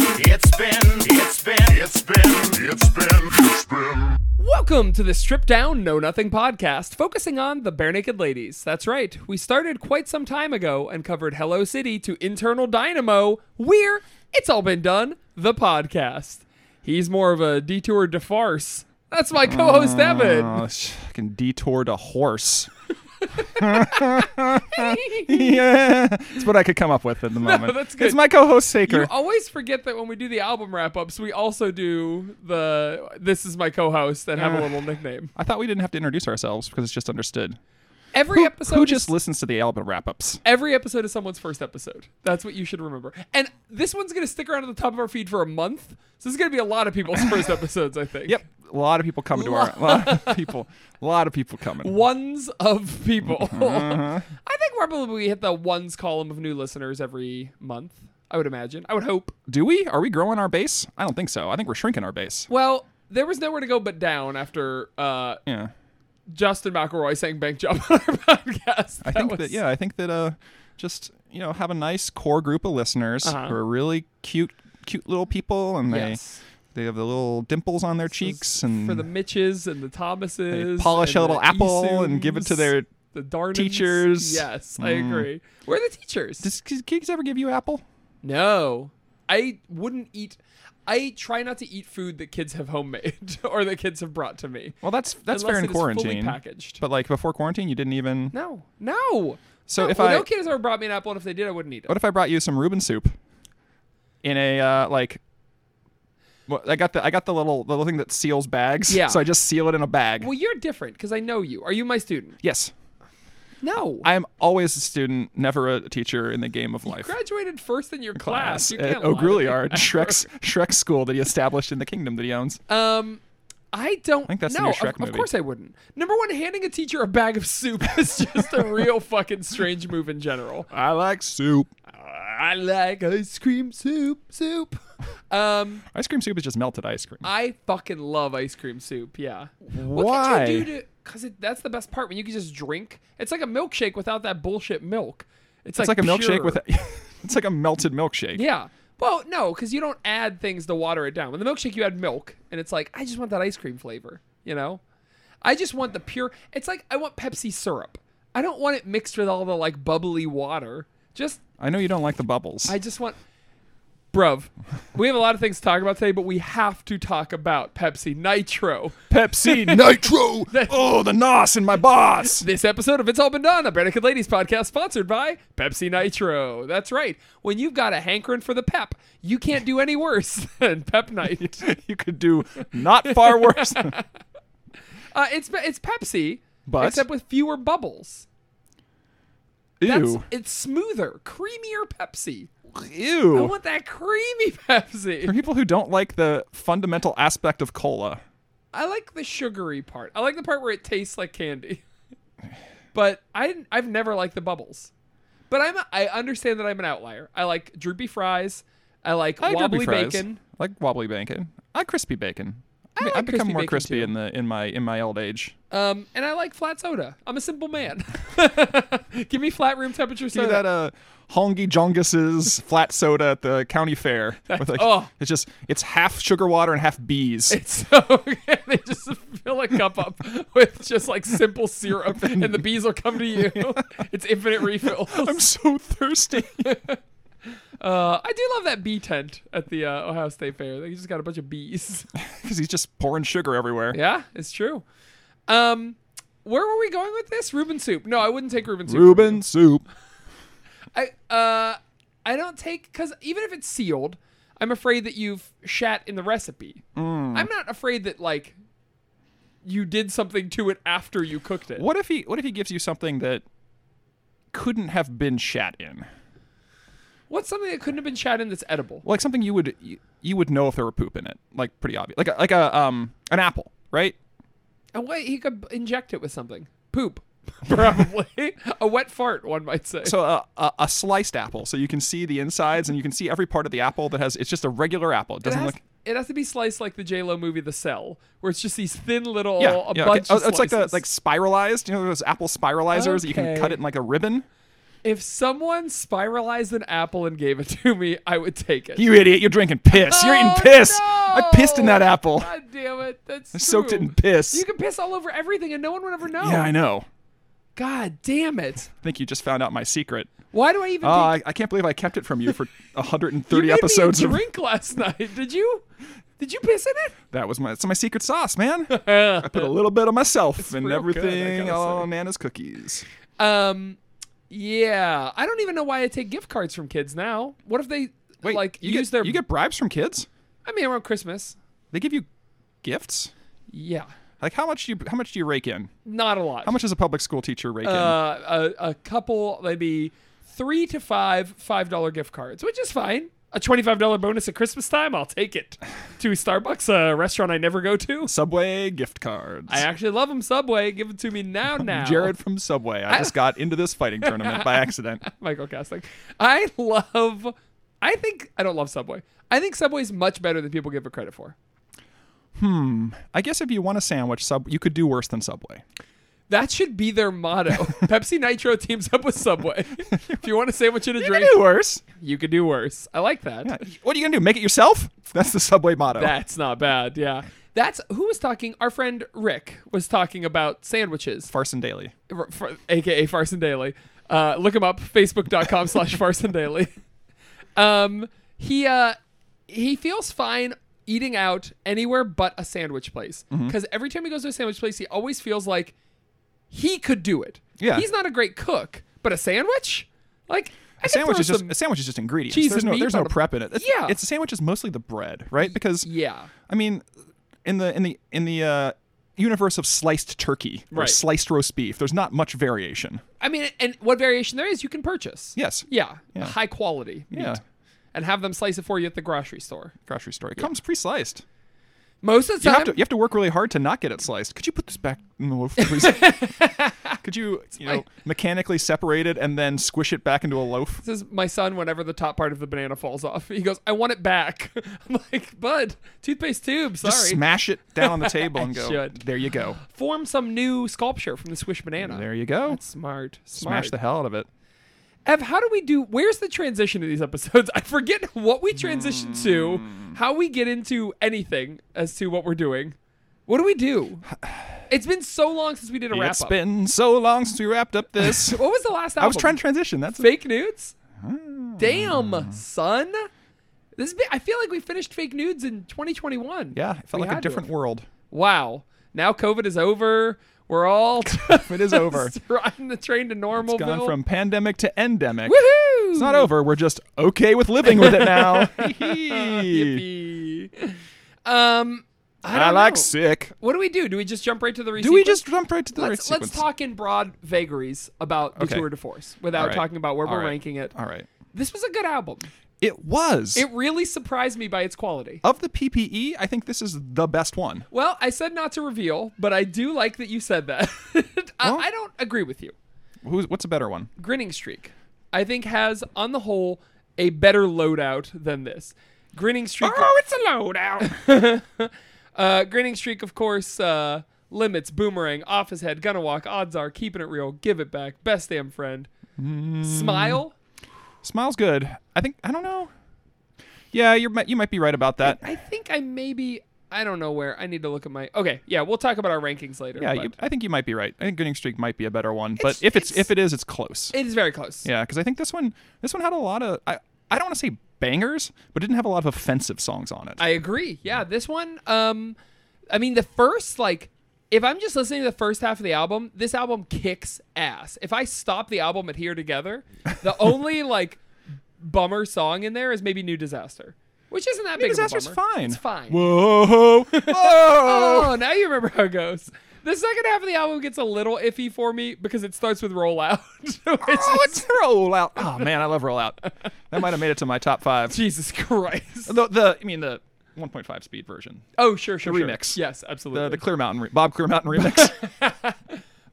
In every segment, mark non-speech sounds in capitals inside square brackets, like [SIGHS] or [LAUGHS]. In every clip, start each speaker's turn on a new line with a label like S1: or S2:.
S1: been, it's been, it's been, it's been, it's been.
S2: Welcome to the Strip Down Know Nothing podcast, focusing on the bare naked ladies. That's right, we started quite some time ago and covered Hello City to Internal Dynamo. We're It's All Been Done, the podcast. He's more of a detour de farce. That's my co host, Evan.
S3: Oh, sh- fucking detoured
S2: [LAUGHS]
S3: a horse. yeah, that's what I could come up with at the moment.
S2: that's good.
S3: It's my co-host
S2: You
S3: Saker.
S2: always forget that when we do the album wrap ups, we also do the This is my co host and have a
S3: Uh.
S2: little nickname.
S3: I thought we didn't have to introduce ourselves because it's just understood.
S2: Every episode
S3: Who
S2: is-
S3: just listens to the album wrap-ups?
S2: Every episode is someone's first episode. That's what you should remember. And this one's going to stick around at the top of our feed for a month. So this is going to be a lot of
S3: [LAUGHS]
S2: people's first episodes, I think.
S3: Yep, a lot of people coming to our. A lot of people, a lot of people coming.
S2: Ones of
S3: [LAUGHS]
S2: people.
S3: Uh-huh.
S2: I think we're probably we hit the ones column of new listeners every month. I would imagine. I would hope.
S3: Do we? Are we growing our base? I don't think so. I think we're shrinking our base.
S2: Well, there was nowhere to go but down after uh,
S3: Yeah,
S2: Justin McElroy sang "Bank Job" [LAUGHS] on our podcast.
S3: I think that. Yeah, I think that. Uh, just you know, have a nice core group of listeners
S2: Uh-huh.
S3: who are really cute, cute little people, and they.
S2: Yes.
S3: They have the little dimples on their cheeks, and
S2: for the Mitches and the Thomases,
S3: They polish a
S2: and
S3: little
S2: the
S3: apple and give it to
S2: Esums.
S3: their.
S2: the darn
S3: Teachers. Mm.
S2: Yes, I agree. Where are the teachers?
S3: Does does kids ever give you apple?
S2: no, I wouldn't eat. I try not to eat food that kids have homemade [LAUGHS] or that kids have brought to me.
S3: Well, that's
S2: unless
S3: that's fair in
S2: it is Fully
S3: quarantine.
S2: packaged.
S3: But like before quarantine, you didn't even.
S2: no, no.
S3: So
S2: no,
S3: if
S2: well,
S3: I
S2: no kid has ever brought me an apple, and if they did, I wouldn't eat it.
S3: what if I brought you some Reuben soup? In a uh, like. Well, I got the I got the little the little thing that seals bags.
S2: Yeah.
S3: So I just seal it in a bag.
S2: well, you're different because I know you. Are you my student?
S3: yes,
S2: No,
S3: I am always a student, never a teacher in the game of life.
S2: graduated first in your class. You
S3: at
S2: can't lie to me. [LAUGHS]
S3: O'Grilliard, Shrek's Shrek school that he established in the kingdom that he owns.
S2: Um, I don't.
S3: think that's the
S2: no,
S3: new
S2: of-
S3: Shrek
S2: of,
S3: movie.
S2: course I wouldn't. Number one, handing a teacher a bag of soup [LAUGHS] is just a real fucking strange move in general.
S3: I like soup.
S2: I like ice cream soup, soup. Um,
S3: Ice cream soup is just melted ice cream.
S2: I fucking love ice cream soup. Yeah. What
S3: Why?
S2: could you do to? Because that's the best part when you can just drink. It's like a milkshake without that bullshit milk. It's,
S3: It's like, a [LAUGHS] milkshake
S2: pure.
S3: with it's like a melted milkshake.
S2: Yeah. Well, no, because you don't add things to water it down. With the milkshake, you add milk, and it's like, I just want that ice cream flavor, you know? I just want the pure. It's like, I want Pepsi syrup. I don't want it mixed with all the, like, bubbly water. Just,
S3: I know you don't like the bubbles.
S2: I just want. Bruv, we have a lot of things to talk about today, but we have to talk about Pepsi Nitro. [LAUGHS]
S3: Pepsi Nitro. oh, the nos in my boss. [LAUGHS]
S2: This episode of It's All Been Done, a Barricade Ladies podcast, sponsored by Pepsi Nitro. That's right. When you've got a hankering for the pep, you can't do any worse [LAUGHS] than Pep Night.
S3: [LAUGHS] you could do not far worse.
S2: Uh, it's it's Pepsi,
S3: But-
S2: except with fewer bubbles. That's
S3: [LAUGHS] ew,
S2: it's smoother, creamier Pepsi. I
S3: ew.
S2: want that creamy Pepsi.
S3: For people who don't like the fundamental aspect of cola,
S2: I like the sugary part. I like the part where it tastes like candy. [LAUGHS] But I didn't, I've never liked the bubbles. But I'm a, I understand that I'm an outlier. I like droopy fries. I like
S3: I
S2: wobbly
S3: wobbly fries.
S2: bacon.
S3: I like wobbly bacon. I like crispy bacon. I,
S2: like
S3: have become
S2: crispy
S3: more
S2: bacon,
S3: crispy
S2: too.
S3: in the in my in my old age.
S2: Um, and I like flat soda. I'm a simple
S3: [LAUGHS]
S2: man. Give me flat room temperature
S3: Do
S2: soda.
S3: that uh, Hongi Jongus's flat soda at the county fair. With like,
S2: oh.
S3: It's just it's half sugar water and half bees.
S2: It's [LAUGHS] so good. they just fill a cup up [LAUGHS] with just like simple syrup, and the bees will come to
S3: [LAUGHS]
S2: you. It's infinite refills.
S3: [LAUGHS] I'm
S2: [LAUGHS]
S3: so thirsty.
S2: Uh, I do love that bee tent at the uh, Ohio State Fair. They just got a bunch of bees.
S3: Because he's just pouring sugar everywhere.
S2: yeah, it's true. Um, where were we going with this? Reuben soup? No, I wouldn't take Reuben soup. from
S3: Reuben soup.
S2: you. I uh, I don't take because even if it's sealed, I'm afraid that you've shat in the recipe.
S3: Mm.
S2: I'm not afraid that like you did something to it after you cooked it.
S3: What if he what if he gives you something that couldn't have been shat in?
S2: What's something that couldn't have been shot in that's edible?
S3: Like something you would you, you would know if there were poop in it. Like pretty obvious. Like a, like a um an apple,
S2: [LAUGHS]
S3: right?
S2: And wait, he could inject it with something.
S3: [LAUGHS]
S2: Poop, [LAUGHS] probably. a wet fart, one might say.
S3: So a, a, a sliced apple, so you can see the insides and you can see every part of the apple that has. It's just a regular apple. It
S2: it
S3: doesn't
S2: has,
S3: look.
S2: it has to be sliced like the J Lo movie The Cell, where it's just these thin little a
S3: Yeah, yeah, okay.
S2: bunch
S3: Oh,
S2: of
S3: it's like the
S2: slices.
S3: like spiralized. You know those apple spiralizers that you can cut
S2: Okay.
S3: it in like a ribbon.
S2: If someone spiralized an apple and gave it to me, I would take it.
S3: You idiot! You're drinking piss. You're eating
S2: Oh,
S3: piss.
S2: no!
S3: I pissed in that apple.
S2: God damn it. That's
S3: I [LAUGHS] soaked it
S2: true.
S3: in piss.
S2: You can piss all over everything and no one would ever know.
S3: Yeah, I know.
S2: God damn it.
S3: I think you just found out my secret.
S2: Why do I even
S3: Oh,
S2: take-
S3: I, I can't believe I kept it from
S2: [LAUGHS]
S3: you for
S2: you
S3: 130
S2: made
S3: episodes
S2: me a
S3: of
S2: drink last night. [LAUGHS] Did you? Did you piss in it?
S3: that. Was my it's my secret
S2: [LAUGHS]
S3: sauce, man. I put a little bit of myself and
S2: real good, I
S3: everything
S2: gotta
S3: on
S2: say.
S3: Nana's cookies.
S2: Um, yeah. I don't even know why I take gift cards from kids now. What if they
S3: Wait,
S2: like
S3: you
S2: use
S3: get,
S2: their?
S3: you get bribes from kids?
S2: I mean, around Christmas.
S3: They give you gifts?
S2: Yeah,
S3: Like how much do you how much do you rake in?
S2: not a lot.
S3: How much does a public school teacher rake
S2: Uh, a, a couple, maybe three to five five dollar gift cards, which is fine. A twenty five dollar bonus at Christmas time, I'll take
S3: [LAUGHS]
S2: it. to Starbucks, a restaurant I never go to.
S3: in? Subway gift cards.
S2: I actually love them. Subway, give it to me
S3: [LAUGHS]
S2: now, now.
S3: Jared from Subway. I just got into this fighting tournament by accident.
S2: Michael Casting. I love. I think I don't love Subway. I think Subway's much better than people give it credit for.
S3: I guess if you want a sandwich, sub you could do worse than Subway.
S2: That should be their
S3: [LAUGHS]
S2: motto. Pepsi Nitro teams up with Subway. if you want a sandwich and a
S3: You
S2: drink,
S3: can do worse.
S2: you could do worse. I like that.
S3: Yeah, What are you gonna do? Make it yourself? That's the Subway
S2: [LAUGHS]
S3: motto.
S2: That's not bad. Yeah. That's who was talking. Our friend Rick was talking about sandwiches,
S3: Farson Daily.
S2: r- fr- aka Farson Daily. Uh, look him up, facebook.com [LAUGHS] slash Farson Daily. Um, he, uh, he feels fine eating out anywhere but a sandwich place.
S3: Mm-hmm.
S2: Because every time he goes to a sandwich place, he always feels like he could do it.
S3: Yeah.
S2: He's not a great cook, but a sandwich? Like, I
S3: A
S2: could
S3: sandwich
S2: throw
S3: is just
S2: some-
S3: a sandwich is just ingredients.
S2: cheese
S3: there's
S2: and
S3: no
S2: meat
S3: there's no
S2: on a-
S3: prep in it. It's,
S2: Yeah.
S3: it's a sandwich is mostly the bread, right? Because
S2: yeah.
S3: I mean, in the in the in the uh, universe of sliced turkey or
S2: Right.
S3: sliced roast beef, there's not much variation.
S2: I mean, and what variation there is, you can purchase.
S3: Yes.
S2: Yeah.
S3: Yeah.
S2: High quality. meat.
S3: Yeah.
S2: And have them slice it for you at the grocery store.
S3: Grocery store. It comes pre-sliced.
S2: Most of the
S3: You
S2: time,
S3: have to you have to work really hard to not get it sliced. Could you put this back in the loaf,
S2: [LAUGHS]
S3: please? Could you you know
S2: like-
S3: mechanically separate it and then squish it back into a loaf?
S2: this is my son whenever the top part of the banana falls off. [LAUGHS] He goes, I want it back. [LAUGHS] I'm like, bud, toothpaste tube, sorry.
S3: Just smash it down
S2: [LAUGHS]
S3: on the table and go.
S2: should.
S3: There you go.
S2: Form some new sculpture from the squish banana.
S3: There you go.
S2: That's smart. Smart.
S3: Smash the hell out of it.
S2: Ev, how do we do? Where's the transition to these episodes? [LAUGHS] I forget what we transition to,
S3: Mm.
S2: how we get into anything as to what we're doing. What do we
S3: [SIGHS]
S2: do? It's been so long since we did a wrap
S3: It's
S2: up.
S3: been so long since we wrapped
S2: [LAUGHS]
S3: up this.
S2: What was the last album?
S3: I was trying to transition. That's
S2: fake nudes.
S3: Hmm.
S2: Damn, son. This is, bi- I feel like we finished fake nudes in 2021.
S3: yeah. It
S2: We
S3: felt like a
S2: had to
S3: different
S2: have.
S3: world.
S2: Wow. Now COVID is over. We're all [LAUGHS]
S3: It is [LAUGHS] over.
S2: riding the train to normal.
S3: It's gone from pandemic to endemic.
S2: [LAUGHS] woohoo.
S3: It's not over. We're just okay with living with
S2: [LAUGHS]
S3: it now. Hee hee.
S2: Yippee. Um, I,
S3: I
S2: don't
S3: like
S2: know.
S3: sick.
S2: What do we do? Do we just jump right to the?
S3: Do we just jump right to the
S2: Let's,
S3: right
S2: let's
S3: sequence?
S2: talk in broad vagaries about the
S3: Okay.
S2: tour de force without
S3: right.
S2: talking about where
S3: All
S2: we're
S3: right.
S2: ranking it.
S3: All right.
S2: This was a good album.
S3: It was
S2: It really surprised me by its quality.
S3: of the PPE. I think this is the best one.
S2: Well, I said not to reveal, but I do like that you said that. [LAUGHS] I,
S3: Well-
S2: I don't agree with you.
S3: Who's what's a better one?
S2: Grinning Streak, I think, has, on the whole, a better loadout than this. Grinning Streak.
S3: it's a loadout.
S2: Uh, Grinning Streak, of course, uh, Limits, Boomerang, Office Head, Gonna Walk, Odds Are, Keeping It Real, Give It Back, Best Damn Friend,
S3: Mm.
S2: Smile.
S3: [LAUGHS] Smile's good. I think I don't know. Yeah, you might you might be right about that.
S2: I think I maybe. I don't know where. I need to look at my. Okay, yeah, we'll talk about our rankings later.
S3: yeah,
S2: but
S3: you, I think you might be right. I think Grinning Streak might be a better one, but
S2: It's-
S3: if it's,
S2: it's-
S3: if it is, it's close.
S2: it is very close.
S3: yeah, because I think this one this one had a lot of I I don't want to say bangers, but it didn't have a lot of offensive songs on it.
S2: I agree. Yeah, this one. Um, I mean, the first like, if I'm just listening to the first half of the album, this album kicks ass. If I stop the album at Here Together,
S3: [LAUGHS]
S2: the only like bummer song in there is maybe New Disaster, which isn't that big.
S3: Disaster's
S2: of a bummer.
S3: fine.
S2: It's fine.
S3: Whoa! Whoa!
S2: [LAUGHS] Oh, now you remember how it goes. The second half of the album gets a little iffy for me because it starts with Roll Out. [LAUGHS] which
S3: oh,
S2: is- [LAUGHS]
S3: it's rollout. Oh man, I love rollout. That might have made it to my
S2: [LAUGHS]
S3: top five.
S2: Jesus
S3: [LAUGHS]
S2: Christ.
S3: The, the I mean the 1.5 speed version,
S2: Oh, sure, sure. sure.
S3: remix.
S2: Yes,
S3: the,
S2: absolutely.
S3: the Clear Mountain re- Bob Clear Mountain remix.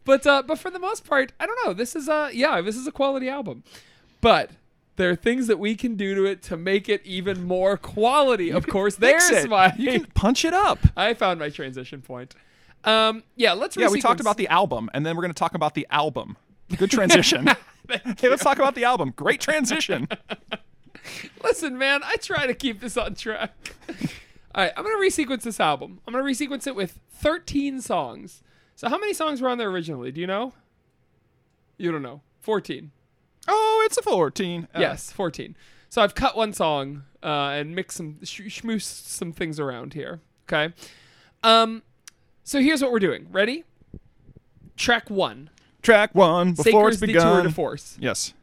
S2: But uh, but for the most part, I don't know. This is a yeah, this is a quality album. But there are things that we can do to it to make it even more quality. Of course, [LAUGHS]
S3: Fix
S2: there's
S3: it.
S2: my
S3: You can punch it up.
S2: [LAUGHS] I found my transition point. Um, yeah, let's
S3: Yeah, we talked
S2: resequence. [LAUGHS]
S3: about the album, and then we're going to talk about the album. Good transition. Hey, let's talk about the album. Great transition.
S2: Listen, man, I try to keep this on track. [LAUGHS] All right, I'm going to resequence this album. I'm going to resequence it with 13 songs. So, how many songs were on there originally? Do you know? You don't know. 14.
S3: oh, it's a 14. Uh,
S2: Yes, 14. So, I've cut one song uh, and mixed some, sh- schmoose some things around here. Okay. Um, so, here's what we're doing. Ready? Track one
S3: Track one before
S2: Sakers
S3: it's
S2: the
S3: begun.
S2: Tour de Force. [LAUGHS]
S3: Yes.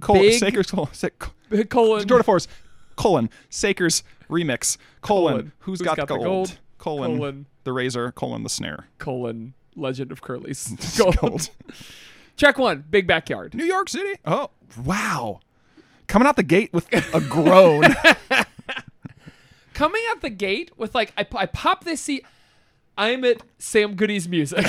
S3: Col-
S2: Big-
S3: Sakers col- sa- col-
S2: Colon.
S3: Tour de Force. Colon. Sakers remix. Colon.
S2: Colon.
S3: who's got, the gold? Colon,
S2: Colon.
S3: The razor. Colon. The snare.
S2: colon legend of curly's
S3: Gold.
S2: track one big backyard
S3: New York City. Oh wow. Coming out the gate with a groan.
S2: coming out the gate with like i, I pop this seat i'm at sam goody's music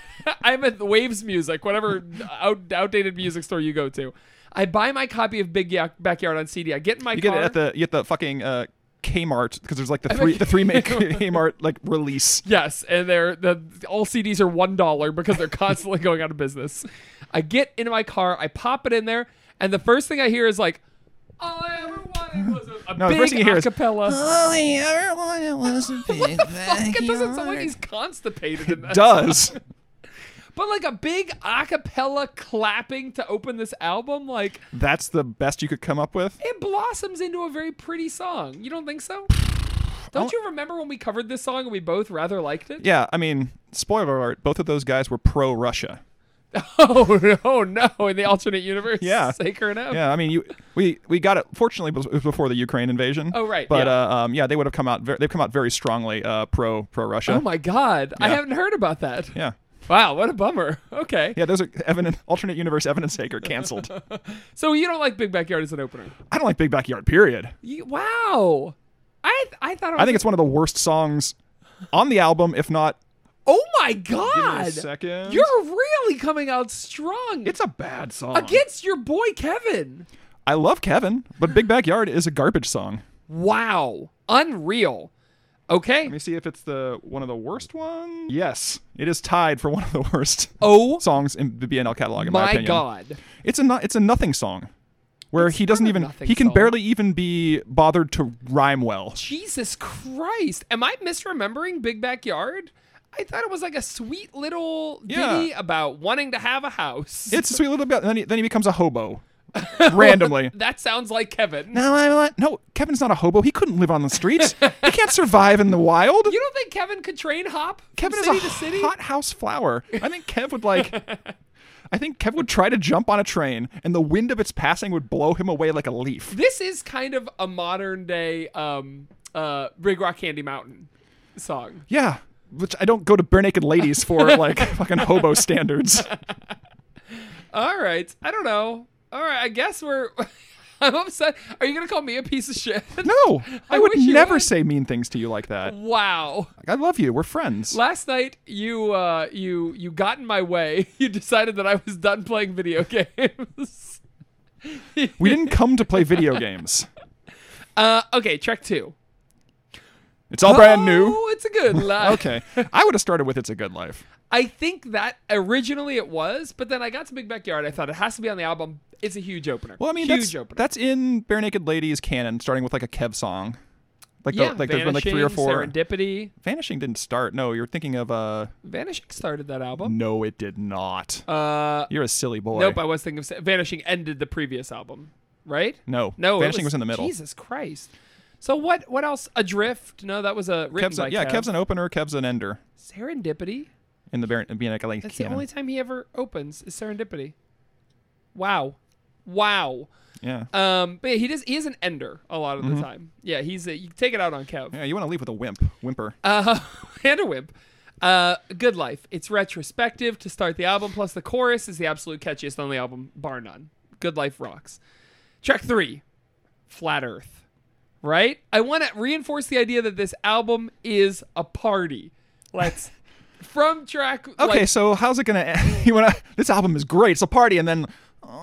S2: [LAUGHS] i'm at waves music whatever out, outdated music store you go to i buy my copy of big Yak- backyard on cd i get in my
S3: [LAUGHS] you
S2: car
S3: get it at the you get the fucking uh, Kmart because there's like the three the three
S2: [LAUGHS]
S3: make Kmart like release.
S2: Yes, and they're the all CDs are one dollar because they're [LAUGHS] constantly going out of business. I get into my car, I pop it in there, and the first thing I hear is like, "All I ever wanted was a, a
S3: No, the
S2: big
S3: first thing you hear is,
S2: acapella."
S4: was a big
S2: Fuck, it doesn't sound like he's constipated in that.
S3: Does
S2: But like a big acapella clapping to open this album, like
S3: that's the best you could come up with?
S2: it blossoms into a very pretty song. You don't think so? Don't you remember when we covered this song and we both rather liked it?
S3: Oh. Yeah, I mean, spoiler alert: both of those guys were pro Russia.
S2: [LAUGHS] Oh no, no! In the alternate universe,
S3: Yeah.
S2: Saker and F.
S3: Yeah, I mean, you we we got it. Fortunately, it was- it was before the Ukraine invasion.
S2: Oh, right,
S3: But
S2: yeah.
S3: Uh, um, yeah, they would have come out. Very, they've come out very strongly uh, pro pro Russia.
S2: Oh my god, I
S3: Yeah.
S2: haven't heard about that.
S3: Yeah.
S2: Wow, what a bummer. Okay,
S3: Yeah, those are evidence, alternate universe evidence
S2: [LAUGHS]
S3: taker canceled.
S2: so you don't like Big Backyard as an opener?
S3: I don't like Big Backyard. Period.
S2: You, wow, I I thought it was
S3: I think it's one of the worst songs on the album, if not.
S2: Oh my god!
S3: second.
S2: You're really coming out strong.
S3: It's a bad song.
S2: against your boy Kevin.
S3: I love Kevin, but Big Backyard is a garbage song.
S2: Wow, unreal. Okay.
S3: Let me see if it's the one of the worst ones. Yes, it is tied for one of the worst
S2: Oh
S3: songs in the BNL catalog. In my,
S2: my
S3: opinion.
S2: god.
S3: it's a no, it's a nothing song, where he doesn't
S2: not a
S3: even
S2: nothing
S3: he can
S2: song.
S3: barely even be bothered to rhyme well.
S2: Jesus Christ. Am I misremembering Big Backyard? I thought it was like a sweet little
S3: Yeah.
S2: ditty about wanting to have a house.
S3: It's a sweet little bit. Then he, then he becomes
S2: [LAUGHS]
S3: a hobo, randomly.
S2: that sounds like Kevin.
S3: No, I want- no. Kevin's not a hobo. He couldn't live on the streets. he
S2: [LAUGHS]
S3: can't survive in the wild.
S2: You don't think Kevin could train hop? from
S3: Kevin
S2: city
S3: is a
S2: to city?
S3: hothouse flower. I think Kev
S2: [LAUGHS]
S3: would like. I think Kev would try to jump on a train, and the wind of its passing would blow him away like a leaf.
S2: This is kind of a modern day um uh Big Rock Candy Mountain song.
S3: Yeah, which I don't go to bare naked
S2: [LAUGHS]
S3: ladies for like fucking hobo standards.
S2: All right. I don't know. All right, I guess we're [LAUGHS] I'm upset. Are you going to call me a piece of shit?
S3: No, I,
S2: I
S3: would
S2: wish you
S3: never
S2: would.
S3: say mean things to you like
S2: [LAUGHS]
S3: that.
S2: Wow.
S3: I love you. We're friends.
S2: Last night you uh you you got in my way. [LAUGHS] You decided that I was done playing video [LAUGHS] games.
S3: we didn't come to
S2: [LAUGHS]
S3: play video games.
S2: Uh okay, track 2.
S3: It's all brand new.
S2: Oh, it's a
S3: [LAUGHS]
S2: good line.
S3: Okay, I would have started with "It's a Good Life."
S2: I think that originally it was, but then I got to Big Backyard. I thought it has to be on the album. It's a huge opener.
S3: Well, I mean,
S2: huge
S3: that's,
S2: opener.
S3: that's in bare naked ladies canon, starting with like a Kev song. Like,
S2: yeah,
S3: the, like there's been like three or
S2: Vanishing,
S3: four.
S2: Serendipity.
S3: Vanishing didn't start. No, you're thinking of uh
S2: Vanishing started that album.
S3: No, it did not.
S2: Uh,
S3: you're a silly boy.
S2: nope, I was thinking of Sa- Vanishing ended the previous album, right?
S3: no.
S2: No, it
S3: Vanishing was, in the middle.
S2: Jesus Christ. So what? What else? Adrift? No, that was a written
S3: Kev's
S2: by
S3: a, yeah,
S2: Kev.
S3: Kev's an opener, Kev's an ender
S2: Serendipity.
S3: in the Baron being like, like
S2: That's the only time he ever opens is Serendipity. Wow, wow.
S3: Yeah.
S2: Um, but yeah, he does. He is an ender a lot of the time. Yeah, he's a, you take it out on Kev.
S3: yeah, you want to leave with a wimp. Whimper.
S2: Uh, [LAUGHS] and a wimp. Uh, good life. It's retrospective to start the album. Plus the chorus is the absolute catchiest on the album, bar none. Good life rocks. Track three, Flat Earth. Right. I want to reinforce the idea that this album is a party. Let's from track.
S3: okay,
S2: like,
S3: [LAUGHS] so how's it gonna end? you wanna this album is great, it's a party, and then oh,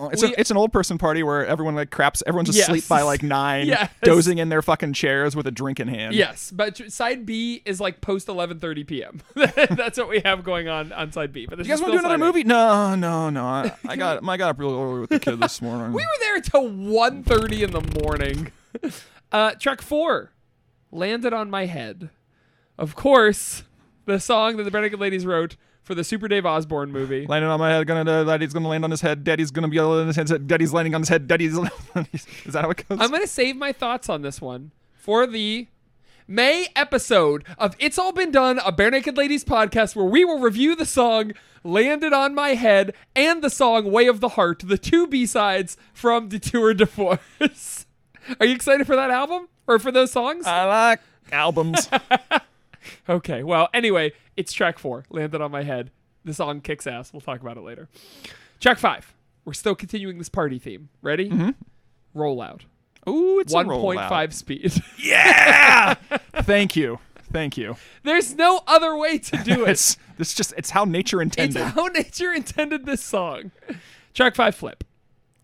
S4: Oh.
S3: It's,
S2: We-
S3: a, it's an old person party where everyone like craps. Everyone's
S2: Yes.
S3: asleep by like
S2: [LAUGHS]
S3: nine,
S2: Yes.
S3: dozing in their fucking chairs with a drink in hand.
S2: Yes, but tr- side B is like post 11:30 p.m. [LAUGHS] That's what we have going on on side B. But
S3: You guys want to do another movie? No, no, no.
S2: [LAUGHS]
S3: I, I got I got up real early with the kid this morning.
S2: We were there till 1.30 in the morning. [LAUGHS] Uh, track four landed on my head. Of course, the song that the Renegade Ladies wrote for the Super Dave Osborne movie.
S3: landing on my head. Gonna daddy's gonna land on his head. Daddy's gonna be on his head. Daddy's landing on his head. Daddy's. Is that how it goes?
S2: I'm going to save my thoughts on this one for the May episode of It's All Been Done, a Bare Naked Ladies podcast, where we will review the song Landed on My Head and the song Way of the Heart, the two B sides from the Tour de Force. [LAUGHS] Are you excited for that album or for those songs?
S3: I like
S2: [LAUGHS]
S3: albums.
S2: Okay. Well, anyway, it's track four. Landed on my head. The song kicks ass. We'll talk about it later. Track five. We're still continuing this party theme. Ready? Roll out.
S3: Ooh, Mm-hmm. it's a
S2: One
S3: rollout.
S2: point five speed. [LAUGHS]
S3: Yeah. Thank you. Thank you.
S2: There's no other way to do it.
S3: [LAUGHS] It's it's just it's how nature
S2: it's
S3: intended.
S2: how nature intended this song. Track five flip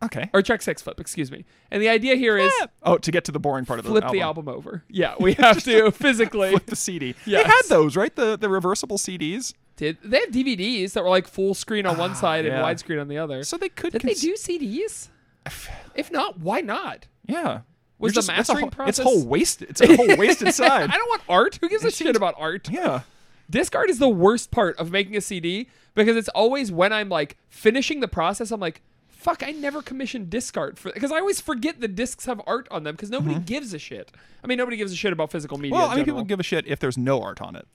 S3: okay.
S2: or track six flip. Excuse me. And the idea here is
S3: Oh, to get to the boring part of
S2: flip the album over. Yeah, we have
S3: [LAUGHS]
S2: to physically.
S3: Flip the CD.
S2: Yes.
S3: They had those, right? The the reversible CDs.
S2: Did they have DVDs that were like full screen on one side
S3: Ah, yeah.
S2: and widescreen on the other?
S3: So they could.
S2: Did
S3: cons-
S2: they do CDs? If not, why not?
S3: Yeah.
S2: Was
S3: You're
S2: the
S3: that's a
S2: mastering
S3: whole-
S2: process-
S3: It's whole wasted. It's a whole wasted
S2: [LAUGHS]
S3: side.
S2: I don't want art. Who gives a shit
S3: seems-
S2: about art?
S3: yeah.
S2: Discard is the worst part of making a CD because it's always when I'm like finishing the process, I'm like, fuck, I never commissioned discard for because I always forget the discs have art on them because nobody gives a shit. I mean, nobody gives a shit about physical media.
S3: Mm-hmm. Well,
S2: in
S3: I mean, people
S2: general.
S3: give a shit if there's no art on it.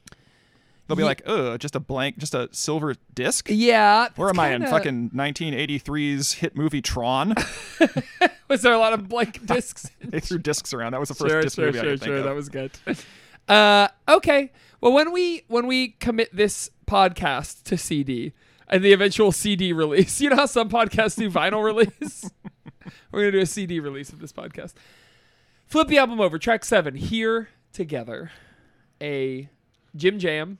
S3: They'll be like, ugh, just a blank, just a silver disc.
S2: Yeah.
S3: Where am
S2: that's
S3: I in
S2: kinda-
S3: fucking 1983's hit movie Tron?
S2: [LAUGHS]
S3: [LAUGHS]
S2: Was there a lot of blank discs?
S3: they threw discs around. That was the first
S2: sure,
S3: disc
S2: sure,
S3: movie I
S2: sure,
S3: could think
S2: sure.
S3: of.
S2: That was [LAUGHS] good. Uh, okay. Well, when we when we commit this podcast to CD and the eventual CD release, [LAUGHS] you know how some podcasts do vinyl
S3: [LAUGHS]
S2: release. We're gonna do a CD release of this podcast. Flip the album over. Track seven. Here together, a Jim Jam.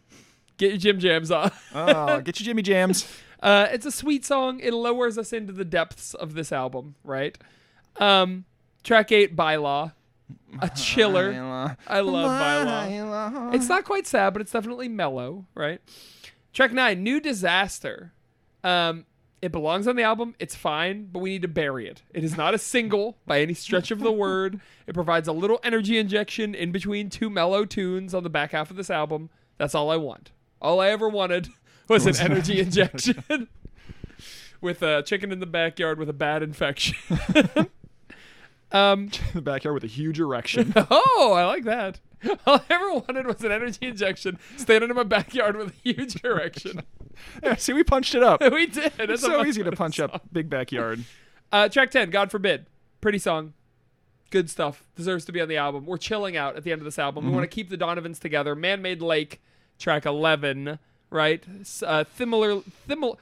S2: Get your Jim Jams on.
S3: [LAUGHS] oh, get your Jimmy Jams.
S2: Uh, it's a sweet song. It lowers us into the depths of this album, right? Um, track eight, Bylaw.
S3: [LAUGHS]
S2: A chiller. I love Bylaw. It's not quite sad, but it's definitely mellow, right? Track nine, New Disaster. Um, it belongs on the album. It's fine, but we need to bury it. It is not a single by any stretch [LAUGHS] of the word. It provides a little energy injection in between two mellow tunes on the back half of this album. That's all I want. All I ever wanted [LAUGHS] was an energy injection [LAUGHS] with a chicken in the backyard with a bad [LAUGHS] infection. um,
S3: In [LAUGHS] the backyard with a
S2: [LAUGHS]
S3: huge erection.
S2: Oh, I like that. [LAUGHS] All I ever wanted was an energy injection, standing in my backyard with a
S3: [LAUGHS]
S2: huge erection.
S3: Yeah, [LAUGHS] see, we punched it up.
S2: [LAUGHS] We did.
S3: It's so
S2: [LAUGHS]
S3: easy to punch up big backyard.
S2: Uh, track 10, God Forbid. Pretty song. Good stuff. Deserves to be on the album. We're chilling out at the end of this album.
S3: Mm-hmm.
S2: We want to keep the Donovans together. Man Made Lake, track 11, right? S- Uh, similar, thimil-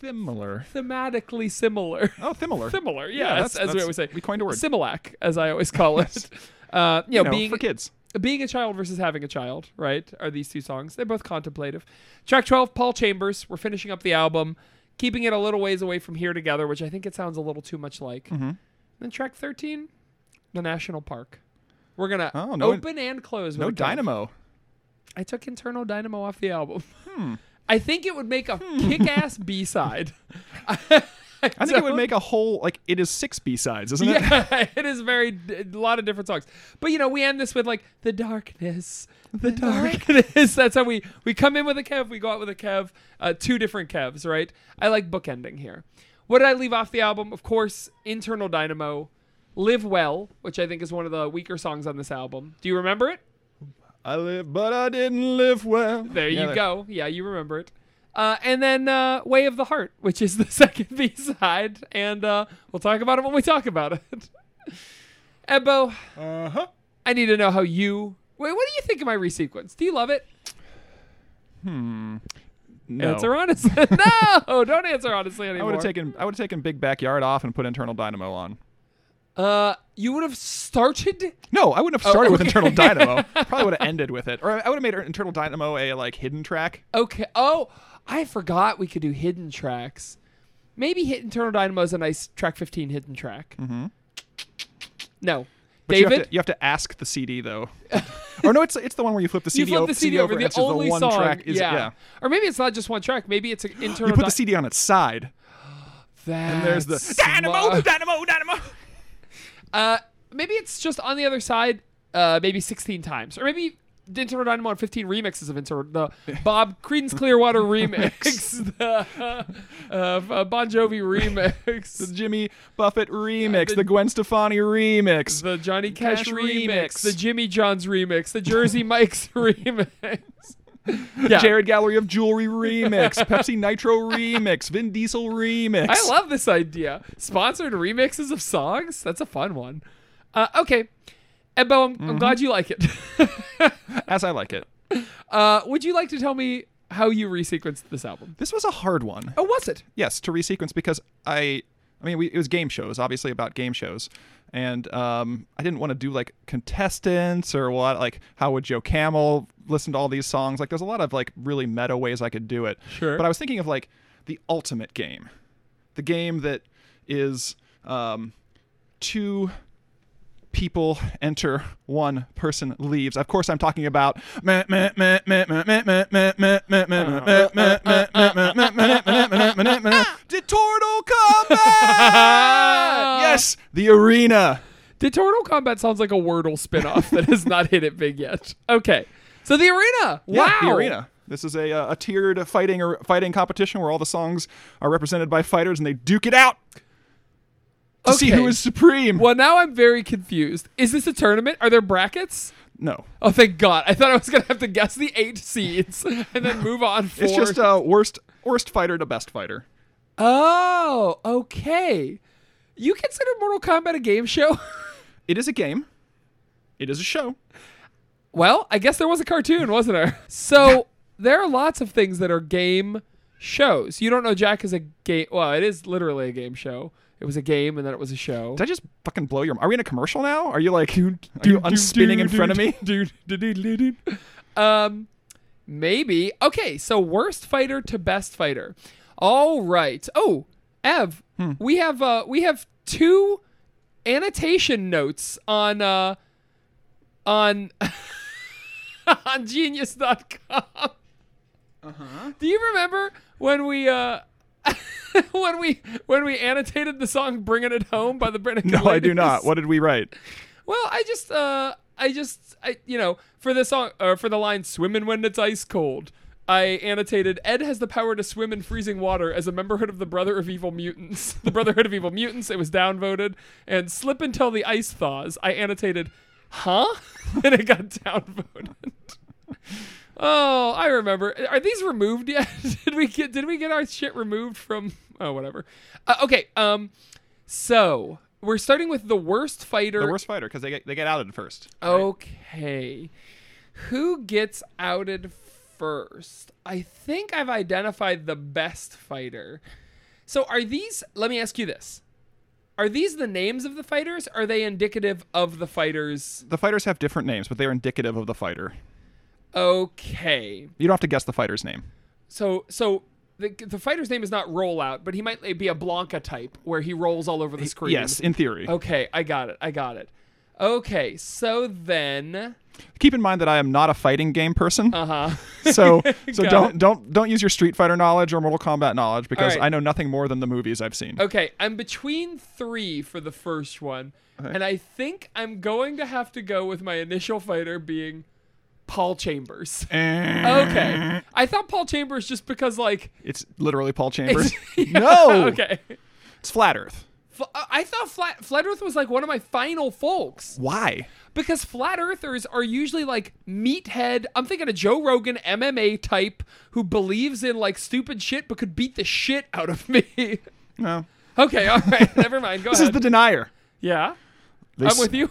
S3: Similar.
S2: thematically similar. [LAUGHS]
S3: Oh, similar.
S2: Similar,
S3: Yeah,
S2: yeah,
S3: that's-
S2: as, as we
S3: that's-
S2: always say.
S3: we coined a word.
S2: Similac, as I always
S3: [LAUGHS]
S2: call it. Uh, you know,
S3: You know,
S2: being
S3: for kids.
S2: being a child versus having a child, right? Are these two songs? They're both contemplative. Track 12, Paul Chambers. We're finishing up the album, keeping it a little ways away from Here Together, which I think it sounds a little too much like.
S3: Mm-hmm.
S2: Then track 13, The National Park. We're going to
S3: Oh, no-
S2: open and close. with
S3: No
S2: a count.
S3: dynamo.
S2: I took Internal Dynamo off the album.
S3: Hmm.
S2: I think it would make a kick ass B side.
S3: [LAUGHS] I
S2: [LAUGHS]
S3: think it would make a whole like it is six B sides, isn't it?
S2: Yeah, [LAUGHS] it is very a lot of different songs. But you know, we end this with like the darkness, the darkness. [LAUGHS] That's how we we come in with a kev, we go out with a kev, uh, two different kevs, right? I like bookending here. What did I leave off the album? Of course, Internal Dynamo, Live Well, which I think is one of the weaker songs on this album. Do you remember it?
S3: I live, but I didn't live well.
S2: There
S3: Yeah,
S2: you go. Yeah, you remember it. Uh, and then uh, Way of the Heart, which is the [LAUGHS] second B side, and uh, we'll talk about it when we talk about it. [LAUGHS] Ebbo,
S3: Uh-huh.
S2: I need to know how you. Wait, what do you think of my resequence? Do you love it?
S3: No.
S2: Answer honestly. [LAUGHS] no, don't answer honestly
S3: I
S2: anymore.
S3: would have taken I would have taken Big Backyard off and put Internal Dynamo on.
S2: Uh, you would have started.
S3: No, I wouldn't have started with
S2: Oh, okay. [LAUGHS]
S3: Internal Dynamo. Probably would have ended with it, or I would have made Internal Dynamo a like hidden track.
S2: Okay. Oh, I forgot we could do hidden tracks. Maybe Hit Internal Dynamo is a nice track 15 hidden track.
S3: Mhm.
S2: No.
S3: But you
S2: David,
S3: have, to, you have to ask the CD though, [LAUGHS] or no, it's it's the one where you flip the
S2: you
S3: CD,
S2: flip
S3: o-
S2: the CD over.
S3: over. and
S2: The
S3: it's just
S2: only
S3: the one
S2: song,
S3: track is
S2: yeah. Or maybe it's not just one track. Maybe it's an internal.
S3: [GASPS] You put
S2: di-
S3: the CD on its side.
S2: That's
S3: And there's
S2: [LAUGHS]
S3: the
S2: smart.
S3: dynamo, dynamo.
S2: Uh, maybe it's just on the other side. Uh, maybe 16 times, or maybe the internal dynamo on 15 remixes of internal
S3: [LAUGHS]
S2: the Bob Creedence Clearwater remix, [LAUGHS] the uh, uh, Bon Jovi
S3: [LAUGHS] The
S2: remix,
S3: Jimmy Buffett remix,
S2: the-
S3: the, Gwen Stefani remix.
S2: the Johnny Cash,
S3: Cash
S2: remix,
S3: remix.
S2: the Jimmy John's remix, the
S3: [LAUGHS]
S2: Jersey Mike's [LAUGHS] remix. Yeah,
S3: Jared Gallery
S2: [LAUGHS]
S3: of Jewelry remix, Pepsi Nitro remix, Vin Diesel remix.
S2: I love this idea. Sponsored remixes of songs? That's a fun one. Uh, okay. Ebbo, I'm, I'm
S3: Mm-hmm.
S2: glad you like it. [LAUGHS]
S3: as I like it.
S2: uh, would you like to tell me how you resequenced this album?
S3: This was a hard one.
S2: Oh, was it?
S3: Yes, to resequence because I, I mean, we, it was game shows, obviously about game shows, and um, I didn't want to do like contestants or what, like how would Joe Camel listen to all these songs? Like, there's a lot of like really meta ways I could do it.
S2: Sure.
S3: But I was thinking of like the ultimate game, the game that is um, two people enter, one person leaves. Of course, I'm talking about. Did Turtle
S2: Ah!
S3: come back? Ah, Yes, the arena.
S2: Did Turtle Combat sounds like a Wordle spinoff that has not hit it big yet. Okay. So the arena. wow.
S3: Yeah, the arena. This is a, uh, a tiered fighting or fighting competition where all the songs are represented by fighters and they duke it out to see
S2: Okay.
S3: who is supreme.
S2: Well, now I'm very confused. Is this a tournament? Are there brackets?
S3: No.
S2: Oh, thank God. I thought I was going to have to guess the eight seeds and then move on forward.
S3: [LAUGHS] It's just uh, worst worst fighter to best fighter.
S2: Oh, okay. You consider Mortal Kombat a game show? [LAUGHS]
S3: It is a game. It is a show.
S2: well, I guess there was a cartoon, wasn't there? So there are lots of things that are game shows. You don't know Jack is a game. Well, it is literally a game show. It was a game, and then it was a show.
S3: Did I just fucking blow your? Are we in a commercial now? Are you like are you unspinning in front of [LAUGHS] me?
S2: me? um, maybe. Okay, so worst fighter to best fighter. All right. Oh, Ev,
S3: Hmm.
S2: we have uh, we have two annotation notes on uh, on [LAUGHS] on Genius.com. Uh
S3: Uh-huh.
S2: huh. Do you remember when we uh? [LAUGHS] when we when we annotated the song "Bringing It Home" by the Brennan
S3: [LAUGHS] No, I do not. What did we write?
S2: well, I just, uh, I just, I, you know, for the song, or for the line "swimming when it's ice cold," I annotated Ed has the power to swim in freezing water as a memberhood of the Brother of Evil Mutants. [LAUGHS] the Brotherhood of Evil Mutants. It was downvoted, and slip until the ice thaws. I annotated, huh, [LAUGHS] and it got downvoted. Oh, I remember. Are these removed yet? [LAUGHS] did we get did we get our shit removed from oh whatever. Uh, okay, um so we're starting with the worst fighter
S3: The worst fighter because they get they get outed first.
S2: Okay. Who gets outed first? I think I've identified the best fighter. So are these let me ask you this. Are these the names of the fighters? Are they indicative of the fighters?
S3: The fighters have different names, but they're indicative of the fighter.
S2: Okay.
S3: You don't have to guess the fighter's name.
S2: So so the, the fighter's name is not rollout, but he might be a Blanca type where he rolls all over the screen.
S3: Yes, in theory.
S2: Okay, I got it. I got it. Okay, so then
S3: Keep in mind that I am not a fighting game person,
S2: uh-huh. [LAUGHS]
S3: [LAUGHS] so so
S2: Got
S3: don't don't don't use your Street Fighter knowledge or Mortal Kombat knowledge because
S2: Alright.
S3: I know nothing more than the movies I've seen.
S2: Okay, I'm between three for the first one, and I think I'm going to have to go with my initial fighter being Paul Chambers. [LAUGHS]
S3: Oh. [LAUGHS]
S2: Okay, I thought Paul Chambers just because like
S3: Eh. It's literally [LAUGHS] Paul Chambers.
S2: [LAUGHS]
S3: No,
S2: okay,
S3: it's Flat Earth.
S2: F- I thought Flat Flat Earth was like one of my final folks
S3: Why?
S2: because Flat Earthers are usually like meathead. I'm thinking a Joe Rogan MMA type who believes in like stupid shit but could beat the shit out of me. [LAUGHS]
S3: No, [LAUGHS] uh,
S2: okay, all right, never mind. Go
S3: this is
S2: ahead.
S3: the denier.
S2: yeah.
S3: [LAUGHS] They
S2: I'm
S3: s-
S2: with you.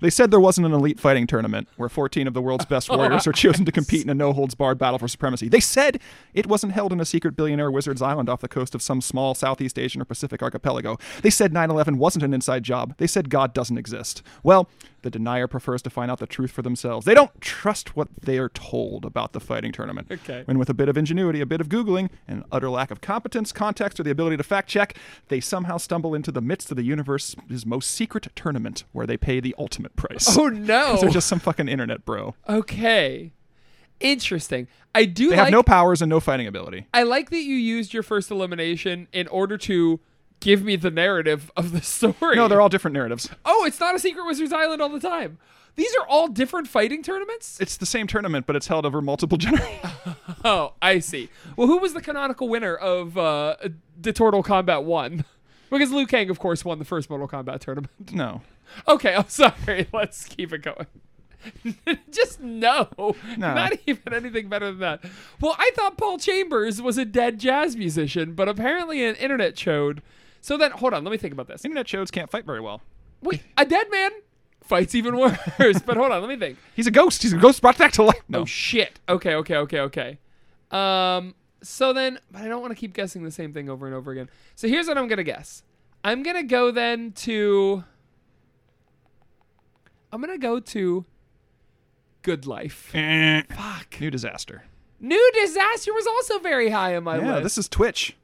S3: They said there wasn't an elite fighting tournament where 14 of the world's best warriors are chosen to compete in a no holds barred battle for supremacy. They said it wasn't held in a secret billionaire wizard's island off the coast of some small Southeast Asian or Pacific archipelago. They said 9 11 wasn't an inside job. They said God doesn't exist. Well, the denier prefers to find out the truth for themselves. They don't trust what they are told about the fighting tournament.
S2: Okay.
S3: And with a bit of ingenuity, a bit of Googling, and utter lack of competence, context, or the ability to fact check, they somehow stumble into the midst of the universe's most secret tournament where they pay the ultimate price.
S2: Oh no.
S3: They're just some fucking internet bro.
S2: okay. Interesting. I do
S3: They
S2: like
S3: have no powers and no fighting ability.
S2: I like that you used your first elimination in order to give me the narrative of the [LAUGHS] story.
S3: No, they're all
S2: [LAUGHS]
S3: different narratives.
S2: Oh, it's not a Secret Wizard's Island all the time. These are all different fighting tournaments?
S3: It's the same tournament, but it's held over multiple [LAUGHS] generations.
S2: Oh, I see. Well, who was the canonical winner of uh, the Turtle Combat 1? [LAUGHS] Because Liu Kang, of course, won the first Mortal Kombat tournament.
S3: No.
S2: Okay, I'm sorry. [LAUGHS] Let's keep it going. Just no. Not even anything better than that. Well, I thought Paul Chambers was a dead jazz musician, but apparently an internet showed. So then, hold on. Let me think about this.
S3: Internet shows can't fight very well.
S2: Wait, a dead man fights even worse. but hold on. Let me think.
S3: He's a ghost. He's a ghost brought back to life. No.
S2: Oh shit. Okay, okay, okay, okay. Um so then but I don't want to keep guessing the same thing over and over again. So here's what I'm going to guess. I'm going to go then to I'm going to go to Good Life.
S3: Fuck. New disaster.
S2: New Disaster was also very high on my
S3: Yeah,
S2: list.
S3: this is Twitch.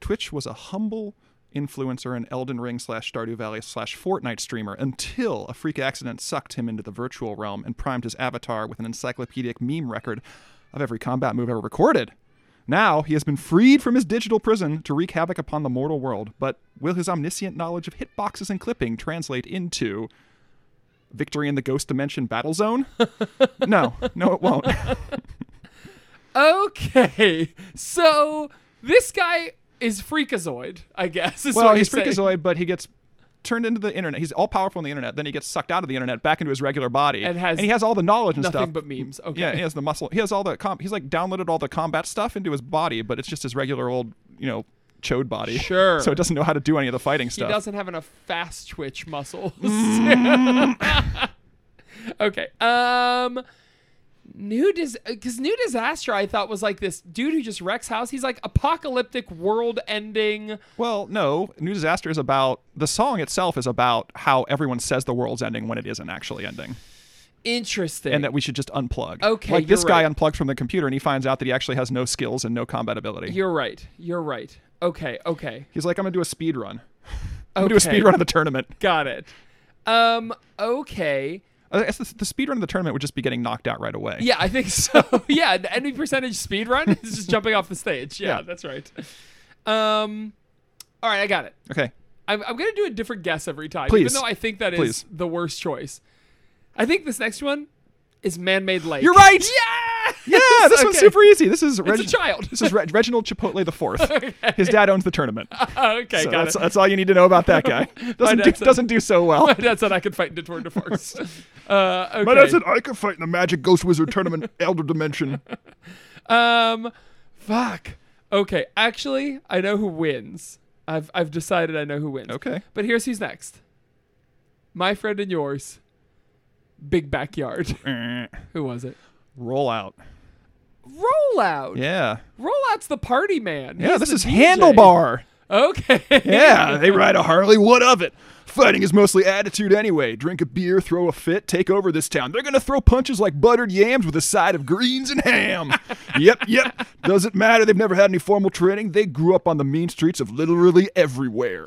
S3: Twitch was a humble influencer and Elden Ring slash Stardew Valley slash Fortnite streamer until a freak accident sucked him into the virtual realm and primed his avatar with an encyclopedic meme record of every combat move ever recorded. Now he has been freed from his digital prison to wreak havoc upon the mortal world, but will his omniscient knowledge of hitboxes and clipping translate into victory in the ghost dimension battle zone? [LAUGHS] no, no, it won't. [LAUGHS]
S2: okay. So this guy is freakazoid, I guess. is
S3: Well,
S2: what
S3: he's
S2: you're saying.
S3: freakazoid, but he gets turned into the internet. He's all powerful on the internet. Then he gets sucked out of the internet back into his regular body,
S2: And has
S3: he has all the knowledge and
S2: Nothing
S3: stuff.
S2: but memes. Okay.
S3: Yeah, he has the muscle. He has all the com He's like downloaded all the combat stuff into his body, but it's just his regular old, you know, chode body.
S2: Sure.
S3: So it doesn't know how to do any of the fighting
S2: he
S3: stuff.
S2: doesn't have enough fast twitch muscles.
S3: [LAUGHS]
S2: [LAUGHS] okay. Um new dis cuz new disaster I thought was like this dude who just wrecks house. He's like apocalyptic world ending.
S3: Well, no. New disaster is about the song itself is about how everyone says the world's ending when it isn't actually ending.
S2: Interesting.
S3: and that we should just unplug.
S2: Okay,
S3: like this
S2: you're
S3: guy
S2: right.
S3: unplugs from the computer and he finds out that he actually has no skills and no combat ability.
S2: You're right. You're right. Okay, okay.
S3: He's like, I'm gonna do a speed run.
S2: Okay.
S3: do a speed run of the tournament.
S2: Got it. Um okay.
S3: I guess the, the speed run of the tournament would just be getting knocked out right away.
S2: Yeah, I think so. [LAUGHS] yeah, the any percentage speed run is just jumping off the stage. Yeah,
S3: Yeah.
S2: that's right. Um all right, I got it.
S3: Okay.
S2: I'm, I'm going to do a different guess every time,
S3: Please.
S2: even though I think that is
S3: Please.
S2: the worst choice. I think this next one is man-made lake. [LAUGHS]
S3: You're right.
S2: Yeah.
S3: Yeah. This one's
S2: Okay.
S3: super easy. This is
S2: It's a child.
S3: This is
S2: [LAUGHS]
S3: Reg- Reginald Chipotle the Fourth. His dad owns the tournament.
S2: Oh, okay,
S3: So
S2: got
S3: that's,
S2: it.
S3: that's all you need to know about that
S2: [LAUGHS]
S3: guy. Doesn't do,
S2: dad's a-
S3: doesn't do so
S2: [LAUGHS]
S3: well.
S2: that's how I can fight into Tour de
S3: [LAUGHS]
S2: Force. uh, okay.
S3: I could fight in the Magic Ghost Wizard [LAUGHS] tournament, Elder Dimension.
S2: Um, fuck. Okay, actually, I know who wins. I've I've decided I know who wins.
S3: Okay.
S2: But here's who's next. My friend and yours. Big backyard. [LAUGHS] who was it?
S3: Roll out.
S2: Rollout.
S3: Yeah.
S2: Rollout's the party man.
S3: Yeah.
S2: He's
S3: this
S2: the
S3: is
S2: DJ.
S3: handlebar.
S2: [LAUGHS] Okay.
S3: [LAUGHS] Yeah, they ride a Harley. What of it? Fighting is mostly attitude anyway. Drink a beer, throw a fit, take over this town. They're going to throw punches like buttered yams with a side of greens and ham. yep, yep. Doesn't matter. They've never had any formal training. They grew up on the mean streets of literally everywhere.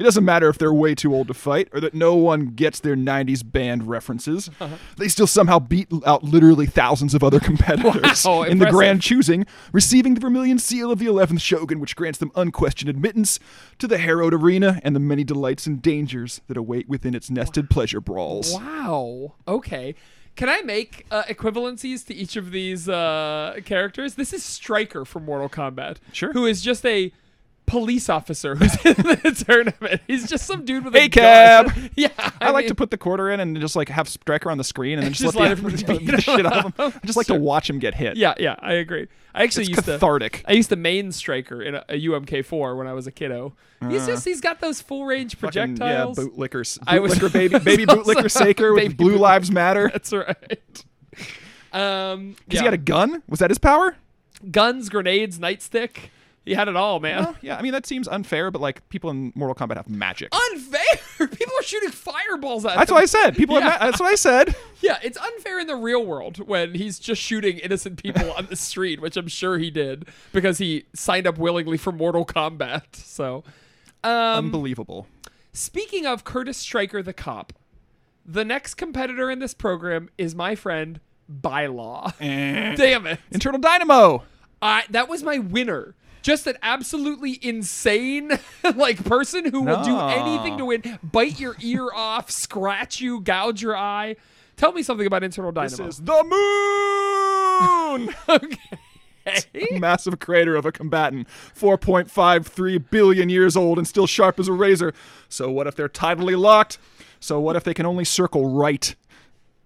S3: It doesn't matter if they're way too old to fight or that no one gets their 90s band references. They still somehow beat out literally thousands of other competitors
S2: Wow,
S3: in the
S2: impressive.
S3: grand choosing, receiving the vermilion seal of the 11th Shogun, which grants them unquestioned admittance to the harrowed arena and the many delights and dangers that await within its nested pleasure brawls.
S2: Wow. Okay. Can I make uh, equivalencies to each of these uh, characters? This is Striker from Mortal Kombat.
S3: Sure.
S2: Who is just a police officer who's in the [LAUGHS] tournament. He's just some dude with a
S3: Hey, cab.
S2: gun. [LAUGHS] Yeah,
S3: I, like
S2: mean,
S3: to put the quarter in and just like have Striker on the screen and
S2: [LAUGHS]
S3: then [LAUGHS] just,
S2: Just
S3: let the
S2: let him [LAUGHS]
S3: beat
S2: beat
S3: the shit
S2: him
S3: out of him. I just like to watch him get hit.
S2: Yeah, yeah, I agree. I actually
S3: it's
S2: used
S3: cathartic.
S2: to. I used to main striker in a, a UMK4 when I was a kiddo. he's just he's got those full range
S3: Uh. Fucking,
S2: projectiles.
S3: yeah, bootlickers.
S2: [LAUGHS] I was-
S3: Bootlicker baby, baby bootlicker Saker
S2: Baby
S3: with Blue Lives Matter.
S2: That's right. [LAUGHS] Um,
S3: Because
S2: yeah.
S3: he had a gun. Was that his power?
S2: [LAUGHS] guns, grenades, nightstick. He had it all, man.
S3: Oh, yeah, I mean that seems unfair, but like people in Mortal Kombat have magic.
S2: Oh, Unfair. [LAUGHS] People are shooting fireballs at
S3: That's
S2: him.
S3: what I said. People
S2: Yeah.
S3: have ma- that's what
S2: [LAUGHS]
S3: I said.
S2: Yeah, it's unfair in the real world when he's just shooting innocent people on the street, which I'm sure he did because he signed up willingly for Mortal Kombat. So, um,
S3: Unbelievable.
S2: speaking of Curtis Stryker, the cop, the next competitor in this program is my friend Bylaw.
S3: Eh.
S2: Damn it.
S3: Internal Dynamo.
S2: I that was my winner. Just an absolutely insane [LAUGHS] like person who will do
S3: No.
S2: anything to win, bite your ear [LAUGHS] off, scratch you, gouge your eye. Tell me something about internal dynamo.
S3: This is the [LAUGHS] moon.
S2: [LAUGHS] okay.
S3: Massive crater of a combatant, 4.53 billion years old and still sharp as a razor. So what if they're tidally locked? So what if they can only circle right?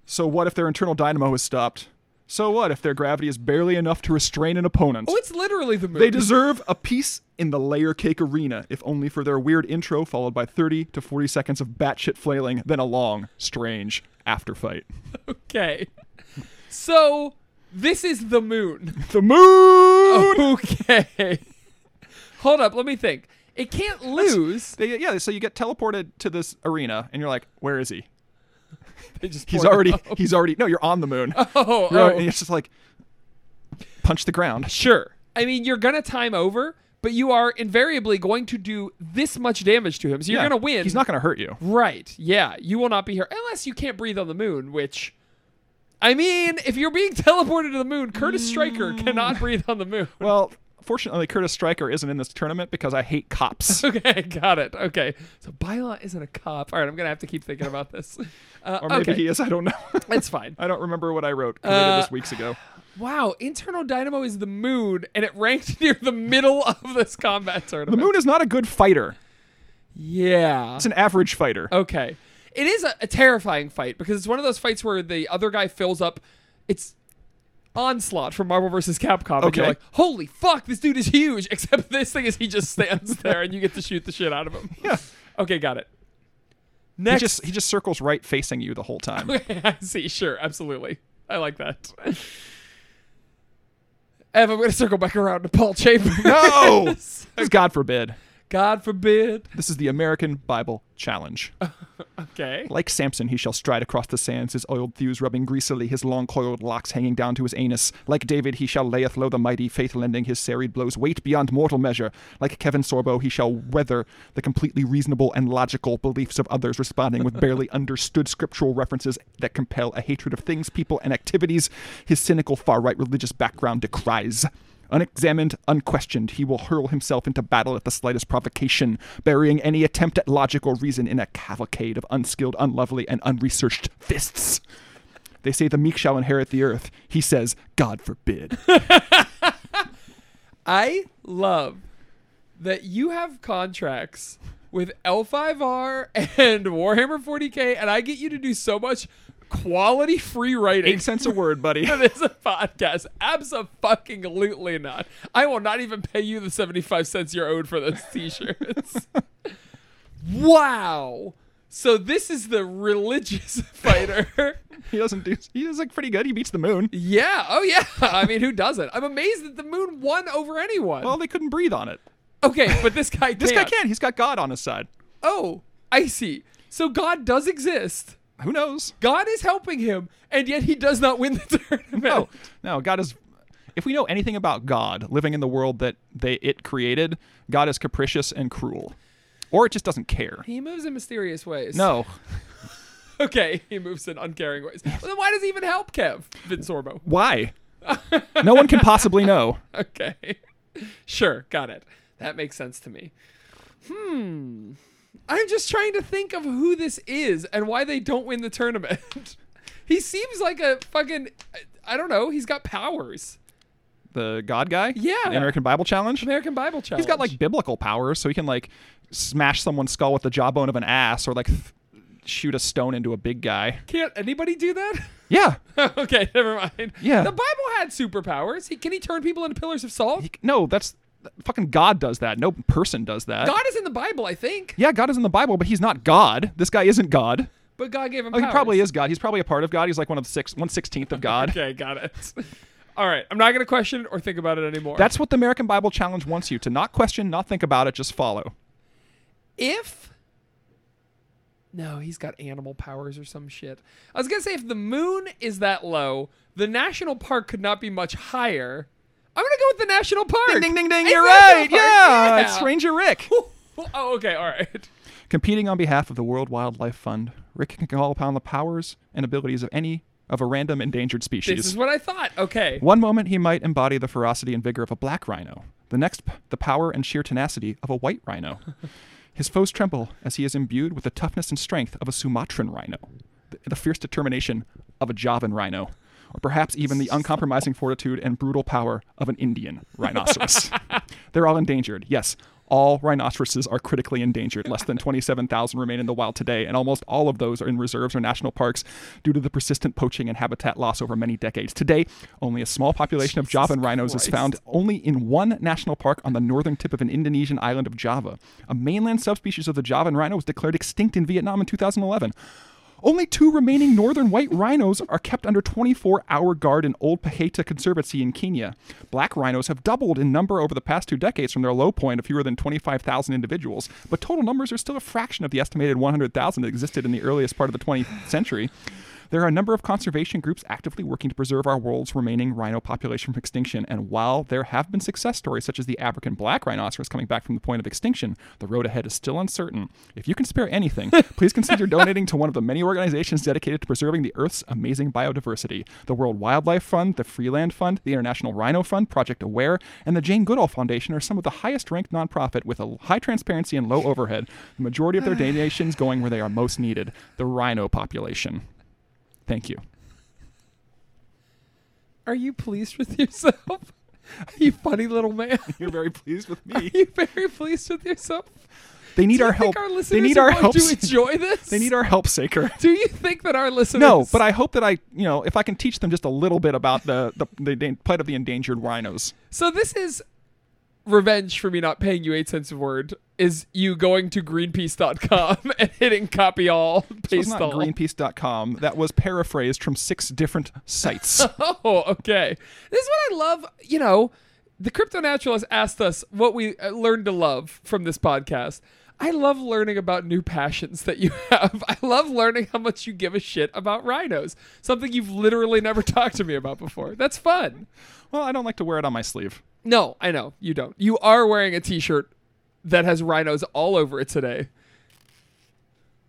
S3: So what if their internal dynamo is stopped? So what if their gravity is barely enough to restrain an opponent?
S2: Oh, it's literally the moon.
S3: They deserve a piece in the layer cake arena, if only for their weird intro, followed by 30 to 40 seconds of batshit flailing, then a long, strange after fight.
S2: [LAUGHS] okay. So this is the moon.
S3: The [LAUGHS] moon!
S2: [LAUGHS] Oh. Okay. Hold up, let me think. It can't
S3: [LAUGHS]
S2: lose.
S3: [LAUGHS] They, yeah, so you get teleported to this arena, and you're like, where is he?
S2: They just
S3: He's
S2: pour it
S3: already,
S2: up.
S3: he's already, no, you're on the moon.
S2: [LAUGHS] Oh,
S3: You're already-
S2: oh.
S3: and it's just like, punch the ground.
S2: Sure. I mean, you're going to time over, but you are invariably going to do this much damage to him. So you're
S3: Yeah,
S2: going to win.
S3: He's not going to hurt you.
S2: Right. Yeah. You will not be here unless you can't breathe on the moon, which. I mean, if you're being [LAUGHS] teleported to the moon, Curtis Stryker
S3: Mm.
S2: cannot breathe on the moon. [LAUGHS]
S3: Well, fortunately, Curtis Stryker isn't in this tournament because I
S2: [LAUGHS]
S3: hate cops.
S2: Okay, got it. Okay. So Bylaw isn't a cop. All right, I'm going to have to keep thinking about this. [LAUGHS] Uh,
S3: Or maybe
S2: okay.
S3: he is,
S2: [LAUGHS]
S3: I don't know.
S2: It's fine.
S3: [LAUGHS] I don't remember what I wrote 'cause I did
S2: Uh,
S3: this weeks ago.
S2: Wow, Internal Dynamo is the moon, and it ranked [LAUGHS] near the middle of this combat
S3: The
S2: tournament.
S3: moon is not a good fighter.
S2: Yeah.
S3: It's an average fighter.
S2: Okay. It is a, a terrifying fight because it's one of those fights where the other guy fills up. It's onslaught from Marvel vs. Capcom. And you're
S3: Okay.
S2: like, holy fuck, this dude is huge. [LAUGHS] Except this thing is he just stands [LAUGHS] there and you get to shoot the shit out of him.
S3: Yeah.
S2: Okay, got it. [LAUGHS]
S3: He
S2: Next.
S3: just he just circles right facing you the
S2: [LAUGHS]
S3: whole time.
S2: I see. Sure. Absolutely. I like that. Ev, I'm going to circle back around to Paul Chambers.
S3: No! This is God forbid.
S2: [LAUGHS] God forbid.
S3: This is the American Bible Challenge.
S2: Okay.
S3: Like Samson, he shall stride across the sands, his oiled thews rubbing greasily, his long coiled locks hanging down to his anus. Like David, he shall layeth low the mighty, faith lending his serried blows weight beyond mortal measure. Like Kevin Sorbo, he shall weather the completely reasonable and logical beliefs of others, responding with barely understood scriptural references that compel a hatred of things, people, and activities his cynical far right religious background decries. Unexamined, unquestioned, he will hurl himself into battle at the slightest provocation, burying any attempt at logic or reason in a cavalcade of unskilled, unlovely, and unresearched fists. They say the meek shall inherit the earth. He says, God forbid.
S2: I love that you have contracts with L5R and Warhammer 40K, and I get you to do so much quality free writing
S3: Eight cents a word, buddy.
S2: for [LAUGHS] this podcast. Absolutely not. I will not even pay you the 75 cents you're owed for those t shirts. [LAUGHS] wow. So this is the religious [LAUGHS] fighter.
S3: He doesn't do. He does like pretty good. He beats the moon.
S2: yeah. Oh, yeah. I mean, who doesn't? I'm amazed that the moon won over anyone.
S3: Well, they couldn't breathe on it.
S2: okay, but this guy
S3: This guy can. He's got God on his side.
S2: Oh, I see. So God does exist.
S3: Who knows?
S2: God is helping him, and yet he does not win the [LAUGHS] tournament.
S3: No, no. God is. If we know anything about God living in the world that they it created, God is capricious and cruel, or it just doesn't care.
S2: He moves in mysterious ways.
S3: No.
S2: [LAUGHS] Okay, he moves in uncaring ways. Well, then why does he even help Kev, Vin Sorbo? [LAUGHS]
S3: Why? no one can possibly know.
S2: Okay. Sure, got it. That makes sense to me. Hmm. I'm just trying to think of who this is and why they don't win the [LAUGHS] tournament. he seems like a fucking. I don't know. He's got powers.
S3: the God guy.
S2: Yeah.
S3: The American Bible Challenge.
S2: American Bible Challenge.
S3: He's got like biblical powers, so he can like smash someone's skull with the jawbone of an ass, or like th- shoot a stone into a big guy.
S2: Can't anybody do that?
S3: [LAUGHS] Yeah.
S2: [LAUGHS] okay, never mind.
S3: Yeah.
S2: The Bible had superpowers. He can he turn people into pillars of salt?
S3: He- no, that's fucking God does that. No person does that.
S2: God is in the Bible, I think.
S3: Yeah, God is in the Bible, but he's not God. This guy isn't God.
S2: But God gave him
S3: Oh, he
S2: powers. [LAUGHS]
S3: probably is God. He's probably a part of God. He's like one of six, one sixteenth of God.
S2: Okay, got it. [LAUGHS] All right, I'm not gonna question it or think about it anymore.
S3: That's what the American Bible Challenge wants you to not question, not think about it, just follow.
S2: if no he's got animal powers or some shit i was gonna say if the moon is that low the national park could not be much higher i'm gonna go with the national park
S3: Ding, ding, ding, ding.
S2: It's
S3: You're
S2: national
S3: right.
S2: park,
S3: Yeah,
S2: yeah.
S3: it's Ranger Rick.
S2: [LAUGHS] oh okay all right
S3: Competing on behalf of the World Wildlife Fund, Rick can call upon the powers and abilities of any of a random endangered species.
S2: this is what i thought okay
S3: One moment he might embody the ferocity and vigor of a black rhino, the next p- the power and sheer tenacity of a white
S2: [LAUGHS]
S3: rhino. His foes tremble as he is imbued with the toughness and strength of a Sumatran rhino, th- the fierce determination of a Javan rhino, or perhaps
S2: [LAUGHS]
S3: even the uncompromising fortitude and brutal power of an Indian
S2: [LAUGHS]
S3: rhinoceros. They're all endangered. Yes, all rhinoceroses are critically endangered. Less than 27,000 remain in the wild today, and almost all of those are in reserves or national parks due to the persistent poaching and habitat loss over many decades. Today, only a small population of Javan rhinos is found only in one national park on the northern tip of an Indonesian island of Java. A mainland subspecies of the Javan rhino was declared extinct in Vietnam in 2011. Only two remaining northern white rhinos are kept under 24 hour guard in Old Paheta Conservancy in Kenya. Black rhinos have doubled in number over the past two decades from their low point of fewer than 25,000 individuals, but total numbers are still a fraction of the estimated 100,000 that existed in the earliest part of the 20th century. There are a number of conservation groups actively working to preserve our world's remaining rhino population from extinction, and while there have been success stories such as the African black rhinoceros coming back from the point of extinction, the road ahead is still uncertain. If you can spare anything, please consider donating to one of the many organizations dedicated to preserving the Earth's amazing biodiversity the World Wildlife Fund, the Freeland Fund, the International Rhino Fund, Project Aware, and the Jane Goodall Foundation are some of the highest ranked nonprofit with a high transparency and low overhead, the majority of their donations going where they are most needed the rhino population. Thank you.
S2: are you pleased with yourself [LAUGHS] you funny little man [LAUGHS]
S3: You're very pleased with me.
S2: are you very pleased with yourself
S3: [LAUGHS] They need
S2: do you
S3: our
S2: think
S3: help.
S2: our
S3: they
S2: listeners
S3: need
S2: are
S3: our
S2: going
S3: help.
S2: to enjoy this
S3: [LAUGHS] They need our help, Saker.
S2: do you think that our listeners
S3: [LAUGHS] No, but I hope that I, you know, if I can teach them just a little bit about the the, the dan- plight of the endangered rhinos.
S2: So this is revenge for me not paying you eight cents a word. Is you going to Greenpeace.com [LAUGHS] and hitting copy all,
S3: It's
S2: paste
S3: not
S2: all?
S3: Greenpeace.com. That was paraphrased from six different
S2: [LAUGHS]
S3: sites.
S2: oh, okay. This is what I love. You know, the crypto naturalist asked us what we uh, learned to love from this podcast. I love learning about new passions that you [LAUGHS] have. I love learning how much you give a shit about rhinos, something you've literally never [LAUGHS] talked to me about before. That's fun.
S3: well, I don't like to wear it on my sleeve.
S2: No, I know you don't. You are wearing a T-shirt that has rhinos all over it today. [LAUGHS]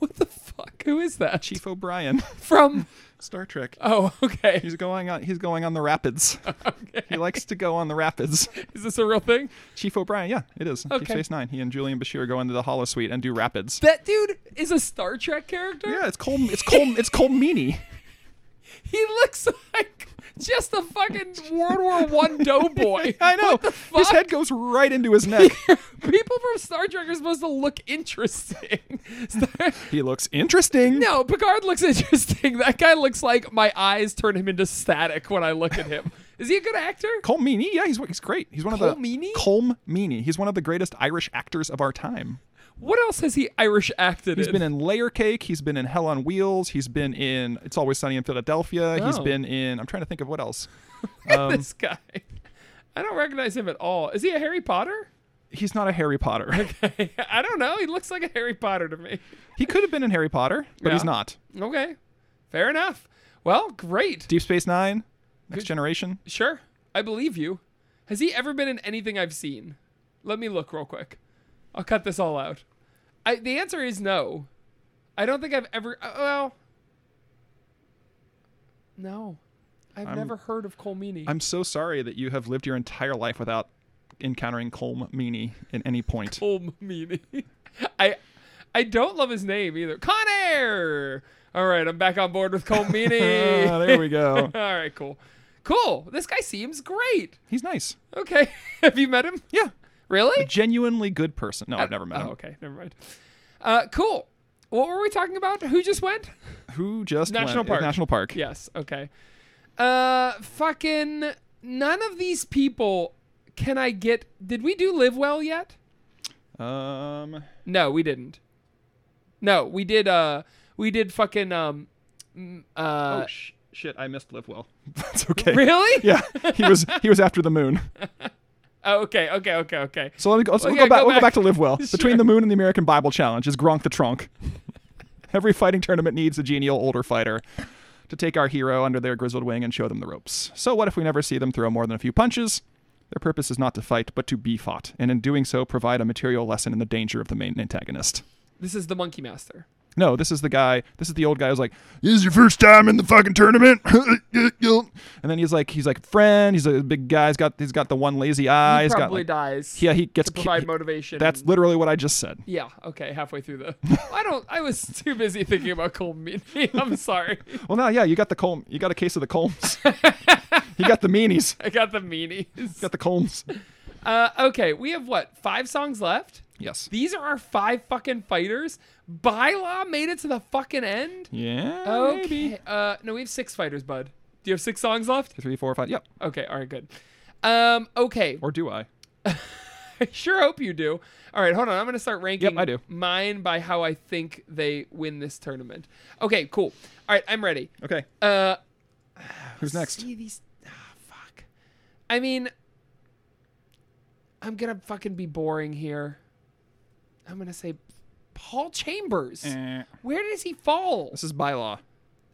S2: What the fuck? Who is that?
S3: Chief O'Brien, [LAUGHS]
S2: from.
S3: Star Trek.
S2: Oh, [LAUGHS] okay.
S3: He's going on. He's going on the rapids. He
S2: [LAUGHS] okay.
S3: likes to go on the rapids. [LAUGHS]
S2: Is this a real thing?
S3: Chief O'Brien. Yeah, it is. Deep
S2: Okay.
S3: Space Nine. He and Julian Bashir go into the Hollow Suite and do rapids.
S2: That dude is a Star Trek character.
S3: Yeah, it's Cole. It's Cole. It's Cole Meany.
S2: He looks like just a fucking World War One doughboy.
S3: [LAUGHS] I know.
S2: [LAUGHS] What the
S3: His
S2: fuck?
S3: head goes right into
S2: [LAUGHS]
S3: his neck.
S2: People from Star Trek are supposed to look interesting. [LAUGHS] Star-
S3: he looks interesting.
S2: No, Picard looks interesting. That guy looks like my eyes turn him into static when I look at him. Is he a good actor?
S3: Colm Meaney, yeah, he's he's great. He's one of
S2: Colm
S3: the
S2: Meaney?
S3: Colm Meaney. He's one of the greatest Irish actors of our time.
S2: What else has he Irish acted
S3: He's
S2: in?
S3: been in Layer Cake. He's been in Hell on Wheels. He's been in It's Always Sunny in Philadelphia. He's
S2: Oh.
S3: been in. I'm trying to think of what else.
S2: Look at [LAUGHS] this
S3: um,
S2: guy. I don't recognize him at all. Is he a Harry Potter? [LAUGHS]
S3: He's not a Harry Potter.
S2: I don't know. He looks like a Harry Potter to me.
S3: he could have been in Harry Potter, but he's
S2: Yeah.
S3: not.
S2: Okay. Fair enough. Well, great.
S3: Deep Space Nine, Next Generation.
S2: Sure. I believe you. Has he ever been in anything I've seen? Let me look real quick. I'll cut this all out. I, the answer is no. I don't think I've ever. Uh, well, no. I've never heard of Cole Meany. [LAUGHS]
S3: I'm so sorry that you have lived your entire life without encountering Colm Meaney at any point.
S2: Cole Meany. I, I don't love his name either.
S3: [LAUGHS]
S2: Conair! All right, I'm back on board with Cole Meany. [LAUGHS]
S3: Ah, there we go.
S2: all right, cool. Cool. This guy seems great.
S3: He's nice.
S2: Okay. [LAUGHS] Have you met him?
S3: Yeah.
S2: Really?
S3: Genuinely good person. No, I've never met
S2: Oh,
S3: him.
S2: okay. Never mind. Uh, cool. What were we talking about? Who just went?
S3: Who just
S2: National
S3: went-
S2: Park.
S3: National Park.
S2: [LAUGHS] Yes. Okay. Uh, fucking none of these people can I get. Did we do live well yet?
S3: Um.
S2: No, we didn't. No, we did. Uh, we did fucking um. mm, Uh, [LAUGHS]
S3: oh sh- shit! I missed Live Well. [LAUGHS] That's okay.
S2: really? [LAUGHS]
S3: Yeah. He was he was after the moon.
S2: Oh, okay. Okay. Okay. Okay.
S3: So let me go, let's,
S2: Okay,
S3: we'll go, back,
S2: go
S3: We'll go
S2: back.
S3: back to Live [LAUGHS] Well. Between the moon and the American Bible Challenge is Gronk the Trunk. [LAUGHS] Every fighting tournament needs a genial older fighter to take our hero under their grizzled wing and show them the ropes. So what if we never see them throw more than a few punches? Their purpose is not to fight, but to be fought, and in doing so, provide a material lesson in the danger of the main antagonist.
S2: This is the Monkey Master.
S3: No, this is the guy. This is the old guy who's like,
S1: This is your first time in the fucking tournament.
S3: [LAUGHS] and then he's like, he's like friend. He's a big guy. He's got he's got the one lazy eye.
S2: He
S3: has got
S2: probably
S3: like,
S2: dies.
S3: yeah. He gets
S2: to provide
S3: ki-
S2: motivation.
S3: That's
S2: and-
S3: literally what I just said.
S2: Yeah. Okay. Halfway through [LAUGHS] the. I don't. I was too busy thinking about Cold Meat. [LAUGHS] I'm sorry.
S3: Well, now, yeah, you got the Colm. You got a case of
S2: [LAUGHS]
S3: the Colms. you got the meanies.
S2: I got the meanies.
S3: You got the Colms.
S2: Uh, okay. We have what? Five songs left.
S3: Yes.
S2: These are our five fucking fighters. Bylaw made it to the fucking end.
S3: Yeah.
S2: Okay. Uh, no, we have six fighters, bud. Do you have six songs left?
S3: Three, four, five. Yep.
S2: Okay. All right. Good. Um. Okay.
S3: Or do I?
S2: I [LAUGHS] sure hope you do. All right, hold on. I'm going to start ranking
S3: I do.
S2: mine by how I think they win this tournament. Okay, cool. All right, I'm ready.
S3: Okay.
S2: Uh
S3: Who's next?
S2: see these ah fuck. I mean I'm going to fucking be boring here. I'm going to say Paul Chambers. Where does he fall?
S3: Eh, This is bylaw.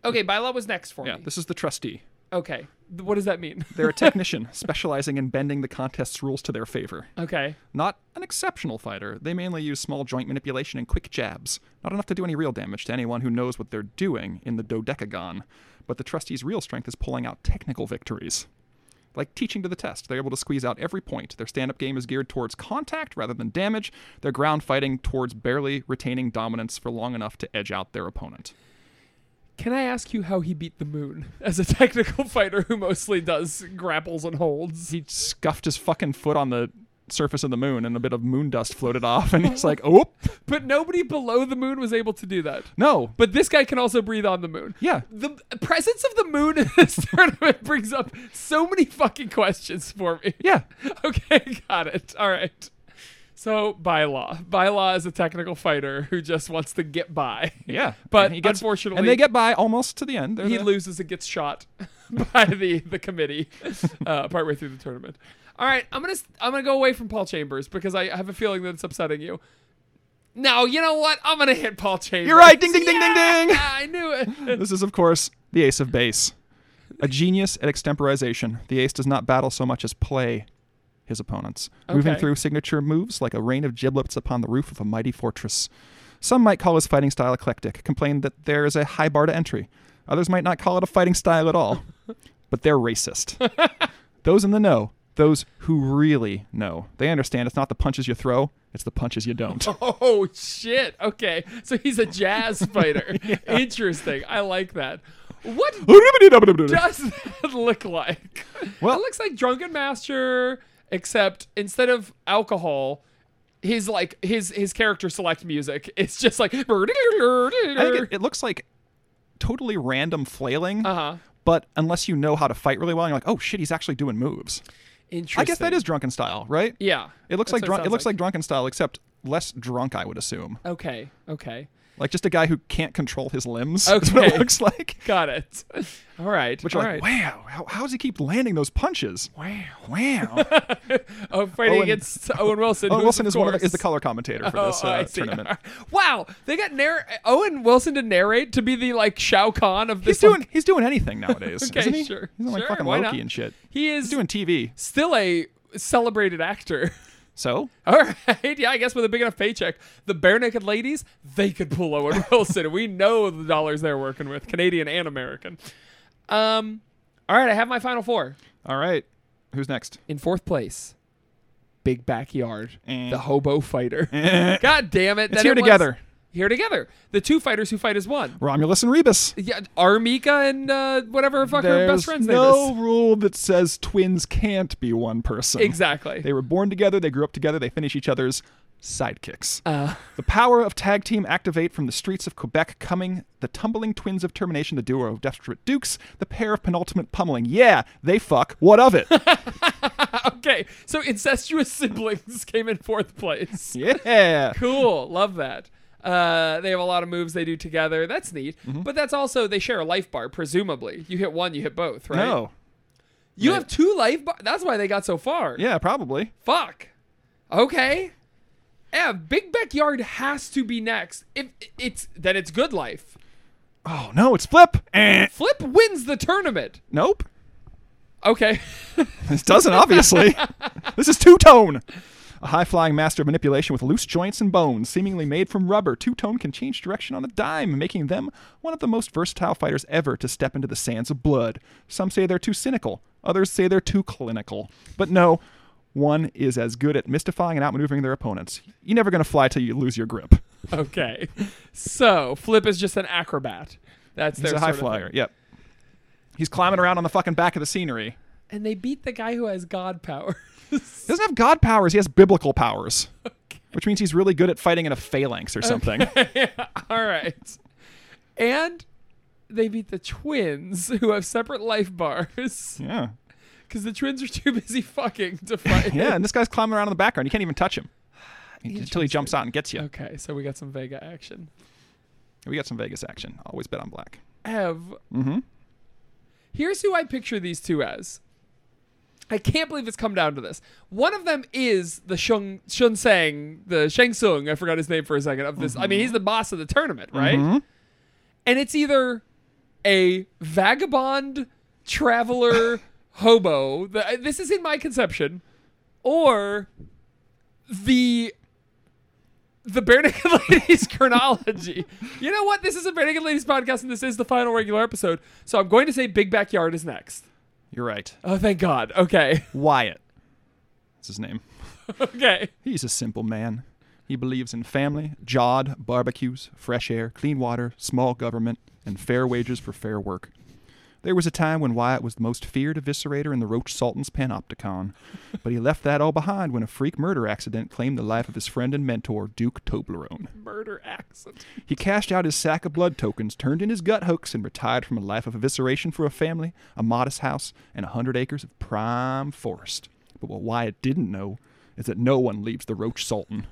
S2: Okay, Bylaw was next for
S3: Yeah.
S2: me.
S3: This is the trustee.
S2: Okay. Th- What does that mean?
S3: They're a technician [LAUGHS] specializing in bending the contest's rules to their favor.
S2: okay.
S3: Not an exceptional fighter. They mainly use small joint manipulation and quick jabs. Not enough to do any real damage to anyone who knows what they're doing in the dodecagon. But the trustee's real strength is pulling out technical victories. Like teaching to the test, they're able to squeeze out every point. Their stand up game is geared towards contact rather than damage. Their ground fighting towards barely retaining dominance for long enough to edge out their opponent.
S2: Can I ask you how he beat the moon [LAUGHS] as a technical fighter who mostly does grapples and holds?
S3: He scuffed his fucking foot on the surface of the moon and a bit of moon dust floated off, and he's like, oop!
S2: But nobody below the moon was able to do that.
S3: No!
S2: But this guy can also breathe on the moon.
S3: Yeah.
S2: The presence of the moon in this [LAUGHS] tournament brings up so many fucking questions for me. [LAUGHS]
S3: Yeah.
S2: Okay, got it. All right. So, bylaw. Bylaw is a technical fighter who just wants to get by.
S3: Yeah,
S2: But
S3: And
S2: unfortunately-
S3: and they get by almost to the end. They're [LAUGHS]
S2: He
S3: the-
S2: loses and gets shot [LAUGHS] by the the committee uh, partway through the tournament. All right, I'm gonna s- I'm gonna go away from Paul Chambers because I have a feeling that it's upsetting you. No, you know what? I'm gonna hit Paul Chambers.
S3: You're right. Ding, ding, ding, ding,
S2: Yeah,
S3: ding.
S2: I knew it.
S3: this is, of course, the ace of base, a genius at extemporization. The ace does not battle so much as play his opponents, moving
S2: Okay.
S3: through signature moves like a rain of giblets upon the roof of a mighty fortress. Some might call his fighting style eclectic, complain that there is a high bar to entry. Others might not call it a fighting style
S2: [LAUGHS]
S3: at all, but they're racist. those in the know, those who really know, they understand it's not the punches you throw, it's the punches
S2: [LAUGHS]
S3: you don't.
S2: Oh shit. Okay, so he's a
S3: [LAUGHS]
S2: jazz fighter. Interesting. I like that. What does [LAUGHS] that look like?
S3: Well-
S2: it looks like Drunken Master, except instead of alcohol, his like his his character select music. It's just like
S3: I think it, it looks like totally random flailing.
S2: [LAUGHS] Uh-huh.
S3: But unless you know how to fight really well, you're like, oh shit, he's actually doing moves.
S2: Interesting.
S3: I guess that is drunken style, right?
S2: Yeah.
S3: It looks
S2: That's
S3: like
S2: what
S3: drunk. It
S2: sounds
S3: looks like. drunken style, except less drunk. I would assume,
S2: Okay. Okay.
S3: like just a guy who can't control his limbs. [LAUGHS] That's what
S2: Okay.
S3: it looks like.
S2: Got it. [LAUGHS] All right.
S3: Which
S2: All
S3: are like,
S2: right.
S3: wow, how, how does he keep landing those punches?
S2: Wow. [LAUGHS]
S3: Wow.
S2: Oh, fighting
S3: Owen-
S2: against Owen Wilson.
S3: Owen
S2: who
S3: Wilson is one of
S2: course-
S3: the, is the color commentator for this
S2: Oh,
S3: uh,
S2: I see.
S3: tournament.
S2: Wow, they got narr- Owen Wilson to narrate to be the like Shao Kahn of
S3: He's
S2: this.
S3: doing
S2: like-
S3: he's doing anything nowadays,
S2: [LAUGHS] Okay,
S3: isn't he?
S2: sure.
S3: He's on like
S2: Sure,
S3: fucking
S2: why
S3: Loki
S2: not?
S3: and shit.
S2: he is
S3: He's doing TV.
S2: still a celebrated actor. [LAUGHS]
S3: So
S2: All right, yeah, I guess with a big enough paycheck, the bare naked ladies they could pull
S3: [LAUGHS]
S2: Owen Wilson. we know the dollars they're working with, Canadian and American. Um, all right, I have my final four
S3: all right, who's next?
S2: in fourth place. Big backyard,
S3: Eh.
S2: the hobo fighter. God damn it!
S3: It's
S2: that
S3: here
S2: it was-
S3: together.
S2: here together. The two fighters who fight as one.
S3: Romulus and Rebus.
S2: Yeah, Armika and uh, whatever her fuck her best friend's
S3: no
S2: name
S3: rule that says twins can't be one person.
S2: is. Exactly.
S3: They were born together, they grew up together, they finish each other's sidekicks.
S2: Uh.
S3: the power of tag team activate from the streets of Quebec coming, the tumbling twins of termination, the duo of desperate dukes, the pair of penultimate pummeling. Yeah, they fuck. What
S2: [LAUGHS]
S3: of it?
S2: [LAUGHS] okay, so incestuous [LAUGHS] siblings came in fourth place.
S3: yeah.
S2: Cool, love that. Uh, they have a lot of moves they do together. That's neat.
S3: Mm-hmm.
S2: But that's also they share a life bar. Presumably, you hit one, you hit both, right?
S3: No.
S2: you have two life bar. That's why they got so far.
S3: Yeah, probably.
S2: Fuck. Okay. Yeah, Big Backyard has to be next. If it's then it's good life.
S3: Oh no, it's flip. Eh.
S2: Flip wins the tournament.
S3: Nope.
S2: Okay. [LAUGHS]
S3: This doesn't, obviously. this is two tone. A high flying master of manipulation with loose joints and bones, seemingly made from rubber, Two Tone can change direction on a dime, making them one of the most versatile fighters ever to step into the sands of blood. Some say they're too cynical, others say they're too clinical. But no, one is as good at mystifying and outmaneuvering their opponents. You're never going to fly till you lose your grip.
S2: okay. So Flip is just an acrobat. That's
S3: He's
S2: their
S3: a high
S2: sort of
S3: flyer. Yep. He's climbing around on the fucking back of the scenery.
S2: thing. And they beat the guy who has god powers. [LAUGHS]
S3: He doesn't have god powers, he has biblical powers. Which means he's really good at fighting in a phalanx
S2: Uh, [LAUGHS]
S3: or something.
S2: All right. And they beat the twins who have separate life bars [LAUGHS]
S3: Yeah.
S2: because the twins are too busy fucking to fight.
S3: [LAUGHS] Yeah, and this guy's climbing around in the background. You can't even touch him until he jumps out and gets you.
S2: Okay, so we got some Vega action.
S3: We got some Vegas action. Always bet on black. Mm-hmm.
S2: Ev. Here's who I picture these two as. I can't believe it's come down to this. One of them is the Shung Shun Sang, the Shang Tsung. I forgot his name for a second. Of this, I mean, he's the boss of the tournament, right? And it's either a vagabond traveler hobo. The, this is in my conception, or the the Bare Naked [LAUGHS] Ladies chronology. You know what? This is a Bare Naked Ladies podcast, and this is the final regular episode. So I'm going to say Big Backyard is next.
S3: You're right.
S2: Oh, thank God. Okay. [LAUGHS]
S3: Wyatt. That's his name.
S2: Okay.
S3: He's a simple man. He believes in family, jod, barbecues, fresh air, clean water, small government, and fair wages for fair work. There was a time when Wyatt was the most feared eviscerator in the Roach Sultan's panopticon, but he left that all behind when a freak murder accident claimed the life of his friend and mentor, Duke Toblerone.
S2: Murder accent.
S3: He cashed out his sack of blood tokens, turned in his gut hooks, and retired from a life of evisceration for a family, a modest house, and a hundred acres of prime forest. But what Wyatt didn't know is that no one leaves the Roach Sultan.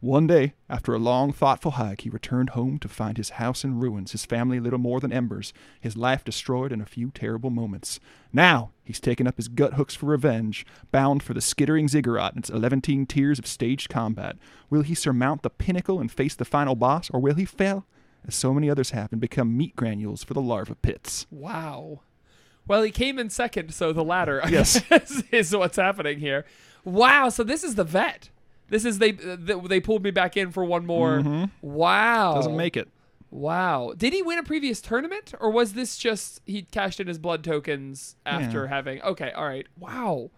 S3: One day, after a long, thoughtful hike, he returned home to find his house in ruins, his family little more than embers, his life destroyed in a few terrible moments. Now, he's taken up his gut hooks for revenge, bound for the skittering ziggurat and its 11 tiers of staged combat. Will he surmount the pinnacle and face the final boss, or will he fail, as so many others have, and become meat granules for the larva pits?
S2: Wow. Well, he came in second, so the latter I
S3: Yes.
S2: guess, [LAUGHS] is what's happening here. Wow. So this is the vet. This is they they they pulled me back in for one more. Wow.
S3: Mm-hmm. Doesn't make it.
S2: Wow. Did he win a previous tournament or was this just he cashed in his blood tokens after
S3: Yeah.
S2: having Okay, all right. Wow.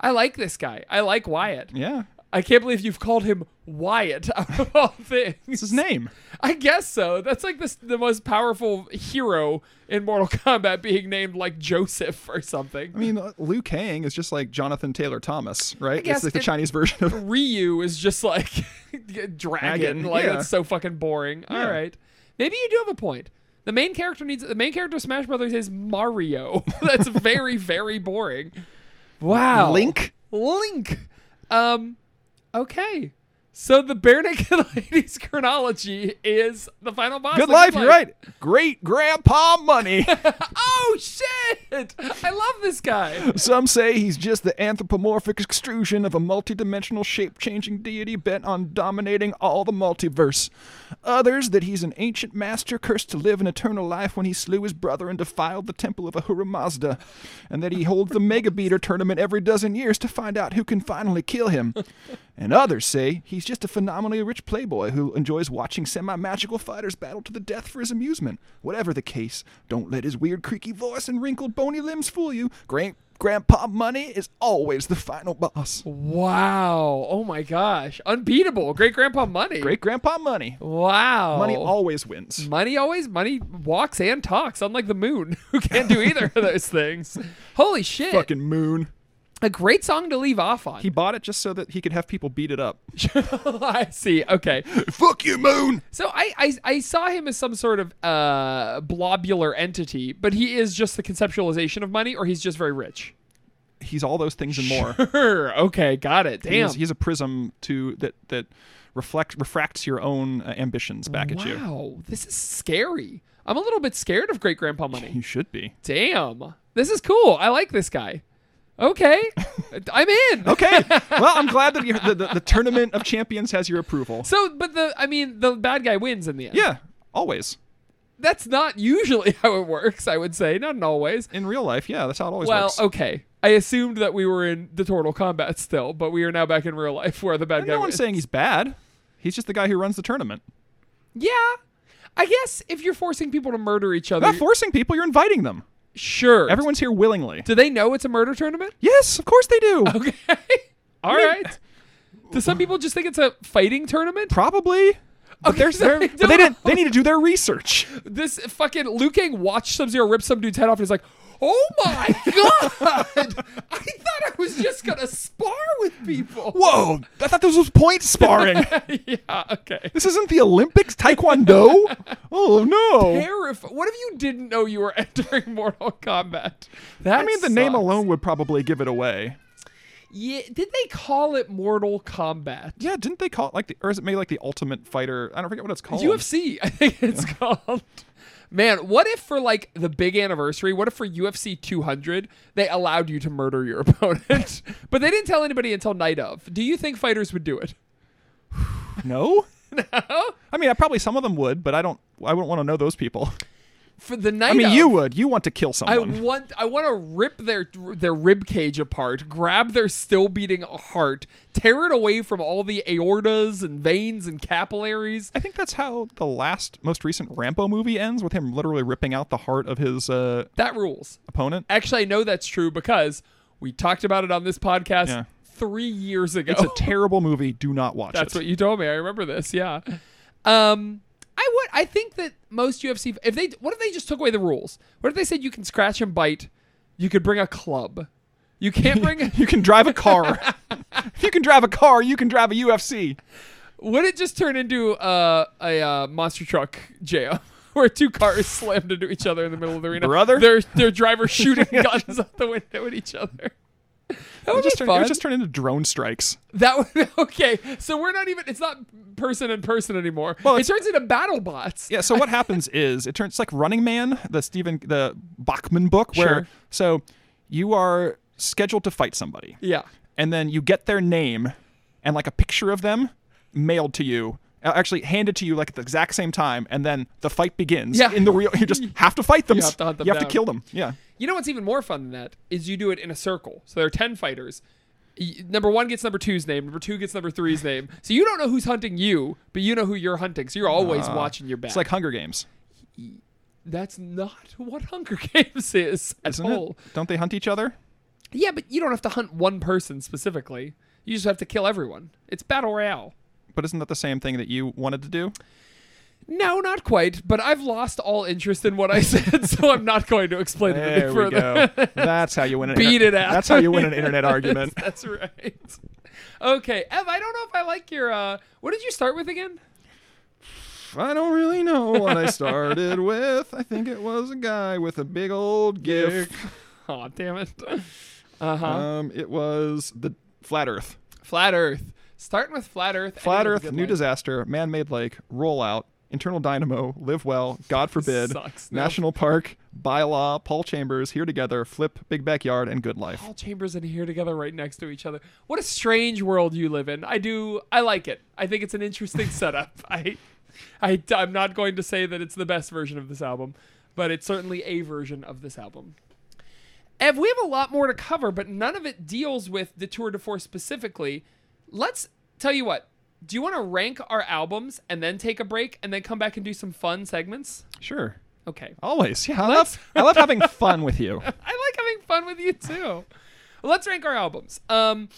S2: I like this guy. I like Wyatt.
S3: Yeah.
S2: I can't believe you've called him Wyatt [LAUGHS] out of all
S3: It's
S2: things.
S3: his name.
S2: I guess so. That's like this, the most powerful hero in Mortal Kombat being named like Joseph or something.
S3: I mean, Liu Kang is just like Jonathan Taylor Thomas, right?
S2: guess
S3: it's like the
S2: it-
S3: Chinese version of
S2: Ryu is just like [LAUGHS] dragon.
S3: Dragon,
S2: Like
S3: yeah.
S2: that's so fucking boring. All
S3: Yeah.
S2: right, maybe you do have a point. The main character needs the main character of Smash Brothers is Mario. [LAUGHS] that's very very boring. Wow.
S3: Link.
S2: Link. Um. Okay. So the bare naked [LAUGHS] ladies chronology is the final boss.
S3: Good
S2: of
S3: life, you're right. Great grandpa money. [LAUGHS]
S2: Oh shit! I love this guy.
S3: Some say he's just the anthropomorphic extrusion of a multidimensional shape-changing deity bent on dominating all the multiverse. Others that he's an ancient master cursed to live an eternal life when he slew his brother and defiled the temple of Ahura Mazda, and that he holds the Mega Beater tournament every dozen years to find out who can finally kill him. And others say he's just a phenomenally rich playboy who enjoys watching semi-magical fighters battle to the death for his amusement. Whatever the case, don't let his weird creaky voice and wrinkled bone bony limbs fool you. Great grandpa money is always the final boss.
S2: Wow. Oh my gosh. Unbeatable. Great grandpa money.
S3: Great grandpa money.
S2: Wow.
S3: Money always wins.
S2: Money always money walks and talks, unlike the moon, [LAUGHS] who can't do either of those things. Holy shit.
S3: Fucking moon.
S2: A great song to leave off on. [LAUGHS]
S3: He bought it just so that he could have people beat it [LAUGHS] up.
S2: I see. Okay.
S3: Fuck you, moon.
S2: So I, I I saw him as some sort of uh blobular entity, but he is just the conceptualization of money, or he's just very rich.
S3: He's all those things and more.
S2: [LAUGHS] okay, got it. Damn.
S3: He's, he's a prism to that that reflect refracts your own uh, ambitions back at you.
S2: wow, this is scary. I'm a little bit scared of great grandpa money.
S3: [LAUGHS] You should be.
S2: Damn. This is cool. I like this guy. Okay.
S3: [LAUGHS]
S2: I'm in.
S3: Okay. well, I'm glad that you the, the, the tournament of champions has your approval.
S2: So but the I mean the bad guy wins in the end.
S3: Yeah, always.
S2: That's not usually [LAUGHS] how it works, I would say. Not in always.
S3: In real life, yeah, that's how it always
S2: Well,
S3: works.
S2: okay. I assumed that we were in the Turtle Combat still, but we are now back in real life where the bad guy
S3: no one's
S2: wins.
S3: saying he's bad. He's just the guy who runs the tournament.
S2: Yeah. I guess if you're forcing people to murder each other,
S3: You're not forcing people, you're inviting them.
S2: sure.
S3: Everyone's here willingly.
S2: Do they know it's a murder tournament?
S3: Yes, of course they do.
S2: Okay. [LAUGHS] all right. Do some people just think it's a fighting tournament?
S3: Probably. But,
S2: Okay,
S3: they're-
S2: so
S3: they're-
S2: they
S3: but they
S2: don't- [LAUGHS]
S3: didn't. They need to do their research.
S2: This fucking Liu Kang watched Sub Zero rip some dude's head off and he's like, oh [LAUGHS] my God. I thought I was just going to spar with people.
S3: Whoa! I thought this was point sparring.
S2: [LAUGHS] yeah, okay.
S3: this isn't the Olympics taekwondo.
S2: [LAUGHS]
S3: Oh no!
S2: Terrif- what if you didn't know you were [LAUGHS] entering Mortal Kombat? That
S3: I mean, the name
S2: sucks.
S3: alone would probably give it away.
S2: Yeah, did they call it Mortal Kombat?
S3: Yeah, didn't they call it like the, or is it maybe like the Ultimate Fighter? I don't forget what it's called.
S2: UFC, [LAUGHS] I think it's called. Man, what if for like the big anniversary, what if for UFC 200, they allowed you to murder your [LAUGHS] opponent, but they didn't tell anybody until night of? Do you think fighters would do it?
S3: No.
S2: [LAUGHS]
S3: no. I mean, I probably some of them would, but I don't. I wouldn't want to know those people.
S2: For the night
S3: I mean,
S2: of,
S3: you would. You want to kill
S2: I
S3: someone.
S2: want I want to rip their their rib cage apart, grab their still beating heart, tear it away from all the aortas and veins and capillaries.
S3: I think that's how the last, most recent Rambo movie ends with him literally ripping out the heart of his uh,
S2: That rules.
S3: opponent.
S2: Actually, I know that's true because we talked about it on this podcast
S3: Yeah.
S2: 3 years ago. [LAUGHS]
S3: It's a terrible movie. Do not watch
S2: Oh. That's
S3: it.
S2: what you told me. I remember this. Yeah. [LAUGHS] Um, I would. I think that most UFC. If they, what if they just took away the rules? What if they said you can scratch and bite? You could bring a club. You can't bring. [LAUGHS] a-
S3: you can drive
S2: [LAUGHS]
S3: a car. if you can drive a car, you can drive a UFC.
S2: would it just turn into uh, a uh, monster truck jail? [LAUGHS] Where two cars slammed into each other in the middle of the arena.
S3: Brother?
S2: their their [LAUGHS] driver shooting guns out the window at each [LAUGHS] other. That would
S3: It just
S2: be
S3: turned, it
S2: fun.
S3: would just turned into drone strikes.
S2: that would [LAUGHS] okay. So we're not even. It's not person in person anymore.
S3: Well,
S2: it
S3: it's-
S2: turns into battle bots.
S3: Yeah. So
S2: [LAUGHS]
S3: what happens is it turns it's like Running Man, the Stephen the Bachman book, where
S2: Sure.
S3: so you are scheduled to fight somebody,
S2: Yeah.
S3: and then you get their name and like a picture of them mailed to you. uh, Actually, handed to you like at the exact same time, and then the fight begins.
S2: Yeah.
S3: In the real,
S2: [LAUGHS]
S3: you just have to fight them.
S2: You have to hunt them
S3: You have to
S2: down.
S3: kill them. Yeah.
S2: You know what's even more fun than that is you do it in a circle. So there are 10 fighters. Y- Number one gets number two's name. Number two gets number three's name. So you don't know who's hunting you, but you know who you're hunting. So you're always watching your back.
S3: Ah. It's like Hunger Games,
S2: that's not [LAUGHS] what Hunger Games is at
S3: isn't
S2: all.
S3: it? Don't they hunt each other?
S2: Yeah, but you don't have to hunt one person specifically. You just have to kill everyone. It's battle royale.
S3: But isn't that the same thing that you wanted to do?
S2: No, not quite. But I've lost all interest in what I [LAUGHS] said, so I'm not going to explain it any
S3: There we
S2: further.
S3: go. That's how you win
S2: [LAUGHS]
S3: an
S2: Beat
S3: inter-
S2: it out.
S3: That's how you win an internet argument.
S2: [LAUGHS] That's right. Okay, Ev, I don't know if I like your uh what did you start with again?
S3: [LAUGHS]
S2: [LAUGHS]
S3: I don't really know what I started with. I think it was a guy with a big old gift.
S2: Oh, damn it. Uh-huh.
S3: Um, it was the flat Earth.
S2: flat Earth. Starting with flat Earth.
S3: Flat
S2: ending with
S3: Earth,
S2: good
S3: new
S2: life.
S3: disaster, man-made lake, rollout, internal dynamo, live well, God [LAUGHS] forbid,
S2: Sucks. No.
S3: national park, bylaw, Paul Chambers, here together, flip, big backyard, and good life.
S2: All chambers in here together right next to each other. What a strange world you live in. I do I like it. I think it's an interesting [LAUGHS] setup. I I I'm not going to say that it's the best version of this album, but it's certainly a version of this album. Ev, we have a lot more to cover, but none of it deals with the Tour de Force specifically. Let's tell you what. Do you want to rank our albums and then take a break and then come back and do some fun segments?
S3: Sure,
S2: Okay.
S3: [LAUGHS] always. Yeah, I love, I love having fun with you.
S2: I fun with you too. Well, let's rank our albums. Um,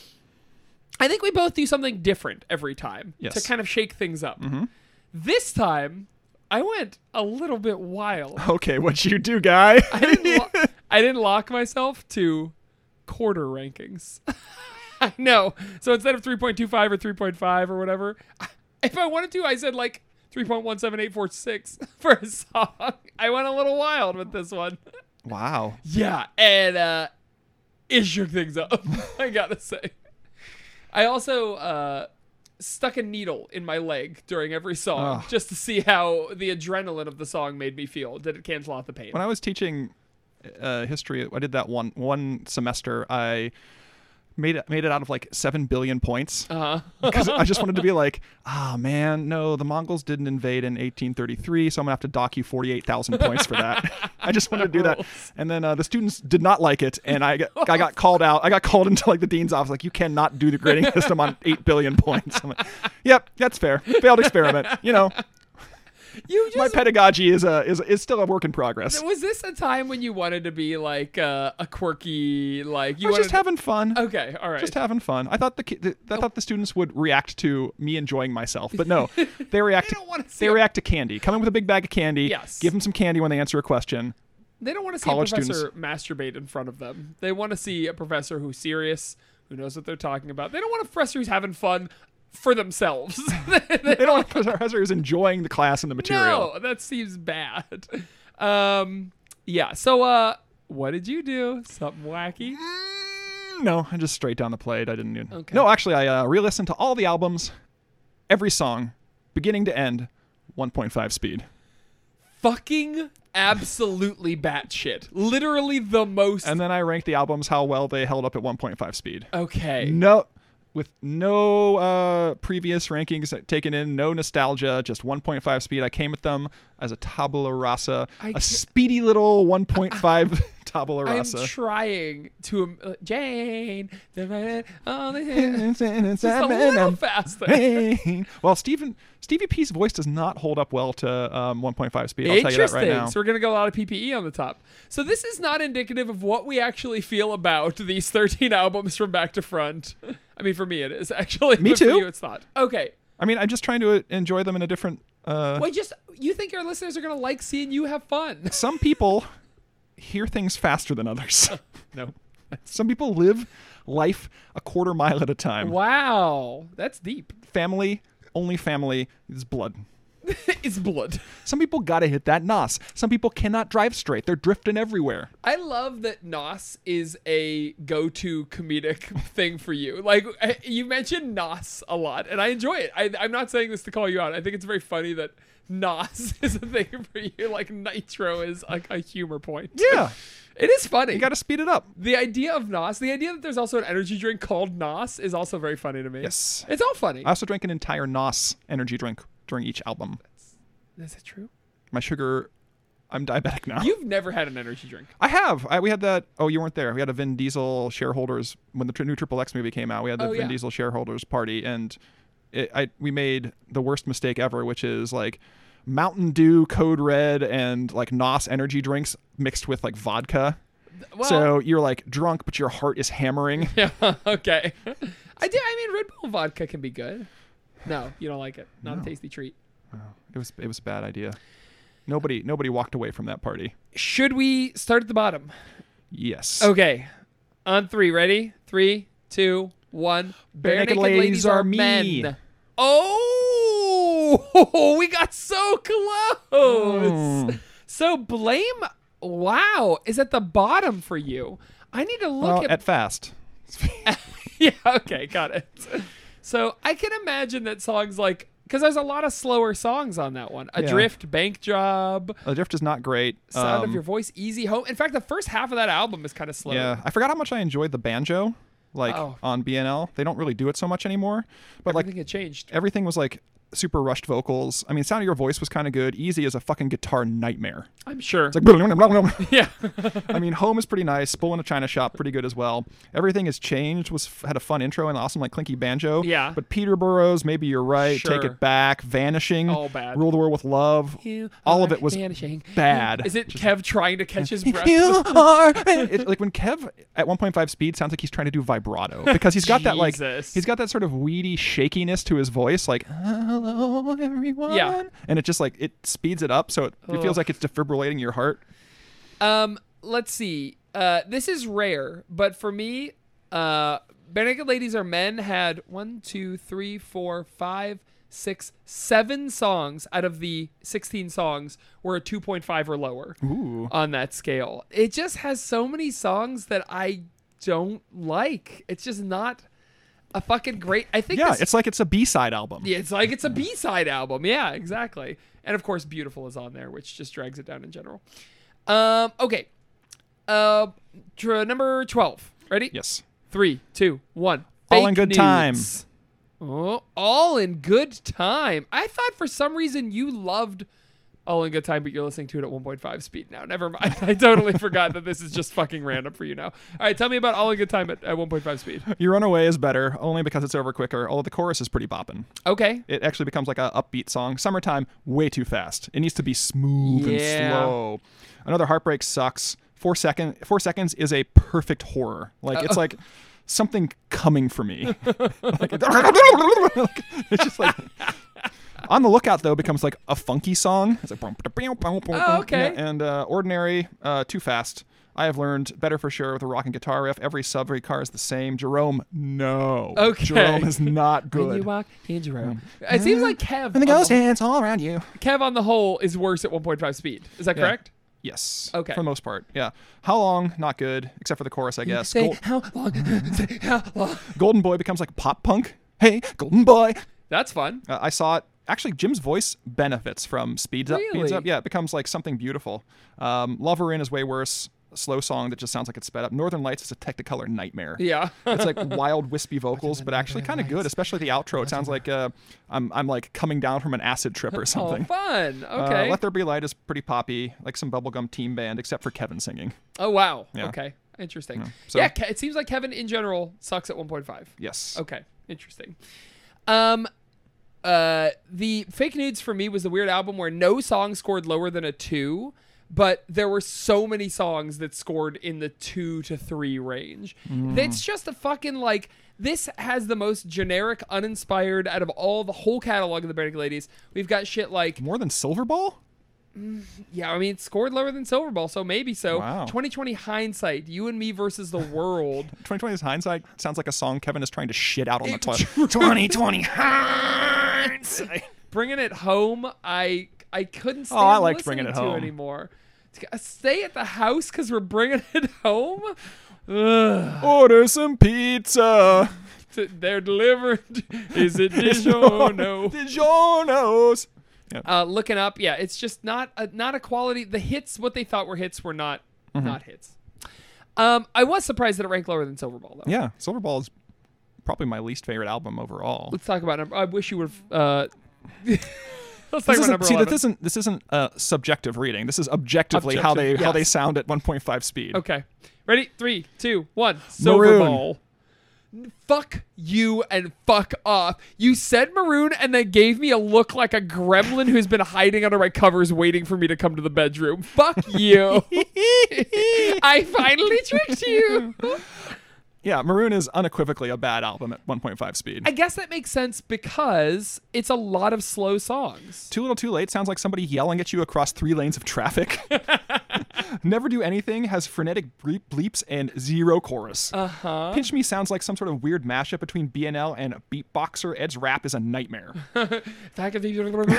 S2: I think we both do something different every time
S3: Yes.
S2: to kind of shake things up. This time, I went a little bit wild.
S3: Okay, what you do, guy?
S2: I didn't, lo- I didn't lock myself to quarter rankings. [LAUGHS] I know. So instead of 3.25 or 3.5 or whatever, [LAUGHS] if I wanted to, I said like 3.17846 [LAUGHS] for a song. I went a little wild with this one. [LAUGHS]
S3: wow.
S2: Yeah, and uh, it shook things up. [LAUGHS] I gotta say, I also uh, stuck a needle in my leg during every song
S3: Ugh.
S2: just to see how the adrenaline of the song made me feel. Did it cancel out the pain?
S3: when I was teaching uh, history, I did that one one semester. I made it made it out of like seven billion points
S2: uh,
S3: [LAUGHS] because I just wanted to be like, ah man, no, the Mongols didn't invade in 1833, so I'm gonna have to dock you 48,000 points for that. [LAUGHS] I just wanted to do that, and then uh, the students did not like it, and I got, I got called out. I got called into like the dean's office, like you cannot do the grading system on eight billion points. I'm like, yep, that's fair. Failed experiment. You know,
S2: you
S3: my
S2: just
S3: pedagogy is a is is still a work in progress.
S2: was this a time when you wanted to be like uh, a quirky like you
S3: I was
S2: wanted
S3: just having fun.
S2: okay all right
S3: just having fun. I thought the, ki- the I thought the students would react to me enjoying myself,
S2: [LAUGHS]
S3: but no, they react.
S2: don't wanna
S3: to,
S2: see
S3: they
S2: a-
S3: react to candy. Come in with a big bag of candy.
S2: Yes.
S3: Give them some candy when they answer a question.
S2: They don't want to see a
S3: college
S2: professor
S3: students.
S2: masturbate in front of them. They want to see a professor who's serious, who knows what they're talking about. They don't want a professor who's having fun for themselves. [LAUGHS]
S3: They don't want a professor who's enjoying the class and the material.
S2: no, that seems bad. Um, yeah. So, uh, what did you do? Something wacky?
S3: Mm, No, I just straight down the plate. I didn't. Even,
S2: Okay.
S3: No, actually, I uh, re-listened to all the albums, every song, beginning to end, 1.5 speed.
S2: Fucking absolutely batshit. Literally the most.
S3: And then I ranked the albums how well they held up at 1.5 speed.
S2: okay.
S3: No, with no uh, previous rankings taken in, no nostalgia, just 1.5 speed. I came at them as a tabula rasa,
S2: I
S3: a
S2: ca-
S3: speedy little 1.5 [LAUGHS] tabula
S2: I'm
S3: rasa. [LAUGHS]
S2: trying to. im- Uh, Jane. Oh,
S3: [LAUGHS]
S2: this is a little
S3: Just
S2: faster.
S3: [LAUGHS] well, Stephen Stevie P's voice does not hold up well to um, 1.5 speed. I'll tell you that right now.
S2: So we're gonna go a lot of PPE on the top. So this is not indicative of what we actually feel about these 13 albums from back to front. I mean, for me it is actually.
S3: Me
S2: but for
S3: too.
S2: you it's not. Okay.
S3: I mean, I'm just trying to uh, enjoy them in a different. Uh,
S2: Well, just you think our listeners are gonna like seeing you have fun?
S3: some people hear things faster than others. [LAUGHS] no. Some people live life a quarter mile at a time.
S2: Wow, that's
S3: [LAUGHS]
S2: deep.
S3: family, only family is blood.
S2: it's blood.
S3: Some people gotta hit that nos. Some people cannot drive straight. They're drifting everywhere.
S2: I love that Nos is a go-to comedic [LAUGHS] thing for you. Like I- you mentioned Nos a lot, and I enjoy it. I, I'm not saying this to call you out. I think it's very funny that Nos [LAUGHS] is a thing for you. Like Nitro is like a humor point.
S3: Yeah.
S2: it is funny.
S3: You gotta speed it up.
S2: the idea of Nos, the idea that there's also an energy drink called Nos, is also very funny to me.
S3: Yes.
S2: it's all funny.
S3: I also drank an entire nos energy drink during each album.
S2: is it true?
S3: My sugar, I'm diabetic now.
S2: You've never had an energy drink.
S3: I have. I, we had that. Oh, you weren't there. We had a Vin Diesel shareholders when the tr- new Triple X movie came out. We had the
S2: Oh,
S3: Vin
S2: yeah.
S3: Diesel shareholders party, and it, I we made the worst mistake ever, which is like Mountain Dew, Code Red, and like Nos energy drinks mixed with like vodka.
S2: Well, [LAUGHS]
S3: so you're like drunk, but your heart is hammering.
S2: Yeah. Okay. I did. I mean, Red Bull vodka can be good. No, you don't like it. Not a tasty treat.
S3: It was it was a bad idea. Nobody nobody walked away from that party.
S2: Should we start at the bottom?
S3: Yes.
S2: Okay. On three. Ready? Three, two, one. Bare,
S3: naked ladies are me.
S2: Oh, [LAUGHS] we got so close.
S3: Hmm. Mm.
S2: So blame. Wow, is at the bottom for you. I need to look
S3: Well,
S2: at
S3: at fast.
S2: [LAUGHS] yeah, okay, got it. So I can imagine that songs like because there's a lot of slower songs on that one. Adrift, Bank Job,
S3: Adrift is not great.
S2: Sound
S3: Um,
S2: of Your Voice, Easy Home. In fact, the first half of that album is kind of slow.
S3: Yeah, I forgot how much I enjoyed the banjo, like
S2: Oh.
S3: on BNL. They don't really do it so much anymore, but
S2: I think
S3: like
S2: it changed.
S3: everything was like super rushed vocals. I mean, sound of your voice was kind of good. Easy is a fucking guitar nightmare.
S2: I'm sure. [LAUGHS]
S3: It's like [LAUGHS]
S2: yeah.
S3: I mean, home is pretty nice. Bull in a China shop, pretty good as well. Everything has changed. Was had a fun intro and awesome like clinky banjo.
S2: Yeah.
S3: But Peterborough's, maybe you're right. Take
S2: Sure.
S3: it back. Vanishing.
S2: All bad.
S3: Rule the world with love.
S2: You
S3: All of
S2: are
S3: it was
S2: vanishing.
S3: bad.
S2: Is it Kev trying to catch his breath? [LAUGHS]
S4: You
S3: [LAUGHS]
S4: are.
S3: It- like when Kev at 1.5 speed sounds like he's trying to do vibrato because he's got that like
S2: Jesus.
S3: he's got that sort of weedy shakiness to his voice like hello everyone
S2: Yeah.
S3: and it just like it speeds it up so it, it feels like it's defibrillating your heart
S2: Um, let's see. Uh, this is rare, but for me, uh, Bare Naked Ladies Are Men had one, two, three, four, five, six, seven songs out of the 16 songs were a 2.5 or lower on that scale. It just has so many songs that I don't like. It's just not a fucking great. I think
S3: yeah
S2: this-
S3: it's like it's a b-side album
S2: yeah, it's like it's a B side album. Yeah, exactly. And of course, Beautiful is on there, which just drags it down in general. Um, okay. Uh, tr- number 12. Ready?
S3: yes
S2: Three, two, one.
S3: All
S2: Fake
S3: in good
S2: news.
S3: time.
S2: Oh, all in good time. I thought for some reason you loved All in Good Time, but you're listening to it at 1.5 speed now. Never mind. [LAUGHS] I totally forgot that this is just fucking random for you now. All right, tell me about All in Good Time at, at 1.5 speed.
S3: your runaway is better only because it's over quicker although the chorus is pretty bopping
S2: Okay.
S3: it actually becomes like a upbeat song. Summertime, way too fast. It needs to be smooth and
S2: Yeah.
S3: slow. Another heartbreak sucks. Four second four seconds is a perfect horror. Like
S2: Uh, [LAUGHS]
S3: it's like something coming for me. Like, [LAUGHS] it's just like on the lookout though becomes like a funky song. It's like [LAUGHS]
S2: Oh, okay.
S3: Yeah, and uh, ordinary uh, too fast. I have learned better for sure with a rock and guitar riff. Every sub every car is the same. Jerome, no.
S2: Okay.
S3: Jerome is not good.
S2: When you walk in Jerome.
S3: Mm.
S2: It seems like Kev.
S4: And the
S2: on
S4: ghost
S2: whole-
S4: dance all around you.
S2: Kev on the whole is worse at 1.5 speed. Is that correct?
S3: Yes.
S2: Okay.
S3: For the most part, yeah. How long? Not good, except for the chorus, I guess.
S4: Say
S3: Gol-
S4: how long? [LAUGHS] Say how long?
S3: Golden Boy becomes like pop punk. Hey, Golden Boy.
S2: That's fun.
S3: Uh, I saw it. Actually, Jim's voice benefits from speeds up. Speeds
S2: Really?
S3: up. Yeah, it becomes like something beautiful. Um, Lover In is way worse. A slow song that just sounds like it's sped up. Northern Lights is a Technicolor nightmare.
S4: [LAUGHS]
S2: Yeah.
S3: it's like wild, wispy vocals, but actually kind of good, especially the outro. It sounds like uh, I'm I'm like coming down from an acid trip
S2: [LAUGHS] [LAUGHS]
S3: or
S2: Oh,
S3: something.
S2: fun.
S3: Uh,
S2: Okay.
S3: Let There Be Light is pretty poppy, like some bubblegum team band, except for Kevin singing.
S2: oh, wow.
S3: Yeah.
S2: Okay. Interesting. Yeah,
S3: So-
S2: Ke- it seems like Kevin in general sucks at 1.5.
S3: Yes.
S2: Okay. Interesting. Um, uh, the Fake Nudes for me was the weird album where no song scored lower than a two, but there were so many songs that scored in the two to three range. That's just a fucking like. This has the most generic, uninspired out of all the whole catalog of the Bare Naked Ladies. We've got shit like
S3: More than Silverball?
S2: Yeah, I mean, it scored lower than Silver Ball, so maybe so.
S3: Wow.
S2: 2020 hindsight, you and me versus the world.
S3: 2020's hindsight sounds like a song Kevin is trying to shit out on the
S2: It-
S3: toilet.
S2: [LAUGHS]
S4: 2020 hindsight.
S2: Bringing it home, I I couldn't stand
S3: Oh, I liked
S2: listening
S3: Bringing It
S2: to
S3: Home.
S2: anymore. To Stay at the house because we're bringing it [LAUGHS] home. Ugh.
S3: [LAUGHS] Order some pizza.
S2: T- They're delivered. [LAUGHS] Is
S3: [LAUGHS]
S2: it DiGiorno?
S3: DiGiorno's.
S2: uh, looking up. Yeah, it's just not a, not a quality. The hits, what they thought were hits, were not
S3: Mm-hmm.
S2: not hits. Um, I was surprised that it ranked lower than Silver Ball though.
S3: Yeah, Silverball is probably my least favorite album overall.
S2: Let's talk about number. I wish you would. Uh, [LAUGHS] let's talk
S3: This
S2: about
S3: isn't,
S2: number
S3: see,
S2: eleven.
S3: this isn't this isn't uh, subjective reading. This is objectively how they
S2: Objective,
S3: how they
S2: yes.
S3: sound at 1.5 speed.
S2: okay, ready? Three, two, one.
S3: Maroon.
S2: Silverball. Fuck you and fuck off. You said maroon and then gave me a look like a gremlin who's been hiding under my covers waiting for me to come to the bedroom. Fuck [LAUGHS] you. I finally tricked you.
S3: Yeah, Maroon is unequivocally a bad album at 1.5 speed.
S2: I guess that makes sense because it's a lot of slow songs.
S3: Too little, too late sounds like somebody yelling at you across three lanes of traffic. Never do anything has frenetic bleep bleeps and zero chorus. Uh huh. Pinch me sounds like some sort of weird mashup between BNL and a beatboxer. Ed's rap is a nightmare.
S2: Try to keep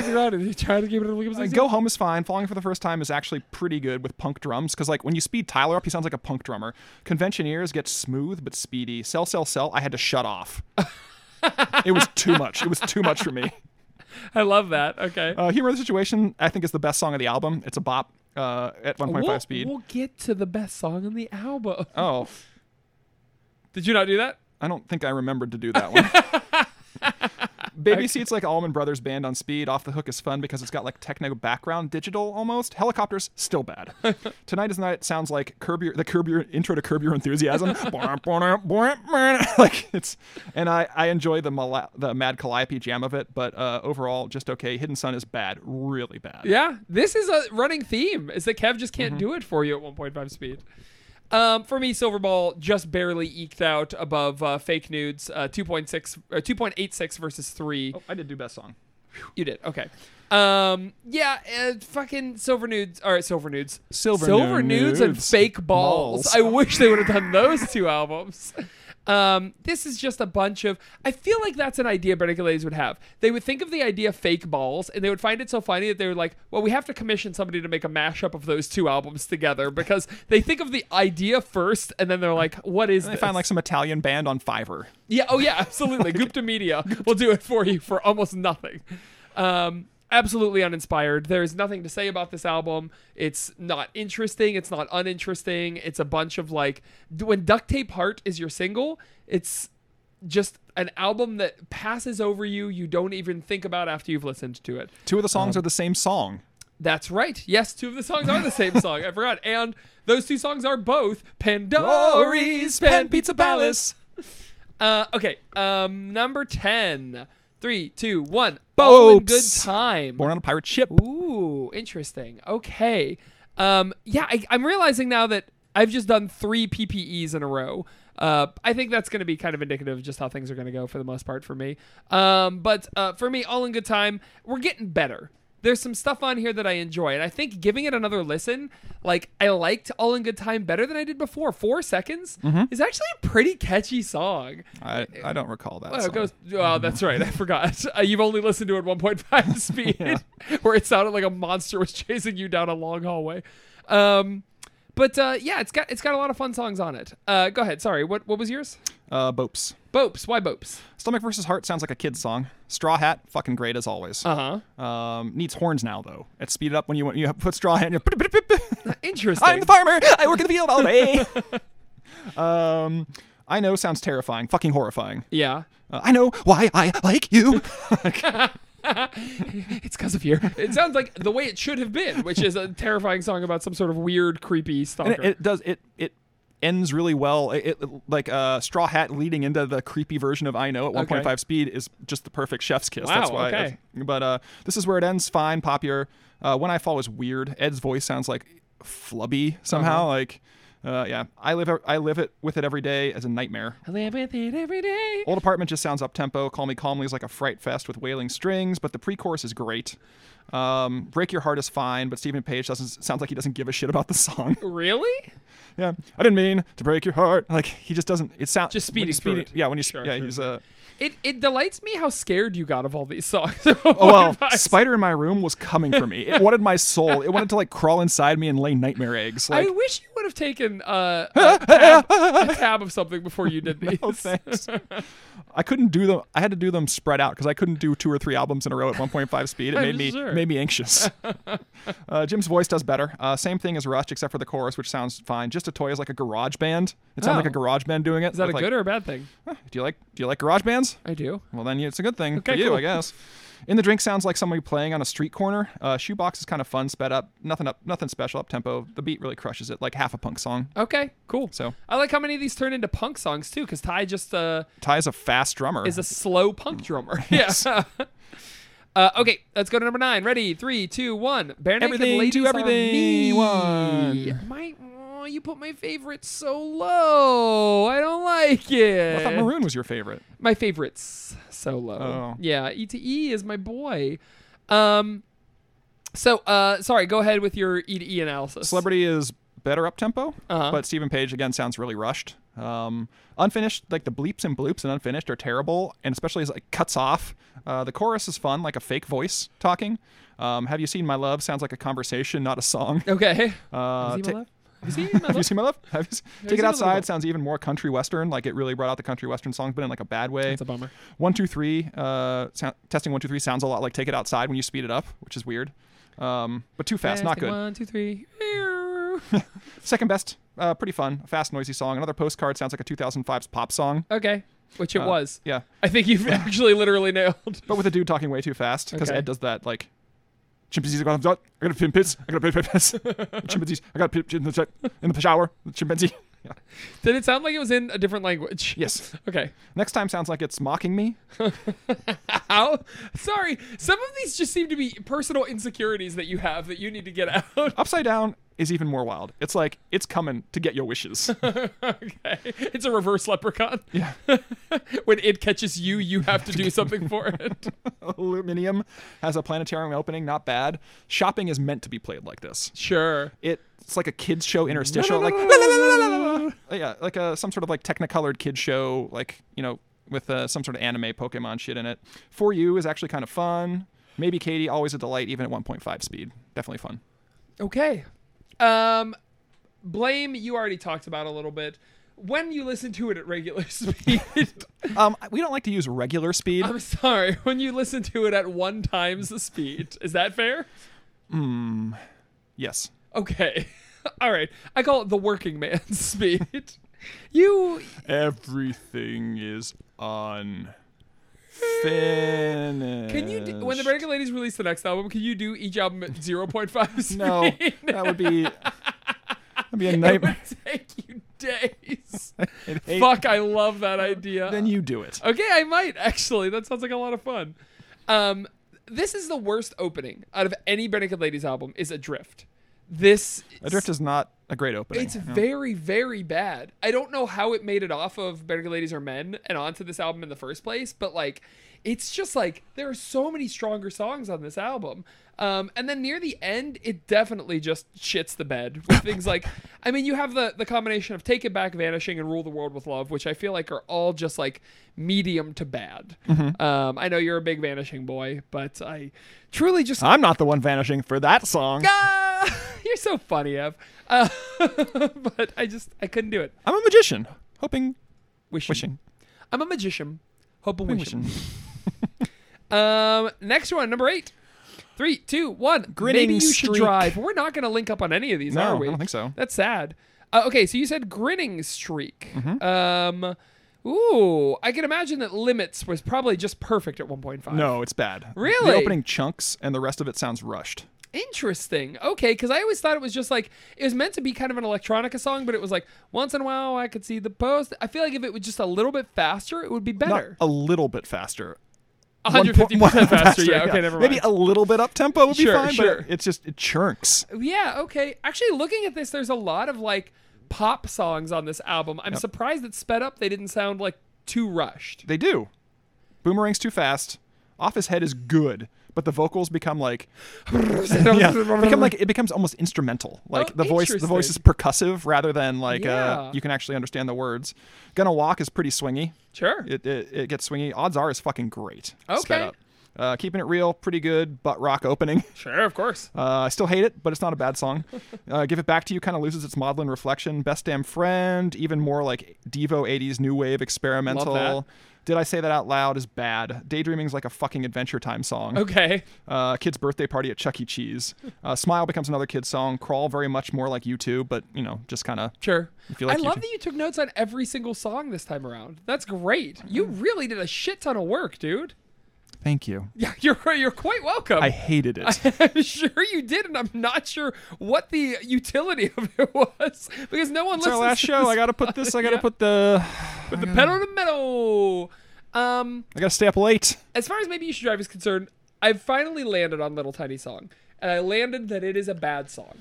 S2: it-
S3: Go home is fine. Falling for the first time is actually pretty good with punk drums because like when you speed Tyler up, he sounds like a punk drummer. Conventioneers get smooth but speedy. Sell, sell, sell. I had to shut off. it was too much. It was too much for me.
S2: I love that. Okay.
S3: Uh, Humor of the Situation, I think, is the best song of the album. It's a bop uh, at 1.5
S2: we'll,
S3: speed.
S2: We'll get to the best song on the album.
S3: Oh,
S2: Did you not do that?
S3: I don't think I remembered to do that one. Baby Seat's like Allman Brothers band on speed. Off the hook is fun because it's got like techno background, digital almost. Helicopters still bad. Tonight is night sounds like curb your the curb your intro to curb your enthusiasm. [LAUGHS] like it's and I I enjoy the mala- the Mad Calliope jam of it, but uh, overall just okay. Hidden Sun is bad, really bad.
S2: Yeah, this is a running theme. Is that Kev just can't do it for you at 1.5 speed. Um, for me, Silverball just barely eked out above uh, Fake Nudes, uh, 2.6, uh, 2.86 versus three.
S3: I did do best song.
S2: You did okay. Um, yeah, uh, fucking Silver Nudes, or Silver Nudes,
S3: Silver
S2: Nudes, and
S3: Nudes.
S2: Fake Balls.
S3: Balls.
S2: I wish they would have done those two albums. Um, this is just a bunch of. I feel like that's an idea Bernica Ladies would have. They would think of the idea fake balls, and they would find it so funny that they were like, "Well, we have to commission somebody to make a mashup of those two albums together," because they think of the idea first, and then they're like, "What is?"
S3: I
S2: this?
S3: found like some Italian band on Fiverr.
S2: Yeah. Oh, yeah. [LAUGHS] Absolutely. Gupta Media will do it for you for almost nothing. Um, absolutely uninspired. There is nothing to say about this album. It's not interesting. It's not uninteresting. It's a bunch of like d- when Duct Tape Heart is your single. It's just an album that passes over you. You don't even think about after you've listened to it.
S3: Two of the
S2: Um,
S3: songs are the same song.
S2: That's right. Yes, two of the songs are the same song. I forgot. And those two songs are both Pandori's Pan Pizza Palace. Uh, okay. Um, number ten. Three, two, one. Bow and good
S3: Oops.
S2: time.
S3: Born on a pirate ship.
S2: Ooh, interesting. Okay. Um, yeah, I, I'm realizing now that I've just done three PPEs in a row. Uh, I think that's going to be kind of indicative of just how things are going to go for the most part for me. Um, but uh, for me, all in good time. We're getting better. There's some stuff on here that I enjoy, and I think giving it another listen, like I liked "All in Good Time" better than I did before. Four seconds
S3: Mm-hmm.
S2: is actually a pretty catchy song.
S3: I, I don't recall that.
S2: Oh,
S3: song.
S2: it goes. Oh, that's right. I forgot. [LAUGHS] Uh, you've only listened to it 1.5 [LAUGHS] speed, where it sounded like a monster was [LAUGHS] chasing you down a long hallway. Um, but uh, yeah, it's got it's got a lot of fun songs on it. Uh, go ahead. Sorry. What what was yours?
S3: Uh, Bopes.
S2: Bopes. Why Bopes?
S3: Stomach versus Heart sounds like a kid's song. Straw Hat, fucking great as always.
S2: Uh
S3: Um, needs horns now though. It's speeded up when you you put straw hat. And
S2: [LAUGHS]
S3: you're
S2: huh. Interesting.
S3: I'm the farmer. I work in the field all day. [LAUGHS] um, I know sounds terrifying, fucking horrifying. [LAUGHS]
S2: yeah.
S3: Uh, I know why I like you. [LAUGHS]
S2: It's because of you. [LAUGHS] It sounds like the way it should have been, which is a terrifying song about some sort of weird, creepy stalker.
S3: and it, it does it it ends really well. It, it like uh, straw hat leading into the creepy version of I know at 1.5
S2: Okay.
S3: speed is just the perfect chef's kiss. That's
S2: Wow,
S3: why.
S2: okay.
S3: But uh, this is where it ends. Fine, popular. Uh, when I fall is weird. Ed's voice sounds like flubby
S2: Uh-huh.
S3: somehow. Like. Uh, yeah, I live I live it with it every day as a nightmare.
S2: I live with it every day.
S3: Old apartment just sounds up tempo. Call me calmly is like a fright fest with wailing strings, but the pre-chorus is great. Um, Break your heart is fine, but Stephen Page doesn't sounds like he doesn't give a shit about the song.
S2: Really?
S3: Yeah, I didn't mean to break your heart. Like he just doesn't. It sounds
S2: Just
S3: when you
S2: speeding through it.
S3: Yeah, when you
S2: Sure,
S3: yeah
S2: sure,
S3: he's uh
S2: [LAUGHS] It it delights me how scared you got of all these songs. [LAUGHS]
S3: oh well. Spider in my room was coming for me. It wanted my soul. It wanted to like crawl inside me and lay nightmare eggs. Like
S2: I wish you would have taken
S3: [LAUGHS]
S2: uh, a, tab, a tab of something before you did these.
S3: oh [LAUGHS] thanks. I couldn't do them. I had to do them spread out because I couldn't do two or three albums in a row at 1.5 speed.
S2: [LAUGHS]
S3: It
S2: I'm
S3: made me
S2: sure.
S3: made
S2: [LAUGHS]
S3: me anxious. uh, Jim's voice does better. Uh, same thing as Rush except for the chorus, which sounds fine. Just a toy is like a garage band. It sounds
S2: Oh.
S3: like a garage band doing it.
S2: Is that a
S3: like,
S2: good or a bad thing?
S3: Do you like do you like garage bands?
S2: I do.
S3: Well, then it's a good thing
S2: Okay,
S3: for you,
S2: cool.
S3: I guess. In the drink sounds like somebody playing on a street corner. Uh, shoebox is kind of fun, sped up. Nothing up, nothing special up tempo. The beat really crushes it, like half a punk song.
S2: Okay, cool.
S3: So
S2: I like how many of these turn into punk songs too, because Ty just uh,
S3: Ty's a fast drummer.
S2: is a slow
S3: Mm.
S2: punk
S3: [LAUGHS]
S2: drummer. yeah. [LAUGHS] uh, okay, let's go to number nine. Ready? Three, two, one. Bare naked
S3: Everything to
S2: ladies are
S3: everything,
S2: me.
S3: one.
S2: My, oh, you put my favorite so low. I don't like it.
S3: I thought Maroon was your favorite.
S2: my favorites solo.
S3: Oh.
S2: Yeah, E2E is my boy. Um so uh sorry, go ahead with your E2E analysis.
S3: Celebrity is better up tempo,
S2: Uh-huh.
S3: but Stephen Page again sounds really rushed. Um, unfinished, like the bleeps and bloops and unfinished are terrible, and especially as it cuts off. Uh, the chorus is fun, like a fake voice talking. Um, Have you seen my love? Sounds like a conversation, not a song.
S2: Okay. Is
S3: Uh,
S2: he
S3: ta-
S2: my love? Is
S3: [LAUGHS]
S2: he my
S3: Have you
S2: love?
S3: seen my love? Have you seen-
S2: seen
S3: Take it
S2: my
S3: outside
S2: love?
S3: sounds even more country western. Like it really brought out the country western songs, but in like a bad way.
S2: That's a bummer.
S3: One two three. Uh, sound, testing one two three sounds a lot like take it outside when you speed it up, which is weird. Um, but too fast, not
S2: Testing,
S3: good.
S2: One, two, three. Meow.
S3: Second best, uh, pretty fun, fast noisy song. Another postcard sounds like a 2005's pop song.
S2: okay. which it was.
S3: Yeah.
S2: I think
S3: [LAUGHS]
S2: you've actually literally nailed.
S3: But with a dude talking way too fast, because
S2: Okay.
S3: Ed does that like chimpanzees are gonna I gotta pin pits, I gotta pin pits. chimpanzees, I gotta pin pits in the shower. Chimpanzee. Yeah.
S2: Did it sound like it was in a different language?
S3: Yes.
S2: [LAUGHS] Okay.
S3: Next time sounds like it's mocking me.
S2: How? Sorry. Some of these just seem to be personal insecurities that you have that you need to get out.
S3: Upside down is even more wild. It's like it's coming to get your wishes. [LAUGHS]
S2: [LAUGHS] okay. It's a reverse leprechaun.
S3: yeah.
S2: when it catches you, you have to do something for it.
S3: Aluminium has a planetarium opening, not bad. Shopping is meant to be played like this.
S2: Sure.
S3: It, it's like a kids show interstitial, like [LAUGHS] la, la, la, la, la, la, la. yeah, like a some sort of like Technicolored kid show, like you know, with uh, some sort of anime Pokemon shit in it. For you is actually kind of fun. Maybe Katie always a delight, even at 1.5 speed. Definitely fun.
S2: Okay. Um, blame you already talked about a little bit. When you listen to it at regular [LAUGHS] speed,
S3: Um, we don't like to use regular speed.
S2: I'm sorry. When you listen to it at one times the speed, is that fair?
S3: yes,
S2: Okay. [LAUGHS] All right. I call it the working man's [LAUGHS] speed. You
S3: everything is on. Finish.
S2: can you do, when the Breaking Ladies release the next album? Can you do each album at 0.5 speed?
S3: [LAUGHS]
S2: [LAUGHS]
S3: No, that would be that'd be a nightmare.
S2: take you
S3: [LAUGHS]
S2: days.
S3: I'd hate-
S2: Fuck, I love that idea.
S3: Then you do it.
S2: Okay, I might actually. That sounds like a lot of fun. Um, this is the worst opening out of any Bennickett Ladies album. Is Adrift. This
S3: Adrift is not a great opening.
S2: It's very, very bad. I don't know how it made it off of Better Ladies Are Men and onto this album in the first place, but like, it's just like there are so many stronger songs on this album. Um, and then near the end, it definitely just shits the bed with things like, I mean, you have the the combination of Take It Back, Vanishing, and Rule the World with Love, which I feel like are all just like medium to bad. Um, I know you're a big Vanishing boy, but I truly just
S3: I'm not the one vanishing for that song.
S2: Ah, [LAUGHS] you're so funny, Ev. Uh, [LAUGHS] but I just I couldn't do it.
S3: I'm a magician, hoping,
S2: Wishing.
S3: wishing,
S2: I'm a magician. Hope and wishing.
S3: wishing.
S2: Um, next one, number eight. Three, two, one.
S3: Grinning
S2: Maybe you should
S3: streak.
S2: drive. We're not going to link up on any of these,
S3: No,
S2: are
S3: I
S2: we?
S3: don't think so.
S2: That's sad. Uh, okay, so you said grinning streak.
S3: Mm-hmm.
S2: Um, ooh, I can imagine that limits was probably just perfect at 1.5.
S3: No, it's bad.
S2: Really?
S3: The opening chunks and the rest of it sounds rushed.
S2: Interesting. Okay, because I always thought it was just like it was meant to be kind of an electronica song, but it was like once in a while I could see the post. I feel like if it was just a little bit faster, it would be
S3: Not
S2: better.
S3: a little bit faster. One po-
S2: 150
S3: [LAUGHS] one
S2: percent faster. Yeah. Okay. Never mind.
S3: Maybe a little bit up tempo would be
S2: Sure,
S3: fine,
S2: sure.
S3: but it's just it chunks.
S2: yeah. Okay. Actually, looking at this, there's a lot of like pop songs on this album. I'm surprised that sped up. They didn't sound like too rushed.
S3: They do. Boomerang's too fast. Off his head is good, but the vocals become like [LAUGHS]
S2: [LAUGHS]
S3: yeah, become like it becomes almost instrumental. Like
S2: Oh,
S3: the voice, the voice is
S2: interesting.
S3: percussive rather than like
S2: Yeah.
S3: uh, you can actually understand the words. Gonna walk is pretty swingy.
S2: sure.
S3: It, it it gets swingy. Odds are is fucking great. Sped
S2: Okay.
S3: up. Uh, keeping it real, pretty good butt rock opening. [LAUGHS]
S2: sure. Of course.
S3: Uh, I still hate it, but it's not a
S2: [LAUGHS]
S3: bad song. Uh, Give It Back to You kind of loses its model and reflection. Best Damn Friend, even more like Devo 80s new wave experimental.
S2: Love
S3: Did I Say That Out Loud is bad. Daydreaming's like a fucking Adventure Time song.
S2: Okay.
S3: Uh, kid's birthday party at Chuck E. Cheese. Uh, Smile becomes another kid's song. Crawl very much more like U2, but you know, just kind of.
S2: Sure.
S3: you
S2: I
S3: like you
S2: love
S3: can-
S2: that you took notes on every single song this time around. That's great. You
S3: Mm-hmm.
S2: really did a shit ton of work, dude.
S3: Thank you.
S2: Yeah, [LAUGHS] you're you're quite welcome.
S3: I hated it.
S2: [LAUGHS] I'm sure you did, and I'm not sure what the utility [LAUGHS] of it was because no one
S3: it's our
S2: listens.
S3: last
S2: to
S3: show.
S2: this-
S3: I gotta put this. I
S2: [LAUGHS]
S3: gotta
S2: Yeah.
S3: put the.
S2: the pedal to [LAUGHS] metal. Um,
S3: I gotta stay up late.
S2: as far as maybe you should drive is concerned, I've finally landed on Little Tiny Song, and I landed that it is a bad song.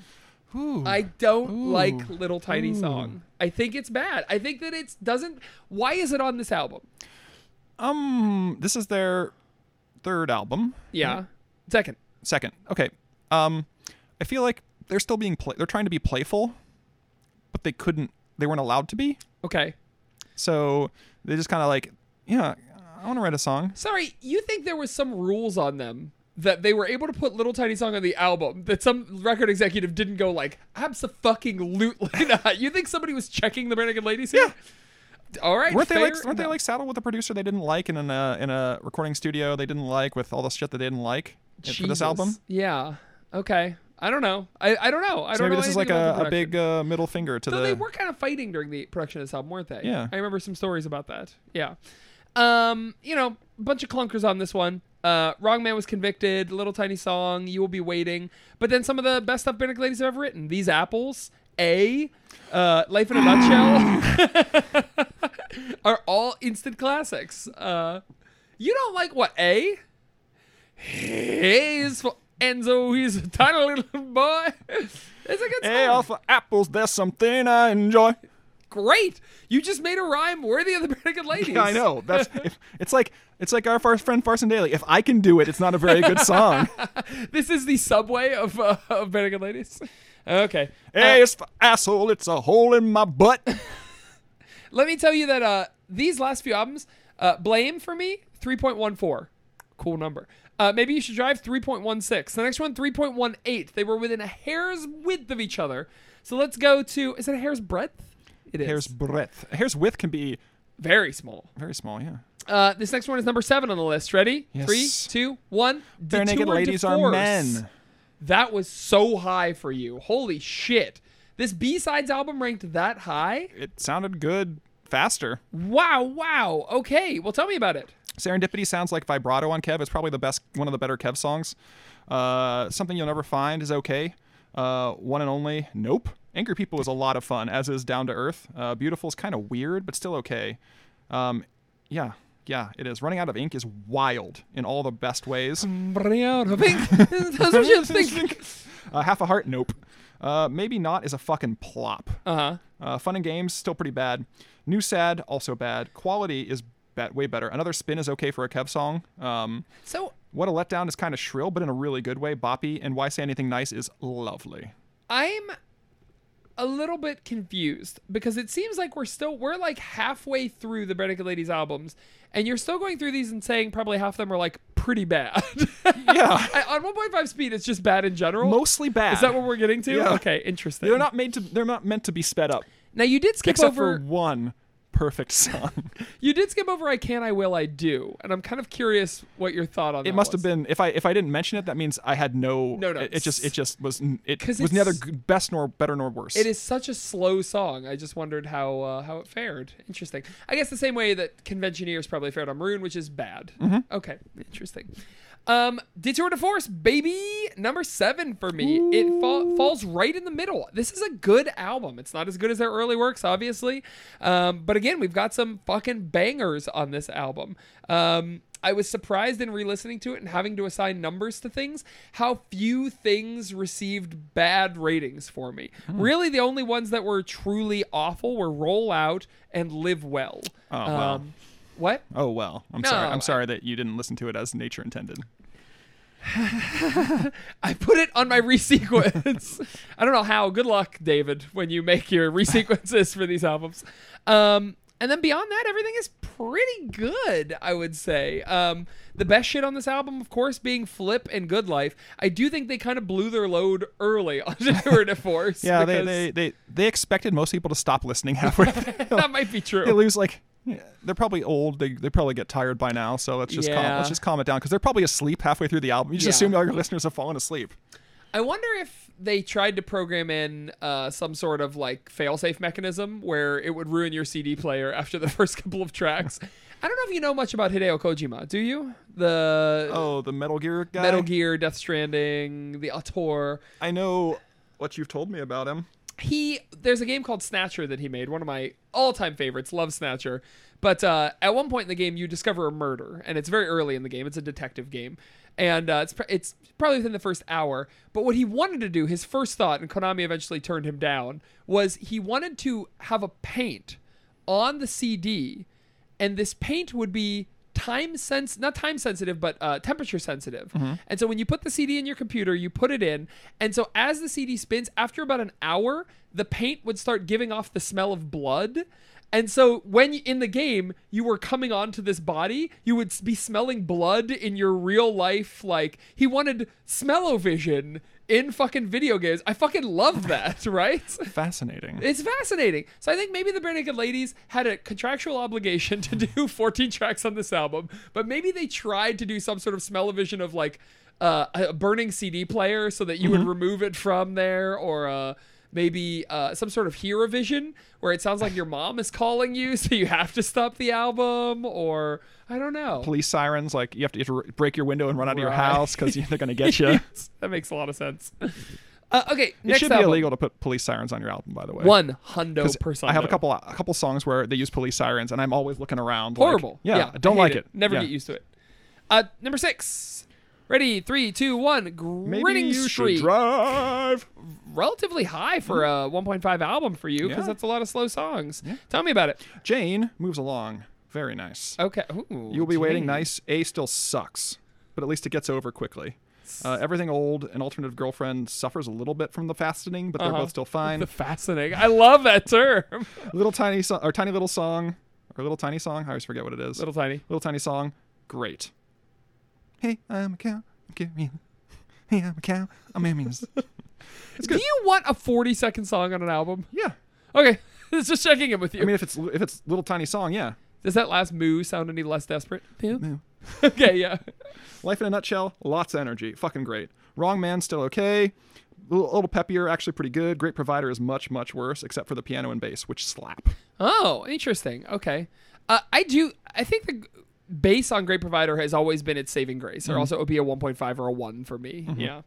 S2: I don't like Little Tiny Song. I think it's bad. I think that it's doesn't. Why is it on this album?
S3: Um, this is their third album.
S2: Yeah. Second.
S3: Second. Okay. Um, I feel like they're still being play. They're trying to be playful, but they couldn't. They weren't allowed to be.
S2: Okay.
S3: So they just kind of like, yeah, I want to write a song.
S2: Sorry, you think there was some rules on them that they were able to put Little Tiny Song on the album that some record executive didn't go like [LAUGHS] absolutely not. You think somebody was checking the Brannigan ladies here? All right.
S3: weren't they
S2: fair
S3: like weren't they
S2: enough.
S3: like saddled with a producer they didn't like and in a in a recording studio they didn't like with all the shit that they didn't like eh, for
S2: Jesus.
S3: this album?
S2: Yeah. Okay. I don't know. I, I don't know. I
S3: So
S2: don't
S3: maybe
S2: know
S3: this is like
S2: anything about
S3: a,
S2: the
S3: a big uh, middle finger to
S2: Though
S3: the.
S2: they were kind of fighting during the production of this album, weren't they?
S3: Yeah.
S2: I remember some stories about that. Yeah. Um, you know, bunch of clunkers on this one. Uh, Wrong Man was convicted, Little Tiny Song, You Will Be Waiting. But then some of the best stuff Benedict Ladies have ever written. These Apples, A, uh, Life in a Nutshell, [LAUGHS] are all instant classics. Uh, you don't like what, A? Hey, is for Enzo, he's a tiny little boy. [LAUGHS] It's a good song
S3: Hey, off of apples, there's something I enjoy.
S2: great. You just made a rhyme worthy of the Benedict Ladies.
S3: [LAUGHS] I know.
S2: [LAUGHS]
S3: That's if, it's like it's like our first friend Farson Daly. If I can do it, it's not a very
S2: [LAUGHS]
S3: good song.
S2: This is the subway of, uh, of Benedict Ladies. [LAUGHS] Okay.
S3: hey,
S2: Uh,
S3: it's for asshole. It's a hole in my butt.
S2: let me tell you that uh, these last few albums, uh, Blame for me, 3.14. Cool number. Uh, maybe you should drive 3.16. The next one, 3.18. They were within a hair's width of each other. So let's go to, is it a hair's breadth? It is.
S3: Hair's breadth. Hair's width can be
S2: very small.
S3: very small. Yeah.
S2: Uh, this next one is number seven on the list. Ready?
S3: Yes.
S2: Three, two, one.
S3: Bare naked
S2: Detour to
S3: ladies are
S2: Force.
S3: men.
S2: That was so high for you. Holy shit. This B-sides album ranked that high?
S3: It sounded good faster.
S2: Wow, wow. Okay, well tell me about it.
S3: Serendipity sounds like vibrato on Kev. It's probably the best, one of the better Kev songs. Uh, Something You'll Never Find is okay. Uh, one and Only, nope. Angry People is a lot of fun, as is Down to Earth. Uh, Beautiful is kind of weird, but still okay. Um, yeah, yeah, it is. Running Out of Ink is wild in all the best ways.
S2: Running out of
S3: [LAUGHS]
S2: ink. [LAUGHS] That's what you think.
S3: Uh, Half a Heart, nope. Uh, Maybe Not is a fucking plop.
S2: Uh-huh.
S3: Uh, fun and games still pretty bad. New sad also bad. Quality is bet way better. Another spin is okay for a Kev song. Um,
S2: So
S3: what a letdown is kind of shrill, but in a really good way. Boppy and why say anything nice is lovely.
S2: I'm a little bit confused because it seems like we're still we're like halfway through the Benedict Ladies albums, and you're still going through these and saying probably half of them are like pretty bad. [LAUGHS]
S3: Yeah.
S2: I- on 1.5 speed, it's just bad in general.
S3: Mostly bad.
S2: Is that what we're getting to?
S3: Yeah.
S2: Okay, interesting.
S3: They're not made to. They're not meant to be sped up,
S2: now you did skip
S3: except
S2: over
S3: for one perfect song.
S2: You did skip over I Can, I Will, I Do, and I'm kind of curious what your thought on
S3: it
S2: that
S3: must have
S2: was.
S3: been. If I if I didn't mention it, that means I had no.
S2: No
S3: It, it just
S2: notes.
S3: it just was. n- It
S2: 'Cause
S3: was neither
S2: it's-
S3: g- best nor better nor worse.
S2: It is such a slow song. I just wondered how uh, how it fared. Interesting. I guess the same way that Conventioneers probably fared on Maroon, which is bad.
S3: Mm-hmm.
S2: Okay, interesting. Um, Detour to Force, baby, number seven for me. It fa- falls right in the middle. This is a good album. It's not as good as their early works, obviously, um, but again, we've got some fucking bangers on this album. Um, I was surprised in re-listening to it and having to assign numbers to things how few things received bad ratings for me.
S3: Hmm.
S2: Really, the only ones that were truly awful were Roll Out and Live Well. Um,
S3: Oh, wow.
S2: what?
S3: Oh well. I'm sorry.
S2: No, I-
S3: I'm sorry that you didn't listen to it as nature intended.
S2: I put it on my resequence. [LAUGHS] I don't know how. Good luck, David, when you make your resequences for these albums. Um, and then beyond that, everything is pretty good, I would say. Um, the best shit on this album, of course, being Flip and Good Life. I do think they kind of blew their load early [LAUGHS] on Tour de Force.
S3: [LAUGHS] Yeah, they,
S2: because
S3: they they they expected most people to stop
S2: [LAUGHS]
S3: listening halfway. through. [LAUGHS]
S2: That might be
S3: they
S2: true.
S3: lose like yeah, they're probably old. They, they probably get tired by now. So let's just calm,
S2: Yeah.
S3: let's just calm it down because they're probably asleep halfway through the album. You just
S2: Yeah.
S3: assume all your listeners have fallen asleep.
S2: I wonder if they tried to program in uh, some sort of like failsafe mechanism where it would ruin your CD player [LAUGHS] after the first couple of tracks. I don't know if you know much about Hideo Kojima. Do you? The
S3: Oh, the Metal Gear guy.
S2: Metal Gear, Death Stranding, the Autor. [LAUGHS]
S3: I know what you've told me about him.
S2: he there's a game called Snatcher that he made, one of my all-time favorites. Love Snatcher. But uh, at one point in the game, you discover a murder, and it's very early in the game. It's a detective game, and uh, it's pr- it's probably within the first hour. But what he wanted to do, his first thought, and Konami eventually turned him down, was he wanted to have a paint on the CD, and this paint would be time sense not time sensitive but uh, temperature sensitive and so when you put the cd in your computer you put it in and so as the cd spins after about an hour the paint would start giving off the smell of blood and so when you- in the game you were coming onto this body you would s- be smelling blood in your real life like he wanted smell-o-vision in fucking video games i fucking love that [LAUGHS] right
S3: Fascinating.
S2: it's fascinating. So I think maybe the Bare Naked Ladies had a contractual obligation [LAUGHS] to do 14 tracks on this album, but maybe they tried to do some sort of smell-o-vision of like uh, a burning CD player so that you
S3: Mm-hmm.
S2: would remove it from there, or uh, maybe uh, some sort of Herovision where it sounds like your mom is calling you, so you have to stop the album, or I don't know.
S3: Police sirens, like you have to, you have to break your window and run out of your
S2: Right.
S3: house because they're
S2: [LAUGHS]
S3: gonna get you.
S2: that makes a lot of sense. [LAUGHS] Uh, okay,
S3: It
S2: next
S3: should be
S2: album.
S3: illegal to put police sirens on your album, by the way.
S2: One hundo
S3: 'Cause
S2: per
S3: I have a
S2: Sundo.
S3: couple a couple songs where they use police sirens, and I'm always looking around. like-
S2: Horrible.
S3: yeah, I don't
S2: hate
S3: like it.
S2: Never
S3: Yeah.
S2: get used to it. Uh, number six. Ready, three, two, one. Grinning
S3: Maybe you should
S2: Street.
S3: drive.
S2: relatively high for a 1.5 album for you because
S3: Yeah.
S2: that's a lot of slow songs. Tell me about it.
S3: Jane moves along. Very nice.
S2: Okay. Ooh,
S3: You'll be waiting.
S2: Oh, Jane.
S3: Nice. A still sucks, but at least it gets over quickly. Uh, everything old and alternative girlfriend suffers a little bit from the fastening, but they're
S2: Uh-huh.
S3: both still fine.
S2: [LAUGHS] The fascinating. I love that term.
S3: little tiny so- or tiny little song or little tiny song. I always forget what it is.
S2: Little tiny.
S3: [LAUGHS] Little tiny song. Great. Hey, I'm a cow. I'm carrying. Hey, I'm a [LAUGHS] cow. I'm [LAUGHS] ammunition.
S2: Do you want a 40 second song on an album?
S3: yeah.
S2: Okay. [LAUGHS] It's just checking in with you.
S3: I mean, if it's if it's little tiny song, yeah.
S2: Does that last moo sound any less desperate? [LAUGHS] okay, yeah.
S3: Life in a nutshell, lots of energy. Fucking great. Wrong man, still okay. A little, little peppier, actually pretty good. Great provider is much, much worse, except for the piano and bass, which slap.
S2: Oh, interesting. Okay. Uh, I do. I think the g- base on Great Provider has always been its saving grace, or else it would be a 1.5 or a 1 for me. Yeah.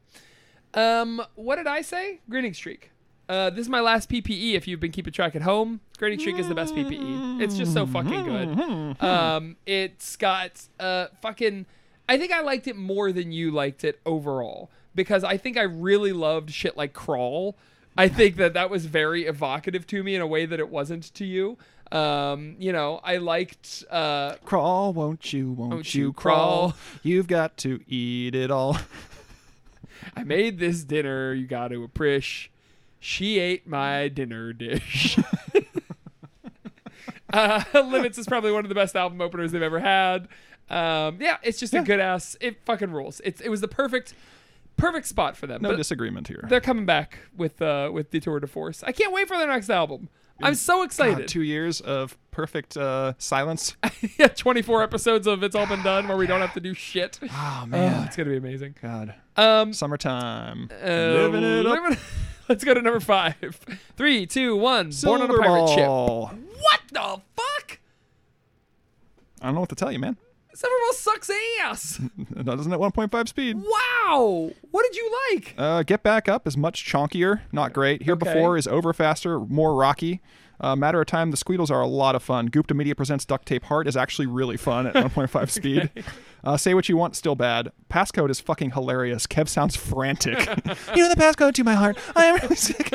S2: Um, what did I say? Grinning Streak. Uh, this is my last PPE. If you've been keeping track at home, Grinning Streak is the best PPE. It's just so fucking good. Um, it's got uh fucking. I think I liked it more than you liked it overall because I think I really loved shit like Crawl. I think that that was very evocative to me in a way that it wasn't to you. Um, you know, I liked uh,
S3: Crawl, won't you, won't,
S2: Won't
S3: you
S2: you
S3: crawl?
S2: crawl?
S3: You've got to eat it all.
S2: I made this dinner. You got to appreciate. She ate my dinner
S3: [LAUGHS]
S2: dish. uh, Limits is probably one of the best album openers they've ever had. Um, yeah, it's just a good ass. It fucking rules. It, it was the perfect, perfect spot for them.
S3: No
S2: But
S3: disagreement here.
S2: they're coming back with uh, with Detour de Force. I can't wait for their next album. I'm so
S3: God,
S2: excited.
S3: two years of perfect uh, silence.
S2: [LAUGHS] yeah, 24 episodes of It's All Been Done where we don't have to do
S3: [SIGHS]
S2: shit. [SIGHS]
S3: Oh
S2: Oh,
S3: man,
S2: it's gonna be amazing.
S3: God.
S2: Um,
S3: Summertime.
S2: Um,
S3: Living it up.
S2: living- [LAUGHS] Let's go to number five. [LAUGHS] Three, two, one. Born on a pirate ship.
S3: Silverball.
S2: What the fuck?
S3: I don't know what to tell you, man.
S2: Silverball sucks ass.
S3: That isn't at 1.5 speed.
S2: Wow. What did you like?
S3: Uh, Get Back Up is much chunkier, not great. Here
S2: Okay.
S3: Before is over faster, more rocky. Uh, Matter of Time, the Squeedles are a lot of fun. Gupta Media Presents Duct Tape Heart is actually really fun
S2: [LAUGHS]
S3: at 1.5 speed. Uh, Say What You Want, still bad. Passcode is fucking hilarious. Kev
S2: [LAUGHS]
S3: sounds frantic. [LAUGHS] you know the passcode to my heart. I am really sick.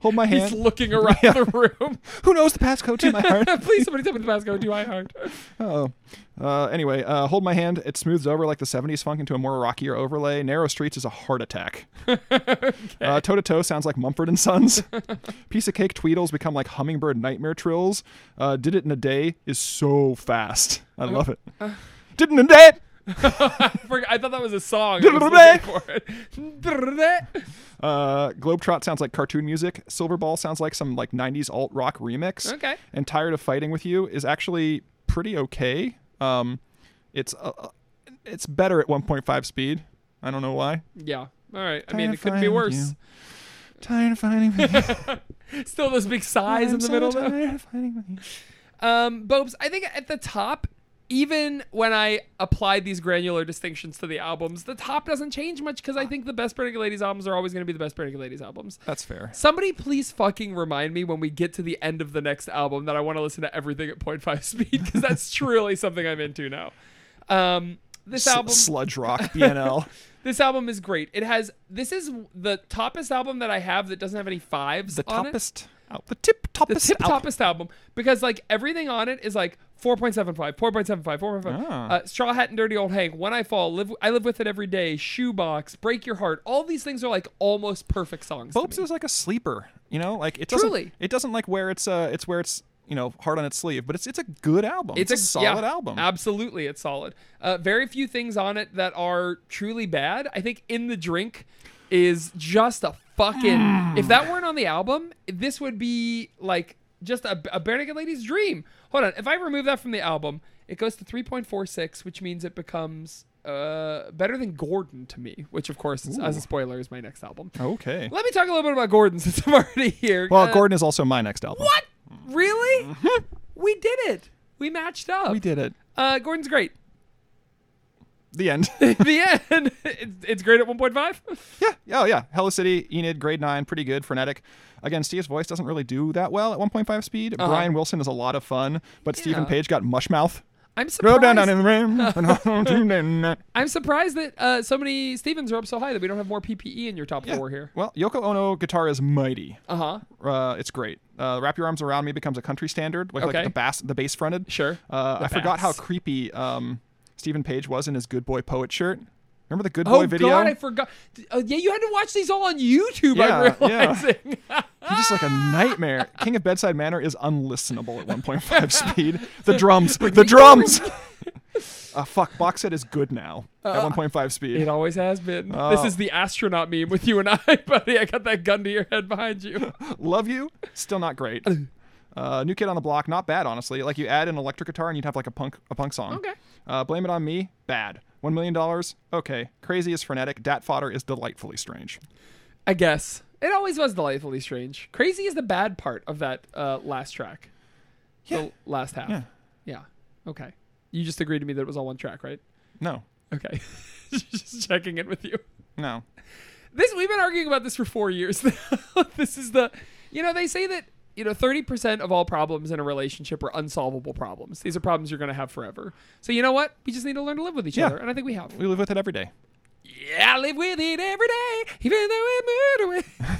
S3: Hold my
S2: He's
S3: hand.
S2: looking around the room. [LAUGHS]
S3: Who knows the passcode to my heart?
S2: Please, somebody tell me the Pasco. Do I heart?
S3: Oh. Uh, anyway, uh, Hold My Hand, it smooths over like the 70s funk into a more rockier overlay. Narrow Streets is a heart attack. Toe to Toe sounds like Mumford and Sons. Piece of Cake Tweedles become like Hummingbird Nightmare Trills. Uh, Did It in a Day is so fast. I love it. Did It in a Day!
S2: I forgot- I thought that was a song. I was looking for it.
S3: Uh, Globetrot sounds like cartoon music. Silverball sounds like some like 90s alt rock remix.
S2: Okay.
S3: And Tired of Fighting with You is actually pretty okay. Um, it's uh, uh, it's better at 1.5 speed. I don't know why.
S2: yeah. All right. I
S3: Tired
S2: mean,
S3: of
S2: it couldn't be
S3: fighting with
S2: worse.
S3: Tired of fighting [LAUGHS] with you.
S2: Still those big sighs in the middle. though.
S3: Tired of fighting with you.
S2: Um, Bobes, I think at the top, even when I applied these granular distinctions to the albums, the top doesn't change much because I think the best Burning Ladies albums are always going to be the best Burning Ladies albums.
S3: That's fair.
S2: Somebody please fucking remind me when we get to the end of the next album that I want to listen to everything at 0.5 [LAUGHS] speed because that's truly something I'm into now. Um, this
S3: Sl-
S2: album,
S3: sludge rock
S2: [LAUGHS]
S3: BNL.
S2: this album is great. It has this is the toppest album that I have that doesn't have any fives.
S3: the
S2: on it
S3: toppest out. The tip toppest
S2: the tip
S3: out.
S2: toppest album because like everything on it is like 4.75 4.75 4.5
S3: Ah.
S2: uh, straw hat and dirty old hank when i fall live i live with it every day shoebox break your heart all these things are like almost perfect songs to
S3: Bopes
S2: me.
S3: is like a sleeper, you know, like it
S2: Truly.
S3: doesn't it doesn't like where it's uh it's where it's you know hard on its sleeve, but it's it's a good album. It's, a,
S2: yeah,
S3: solid album.
S2: absolutely it's solid uh, very few things on it that are truly bad i think in the drink is just a fucking if that weren't on the album this would be like just a, a bare naked lady's dream hold on if i remove that from the album it goes to 3.46 which means it becomes uh, better than Gordon to me, which of course, is, as a spoiler, is my next album.
S3: Okay.
S2: Let me talk a little bit about Gordon [LAUGHS] since I'm already here.
S3: Well, Mm-hmm.
S2: Uh,
S3: Gordon is also my next album.
S2: What? Really? we did it. We matched up.
S3: We did it.
S2: Uh, Gordon's great. [LAUGHS]
S3: The end. [LAUGHS]
S2: the end. [LAUGHS] It's, it's great at 1.5.
S3: Yeah. Oh, yeah. Hello City, Enid, grade nine, pretty good, frenetic. Again, Steve's voice doesn't really do that well at 1.5 speed. Brian Wilson is a lot of fun, but Stephen
S2: Uh-huh. Yeah.
S3: Page got mush
S2: [LAUGHS]
S3: mouth.
S2: I'm
S3: Go
S2: surprised.
S3: down down in the rim.
S2: [LAUGHS]
S3: and-
S2: I'm surprised that uh, so many Stevens are up so high that we don't have more PPE in your top
S3: Yeah.
S2: four here.
S3: Well, Yoko Ono guitar is mighty.
S2: Uh huh.
S3: Uh, it's great. Uh, Wrap Your Arms Around Me becomes a country standard with
S2: Okay.
S3: like the bass, the bass fronted.
S2: Sure.
S3: Uh, I forgot how
S2: bass.
S3: creepy um, Stephen Page was in his Good Boy Poet shirt. Remember the Good
S2: Oh
S3: Boy video?
S2: God, I forgot. D- Oh, yeah, you had to watch these all on YouTube.
S3: Yeah,
S2: I'm
S3: yeah.
S2: realizing. [LAUGHS]
S3: He's just like a nightmare. King of Bedside Manor is unlistenable
S2: [LAUGHS]
S3: at 1.5 speed. The drums, the drums. [LAUGHS] uh, fuck, box set is good now
S2: Uh,
S3: at 1.5
S2: it
S3: speed.
S2: always has been.
S3: Oh.
S2: This is the astronaut meme with you and I, [LAUGHS] buddy. I got that gun to your head behind
S3: [LAUGHS]
S2: you.
S3: Love you, still
S2: [LAUGHS]
S3: not great. Uh, New Kid on the Block, not bad honestly. Like you add an electric guitar and you'd have like a punk a punk song.
S2: Okay.
S3: Uh, Blame it on me, bad. One million dollars, okay. Crazy is frenetic. Dat fodder is delightfully strange.
S2: I guess it always was delightfully strange. Crazy is the bad part of that uh, last track.
S3: Yeah.
S2: The last half.
S3: Yeah.
S2: Yeah. Okay. You just agreed to me that it was all one track, right?
S3: No,
S2: Okay. [LAUGHS] just checking in with you.
S3: no.
S2: This we've been arguing about this for four years. [LAUGHS] now. this is the, you know, they say that you know thirty percent of all problems in a relationship are unsolvable problems. These are problems you're going to have forever. So you know what? We just need to learn to live with each
S3: Yeah.
S2: other, and I think we have.
S3: We live with it every day.
S2: Yeah, I live with it every day, even though it
S3: [LAUGHS]
S2: moved away.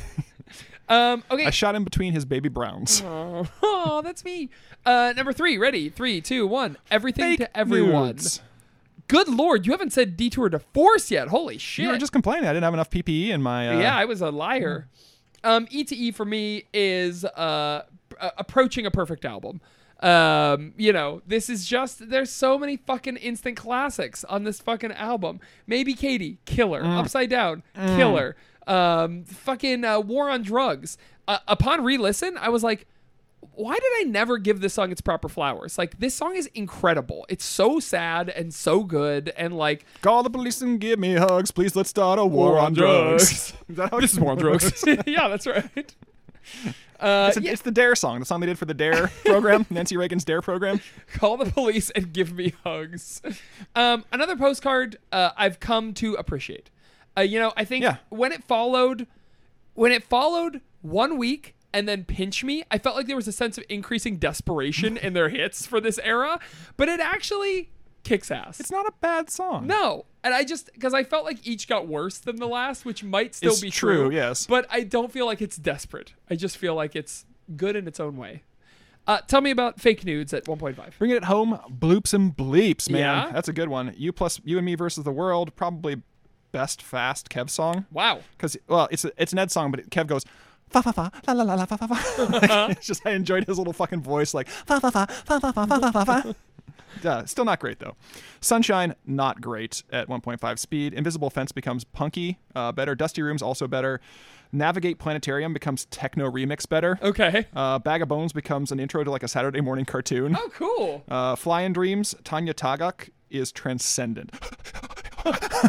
S2: um. Okay.
S3: I shot him between his baby browns.
S2: Oh, oh, that's me. Uh, number three. Ready? Three, two, one. Everything to everyone.
S3: Nudes.
S2: Good lord, you haven't said detour to force yet. Holy shit.
S3: You were just complaining I didn't have enough PPE in my. Uh,
S2: yeah, I was a liar. Um, E to E for me is uh, a- approaching a perfect album. Um, you know, this is just there's so many fucking instant classics on this fucking album. Maybe Katie, killer.
S3: Mm.
S2: Upside down, killer. Um, fucking uh, war on drugs. Uh, upon re-listen, I was like, why did I never give this song its proper flowers? Like this song is incredible. It's so sad and so good and like
S3: Call the police and give me hugs. Please let's start a war, on drugs. [LAUGHS] Is that
S2: [LAUGHS]
S3: how this is war on
S2: yeah, that's
S3: [LAUGHS]
S2: right. Uh,
S3: It's, a-
S2: yeah,
S3: it's the Dare song, the song they did for
S2: [LAUGHS]
S3: the Dare program, Nancy Reagan's Dare program.
S2: call the police and give me hugs. Um, another postcard uh, I've come to appreciate. Uh, you know, I think
S3: Yeah.
S2: when it followed, when it followed one week and then pinch me, I felt like there was a sense of increasing desperation in their hits for this era, but it actually kicks ass.
S3: It's not a bad song.
S2: No. And I just because I felt like each got worse than the last, which might still
S3: It's
S2: be
S3: true, yes.
S2: But I don't feel like it's desperate. I just feel like it's good in its own way. Uh, tell me about fake nudes at 1.5.
S3: Bring it home, bloops and bleeps, man.
S2: Yeah?
S3: That's a good one. You plus you and me versus the world, probably best fast Kev song.
S2: Wow.
S3: Because well, it's a, it's an Ed song, but Kev goes fa fa fa la la la la fa fa fa. Like, it's [LAUGHS] just I enjoyed his little fucking voice, like fa fa fa fa fa fa fa fa fa. Yeah, still not great though. Sunshine not great at 1.5 speed. Invisible Fence becomes punky, uh, better. Dusty Rooms also better. Navigate Planetarium becomes techno remix better.
S2: Okay.
S3: Uh, Bag of Bones becomes an intro to like a Saturday morning cartoon.
S2: Oh, cool.
S3: Uh, Flying Dreams, Tanya Tagak is transcendent.
S2: [LAUGHS]
S3: [LAUGHS]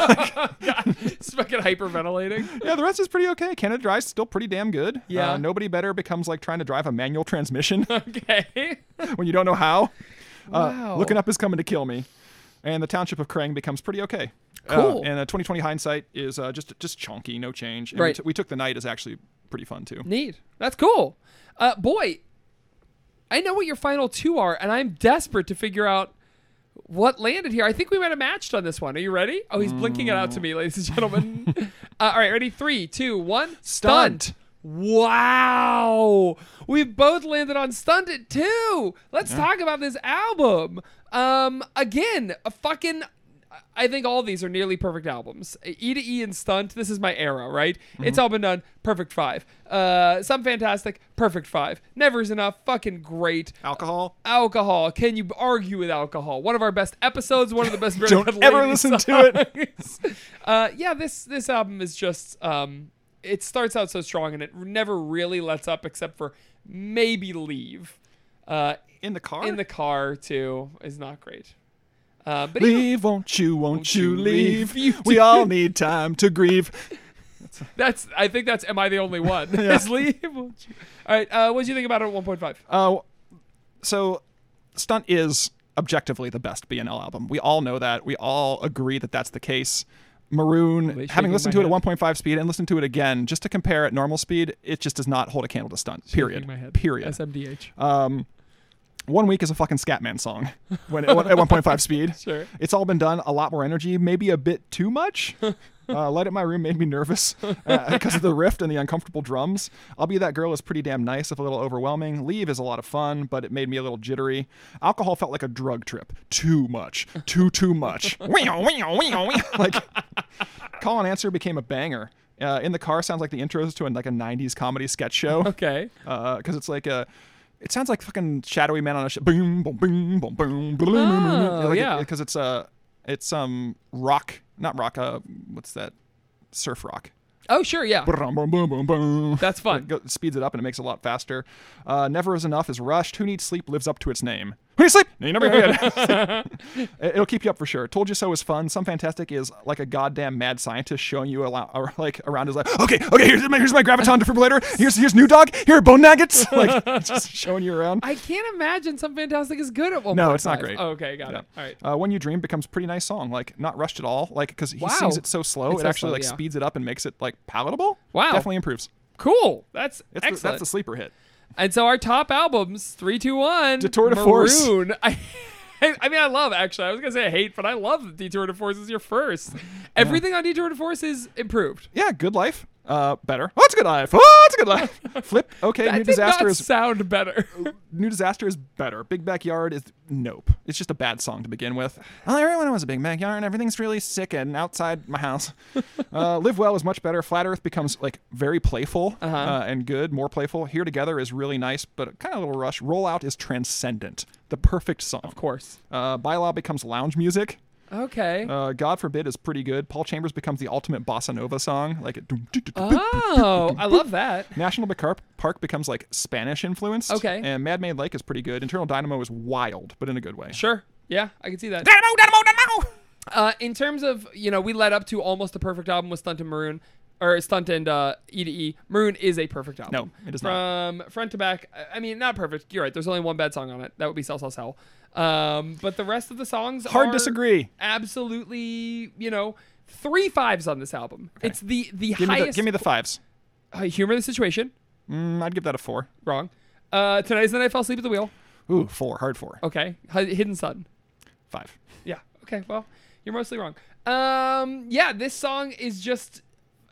S2: It's fucking hyperventilating.
S3: [LAUGHS] yeah, the rest is pretty okay. Canada Dry's still pretty damn good.
S2: Yeah.
S3: Uh, Nobody Better becomes like trying to drive a
S2: [LAUGHS]
S3: manual transmission
S2: Okay.
S3: when you don't know how. Uh,
S2: Wow.
S3: Looking Up is Coming to Kill Me. And The Township of Krang becomes pretty okay. Uh,
S2: Cool.
S3: and uh, 2020 Hindsight is uh, just just chunky, no change. And we,
S2: Right.
S3: t- we Took the Night is actually pretty fun too.
S2: Neat. That's cool. Uh, boy, I know what your final two are, and I'm desperate to figure out what landed here. I think we might have matched on this one. Are you ready? Oh, he's blinking it out to me, ladies and gentlemen. [LAUGHS] uh, all right, ready? Three, two, one.
S3: Stunt.
S2: Wow. We both landed on Stunted too. Let's talk about this album. Um, again, a fucking. I think all these are nearly perfect albums. E to E and Stunt, this is my era, right? It's
S3: Mm-hmm.
S2: all been done. Perfect five. Uh, some fantastic. Perfect five. Never's enough. Fucking great.
S3: Alcohol.
S2: Alcohol. Can you argue with alcohol? One of our best episodes. One of the best.
S3: [LAUGHS] Don't
S2: Bernadette
S3: ever
S2: Levy
S3: listen to it.
S2: [LAUGHS] songs. uh, yeah, this this album is just um, it starts out so strong and it never really lets up except for maybe leave. Uh,
S3: In the car?
S2: in the car too is not great. Uh, but even-
S3: Leave, won't you? Won't, you
S2: you
S3: leave?
S2: leave? You
S3: we all need time to grieve.
S2: that's I think that's Am I the Only
S3: [LAUGHS]
S2: One? It's Lee. All right, uh, what do you think about it at 1.5?
S3: Uh, so, Stunt is objectively the best BNL album. We all know that. We all agree that that's the case. Maroon, having
S2: shaking
S3: listened
S2: my
S3: to it at
S2: head.
S3: 1.5 speed and listened to it again, just to compare at normal speed, it just does not hold a candle to Stunt. Period.
S2: Shaking my head.
S3: Period.
S2: SMDH.
S3: Um, one week is a fucking Scatman song when at 1.5 speed.
S2: Sure.
S3: It's all been done. A lot more energy, maybe a bit too much. Uh, Light at My Room made me nervous because of the rift and the uncomfortable drums. I'll Be That Girl is pretty damn nice, if a little overwhelming. Leave is a lot of fun, but it made me a little jittery. Alcohol felt like a drug trip. Too much. Too, too much. Wheel, wheel, wheel, wheel. like, Call and Answer became a banger. Uh, in the car sounds like the intros to an, like a 90s comedy sketch show
S2: Okay.
S3: because Uh, it's like a. It sounds like fucking shadowy man on a ship. Boom, boom, boom, boom, boom, boom, boom.
S2: Oh, yeah.
S3: Because it's a, it's um rock, not rock. Uh, what's that? Surf rock.
S2: Oh, sure, yeah.
S3: Boom, boom, boom, boom, boom.
S2: That's
S3: It
S2: fun.
S3: go- speeds it up and it makes it a lot faster. Uh, Never is enough is rushed. Who needs sleep lives up to its name. Who needs sleep? You
S2: [LAUGHS]
S3: never get it. It'll keep you up for sure. Told you so is fun. Some fantastic is like a goddamn mad scientist showing you allow, or like around his life. Okay, okay. Here's my here's my graviton defibrillator. Here's here's new dog. Here are
S2: [LAUGHS]
S3: bone nuggets. Like just showing you around.
S2: I can't imagine some fantastic is good at one.
S3: No, it's not great.
S2: Oh, okay, got
S3: Yeah.
S2: it. All right.
S3: Uh, when you dream becomes a pretty nice song. Like not rushed at all. Like because he
S2: Wow.
S3: sings it so slow,
S2: It's
S3: it
S2: so
S3: actually
S2: slow,
S3: like
S2: yeah.
S3: speeds it up and makes it like palatable.
S2: Wow.
S3: definitely improves.
S2: Cool. That's
S3: It's the,
S2: excellent.
S3: that's a sleeper hit.
S2: and so our top albums, three, two, one.
S3: Detour de Force.
S2: Maroon. [LAUGHS] I, I mean, I love actually. I was gonna say I hate, but I love that Detour de Force is your first. Everything on Detour de Force is improved.
S3: Yeah, good life. Uh, better. Oh, it's a good life. Oh, it's a
S2: [LAUGHS]
S3: good life. Flip. Okay,
S2: That
S3: new
S2: did
S3: disaster
S2: not
S3: is
S2: sound better.
S3: new disaster is better. Big backyard is nope. It's just a bad song to begin with. Well, everyone was a big backyard, and everything's really sick and outside
S2: [LAUGHS]
S3: my house. uh, Live well is much better. Flat Earth becomes like very playful
S2: Uh-huh.
S3: uh and good, more playful. Here together is really nice, but kind of a little rush. Rollout is transcendent. The perfect song. Of
S2: course.
S3: Uh, Bylaw becomes lounge music.
S2: Okay.
S3: Uh, God forbid is pretty good. Paul Chambers becomes the ultimate bossa nova song. Like it.
S2: oh, I love that.
S3: National Becar- Park becomes like Spanish influenced.
S2: Okay.
S3: And Mad Maid Lake is pretty good. Internal Dynamo is wild, but in a good way.
S2: Sure. Yeah, I can see that.
S4: Dynamo, dynamo, dynamo!
S2: Uh, in terms of you know, we led up to almost a perfect album with Stunt and Maroon, or Stunt and uh, E to E. Maroon is a perfect album.
S3: No, it is
S2: From front to back, I- I mean, not perfect. You're right. There's only one bad song on it. That would be Sell Sell Sell. Um, but the rest of the songs
S3: Hard
S2: are
S3: disagree.
S2: Absolutely, you know, three fives on this album. It's the the
S3: Give me, the,
S2: highest.
S3: give me the fives.
S2: uh, humor of the situation.
S3: Mm, I'd give that a four.
S2: Wrong. Uh, Tonight is the night I fell asleep at the wheel.
S3: Ooh, four. Hard four.
S2: Okay. Hi- Hidden Sun.
S3: Five.
S2: Yeah. Okay. Well, you're mostly wrong. Um. Yeah. This song is just.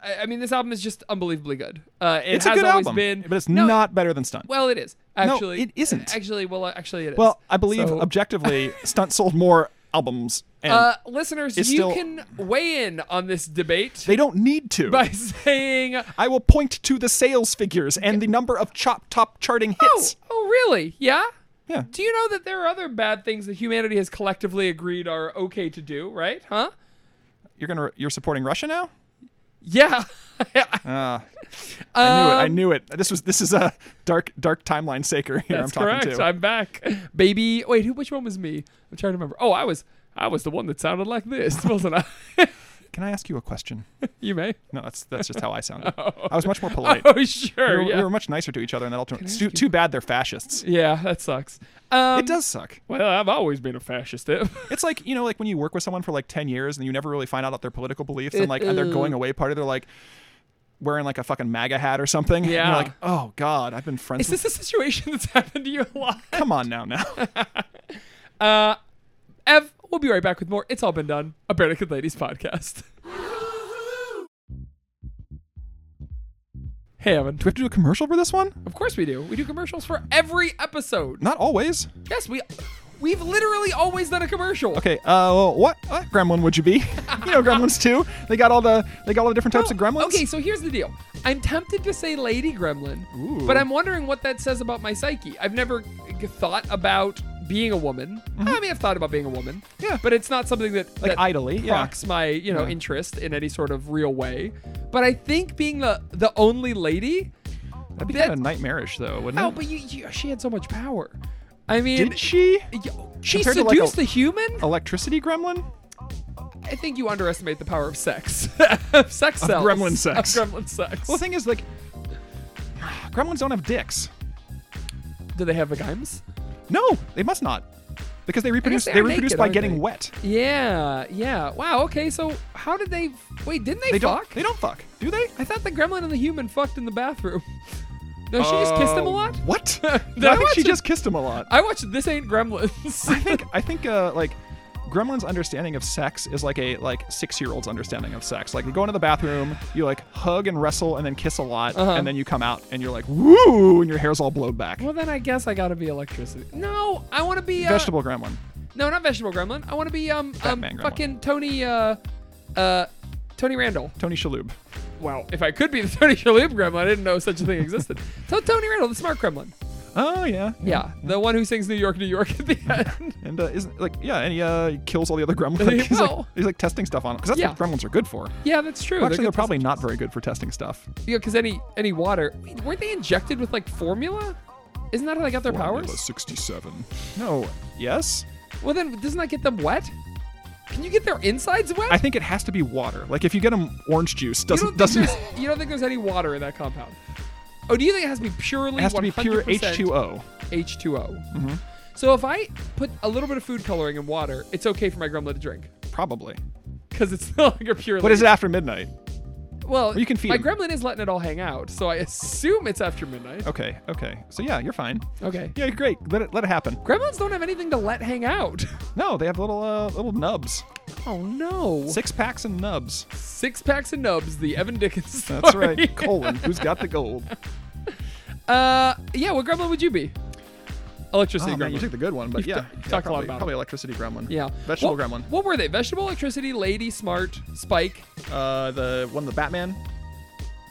S2: I, I mean, this album is just unbelievably good. Uh, it
S3: It's
S2: has
S3: a good
S2: always
S3: album,
S2: been,
S3: but it's
S2: No,
S3: not better than Stunt.
S2: Well, it is actually.
S3: it isn't.
S2: Actually, well, uh, actually, it is.
S3: Well, I believe
S2: So, [LAUGHS]
S3: objectively, Stunt sold more albums, and
S2: uh, listeners, you
S3: it's still-
S2: can weigh in on this debate
S3: they don't need to.
S2: [LAUGHS] by saying, "Oh,
S3: I will point to the sales figures and the number of chop top charting
S2: "Oh,
S3: hits.
S2: oh, really? Yeah."
S3: Yeah.
S2: Do you know that there are other bad things that humanity has collectively agreed are okay to do, right? Huh?
S3: You're gonna you're supporting Russia now?
S2: Yeah. [LAUGHS]
S3: Ah, I
S2: Um,
S3: knew it. I knew it. This was this is a dark dark timeline saker here. I'm
S2: That's
S3: talking
S2: correct.
S3: to.
S2: I'm back, baby. Wait, who? Which one was me? I'm trying to remember. Oh, I was, I was the one that sounded like this, [LAUGHS] wasn't I?
S3: Can I ask you a question?
S2: you may.
S3: No, that's that's just how
S2: [LAUGHS]
S3: I sounded. I was much more polite.
S2: Oh,
S3: we,
S2: sure.
S3: were, we
S2: yeah.
S3: were much nicer to each other in that alternate. It's Too, too bad they're fascists.
S2: yeah, that sucks. Um,
S3: It does suck.
S2: Well, I've always been a fascist. [LAUGHS] eh?
S3: It's like you know, like when you work with someone for like ten years and you never really find out about their political beliefs and like and their
S2: Mm.
S3: going away party. They're like wearing like a fucking MAGA hat or something. And
S2: Yeah.
S3: you're like, oh god, I've been friends.
S2: Is
S3: with
S2: this a situation that's happened to you a lot?
S3: Come on now, [LAUGHS] now.
S2: Uh, Ev, we'll be right back with more. It's all been done. A Bare Naked Ladies podcast. Hey, Evan.
S3: Do we have to do a commercial for this one?
S2: Of course we do. We do commercials for every episode.
S3: Not always.
S2: Yes, we we've literally always done a commercial.
S3: Okay. Uh, well, what, what gremlin would you be? [LAUGHS] you know, gremlins too. They got all the they got all the different types of gremlins.
S2: Oh, Okay, so here's the deal. I'm tempted to say Lady Gremlin,
S3: Ooh.
S2: but I'm wondering what that says about my psyche. I've never g- thought about being a woman. I mean, I've thought about being a woman.
S3: Mm-hmm. Yeah.
S2: But it's not something that
S3: Like
S2: that
S3: idly, yeah.
S2: procs my you know
S3: Yeah.
S2: interest in any sort of real way. But I think being the the only lady.
S3: That'd be
S2: that-
S3: kind of nightmarish though, wouldn't
S2: Oh,
S3: it?
S2: but you, you, she had so much power. I mean,
S3: Did she?
S2: yo, she
S3: Compared to, like, a-
S2: seduced the human.
S3: Electricity gremlin?
S2: I think you underestimate the power of sex. [LAUGHS] Of sex sells.
S3: gremlin sex.
S2: Of gremlin sex.
S3: Well, the thing is, like, [SIGHS] gremlins don't have dicks.
S2: Do they have vaginas?
S3: No, they must not, because they reproduce.
S2: they
S3: They,
S2: are
S3: reproduce
S2: naked,
S3: by
S2: aren't
S3: getting
S2: they?
S3: wet.
S2: Yeah, yeah. Wow. Okay. So how did they? Wait, didn't they,
S3: They
S2: fuck?
S3: don't. They don't fuck, do they?
S2: I thought the gremlin and the human fucked in the bathroom. [LAUGHS] No, she just kissed him a
S3: Uh,
S2: lot. [LAUGHS]
S3: What?
S2: Did
S3: No,
S2: I
S3: I think
S2: watch
S3: she
S2: it?
S3: just kissed him a lot.
S2: I watched This Ain't Gremlins.
S3: I think I think uh, like Gremlin's understanding of sex is like a like six year old's understanding of sex. Like you go into the bathroom, you like hug and wrestle and then kiss a lot,
S2: Uh-huh.
S3: and then you come out and you're like woo, and your hair's all blown back.
S2: [LAUGHS] well, then I guess I gotta be electricity. No, I want to be uh,
S3: Vegetable Gremlin.
S2: No, not vegetable gremlin. I want to be um um
S3: Batman gremlin.
S2: fucking Tony uh uh Tony Randall.
S3: Tony Shalhoub.
S2: Wow, if I could be the [LAUGHS] Tony Shalhoub gremlin, I didn't know such a thing existed. so Tony Randall, the smart gremlin.
S3: Oh yeah.
S2: Yeah, the one who sings New York, New York at the [LAUGHS] end.
S3: And uh, isn't like yeah, and he uh, kills all the other gremlins. [LAUGHS] he's,
S2: Well.
S3: like, he's like testing stuff on because that's what
S2: Yeah.
S3: gremlins are good for.
S2: yeah, that's true.
S3: Actually, they're probably not very good for testing stuff.
S2: because any any water. Wait, weren't they injected with like formula? Isn't that how they got their powers?
S3: sixty-seven. No. Yes.
S2: Well, then doesn't that get them wet? Can you get their insides wet?
S3: I think it has to be water. Like if you get them orange juice,
S2: you don't
S3: [LAUGHS] doesn't
S2: think
S3: doesn't
S2: there's- you don't think there's any water in that compound? Oh, do you think it has to be purely
S3: it has to be pure
S2: 100%
S3: H2O.
S2: H2O.
S3: Mm-hmm.
S2: So if I put a little bit of food coloring in water, it's okay for my gremlin to drink
S3: Probably.
S2: because it's [LAUGHS] no longer purely.
S3: But is it after midnight?
S2: Well,
S3: you can feed
S2: my
S3: him.
S2: gremlin is letting it all hang out, so I assume it's after midnight.
S3: Okay, okay. So yeah, you're fine.
S2: Okay.
S3: Yeah, great. Let it let it happen.
S2: Gremlins don't have anything to let hang out. [LAUGHS]
S3: No, they have little uh, little nubs,
S2: Oh no.
S3: six packs and nubs.
S2: Six packs of nubs, the Evan Dickens. Story. [LAUGHS]
S3: That's right. Colon, who's got the gold?
S2: Uh, yeah. What gremlin would you be? Electricity
S3: Oh, man,
S2: gremlin.
S3: you took the good one, but
S2: You've
S3: yeah,
S2: ta-
S3: yeah,
S2: talked a lot
S3: probably,
S2: about it.
S3: probably electricity gremlin.
S2: yeah.
S3: vegetable
S2: what,
S3: gremlin.
S2: What were they? Vegetable, electricity, lady, smart, spike.
S3: Uh, the one the Batman,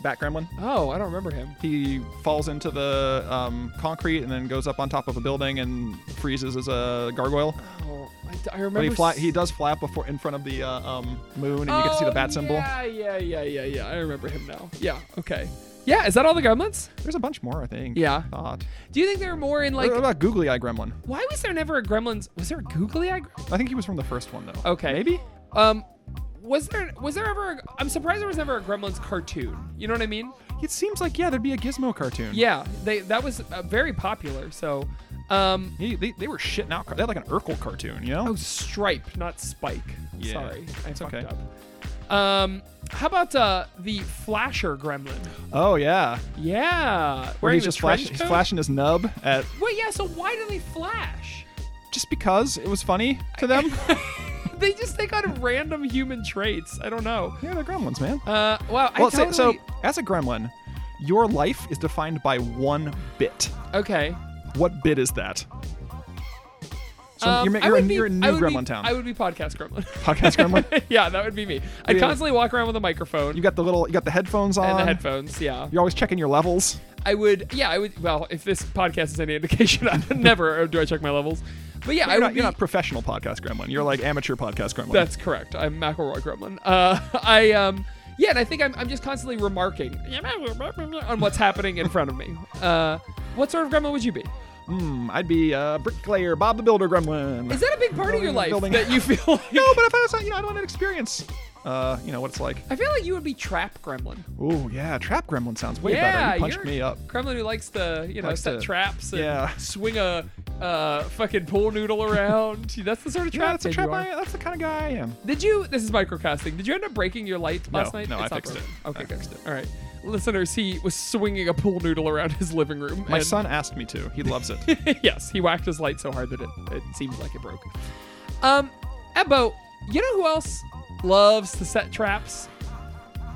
S3: Bat Gremlin.
S2: Oh, I don't remember him.
S3: He falls into the um, concrete and then goes up on top of a building and freezes as a gargoyle.
S2: Oh, I, d- I remember.
S3: But he fly,
S2: s-
S3: he does fly up before in front of the uh, um, moon, and you get to see the
S2: Oh,
S3: bat symbol.
S2: Yeah, yeah, yeah, yeah, yeah. I remember him now. Yeah. Okay. Yeah. Is that all the gremlins?
S3: There's a bunch more, I think.
S2: Yeah.
S3: Thought.
S2: Do you think there are more in like?
S3: what about Googly Eye Gremlin?
S2: Why was there never a gremlins? Was there a googly eye? Gremlin?
S3: I think he was from the first one though.
S2: Okay.
S3: Maybe.
S2: Um, was there was there ever? A, I'm surprised there was never a gremlins cartoon. You know what I mean?
S3: It seems like yeah, there'd be a Gizmo cartoon.
S2: Yeah. They that was uh, very popular. So, um,
S3: He, they, they were shitting out. car- They had like an Urkel cartoon, you know?
S2: oh, Stripe, not Spike.
S3: Yeah,
S2: Sorry, I
S3: it's
S2: fucked
S3: okay.
S2: up. Um, how about uh the Flasher gremlin?
S3: Oh, yeah.
S2: Yeah.
S3: Where
S2: wearing
S3: he's
S2: the
S3: just
S2: trench
S3: flashing, he's
S2: coat?
S3: flashing his nub at
S2: Wait, yeah. So why do they flash? [LAUGHS]
S3: just because it was funny to them.
S2: they just take on random human traits. I don't know.
S3: yeah, they're gremlins, man.
S2: Uh, wow. I
S3: well, so-
S2: totally.
S3: so, as a gremlin, your life is defined by one bit.
S2: okay.
S3: What bit is that? So
S2: Um,
S3: you're, ma-
S2: I
S3: you're, a,
S2: would be-
S3: you're a new
S2: I would be-
S3: gremlin town.
S2: I would be podcast gremlin. [LAUGHS]
S3: Podcast gremlin.
S2: yeah, that would be me. I'd
S3: Yeah.
S2: constantly walk around with a microphone
S3: You got the little, you got um, the headphones on.
S2: and the headphones. Yeah,
S3: You're always checking your levels.
S2: I would. Yeah, I would. Well, if this podcast is any indication, [LAUGHS] I never do I check my levels. But yeah, I
S3: You're
S2: would
S3: not, you're
S2: be-
S3: not professional podcast gremlin. You're like amateur podcast gremlin.
S2: That's correct. I'm McElroy Gremlin. Uh, [LAUGHS] I um yeah, and I think I'm, I'm just constantly remarking on what's happening in front of me. Uh, what sort of gremlin would you be?
S3: Hmm, I'd be uh, bricklayer, Bob the Builder gremlin.
S2: Is that a big part of your
S3: Building-
S2: life
S3: building.
S2: that you
S3: [LAUGHS]
S2: feel like?
S3: no, but if I was, you know, I don't want to experience, uh, you know, what it's like.
S2: I feel like you would be trap gremlin.
S3: Oh yeah, trap gremlin sounds way
S2: yeah,
S3: better. You punched
S2: you're
S3: me up.
S2: Gremlin who likes to, you know,
S3: Likes
S2: set
S3: to-
S2: traps and
S3: yeah.
S2: swing a uh, fucking pool noodle around. that's the sort of trap.
S3: Yeah, that's a
S2: kid
S3: trap.
S2: you are.
S3: I, that's the kind of guy I am.
S2: Did you? This is microcasting. Did you end up breaking your light
S3: No,
S2: last night?
S3: no, I
S2: not
S3: fixed
S2: broken.
S3: it.
S2: Okay,
S3: I
S2: good.
S3: fixed it.
S2: All right, listeners, he was swinging a pool noodle around his living room.
S3: My
S2: and-
S3: son asked me to. He loves it.
S2: [LAUGHS] yes, he whacked his light so hard that it, it seemed like it broke. Um, Ebbo, you know who else loves to set traps?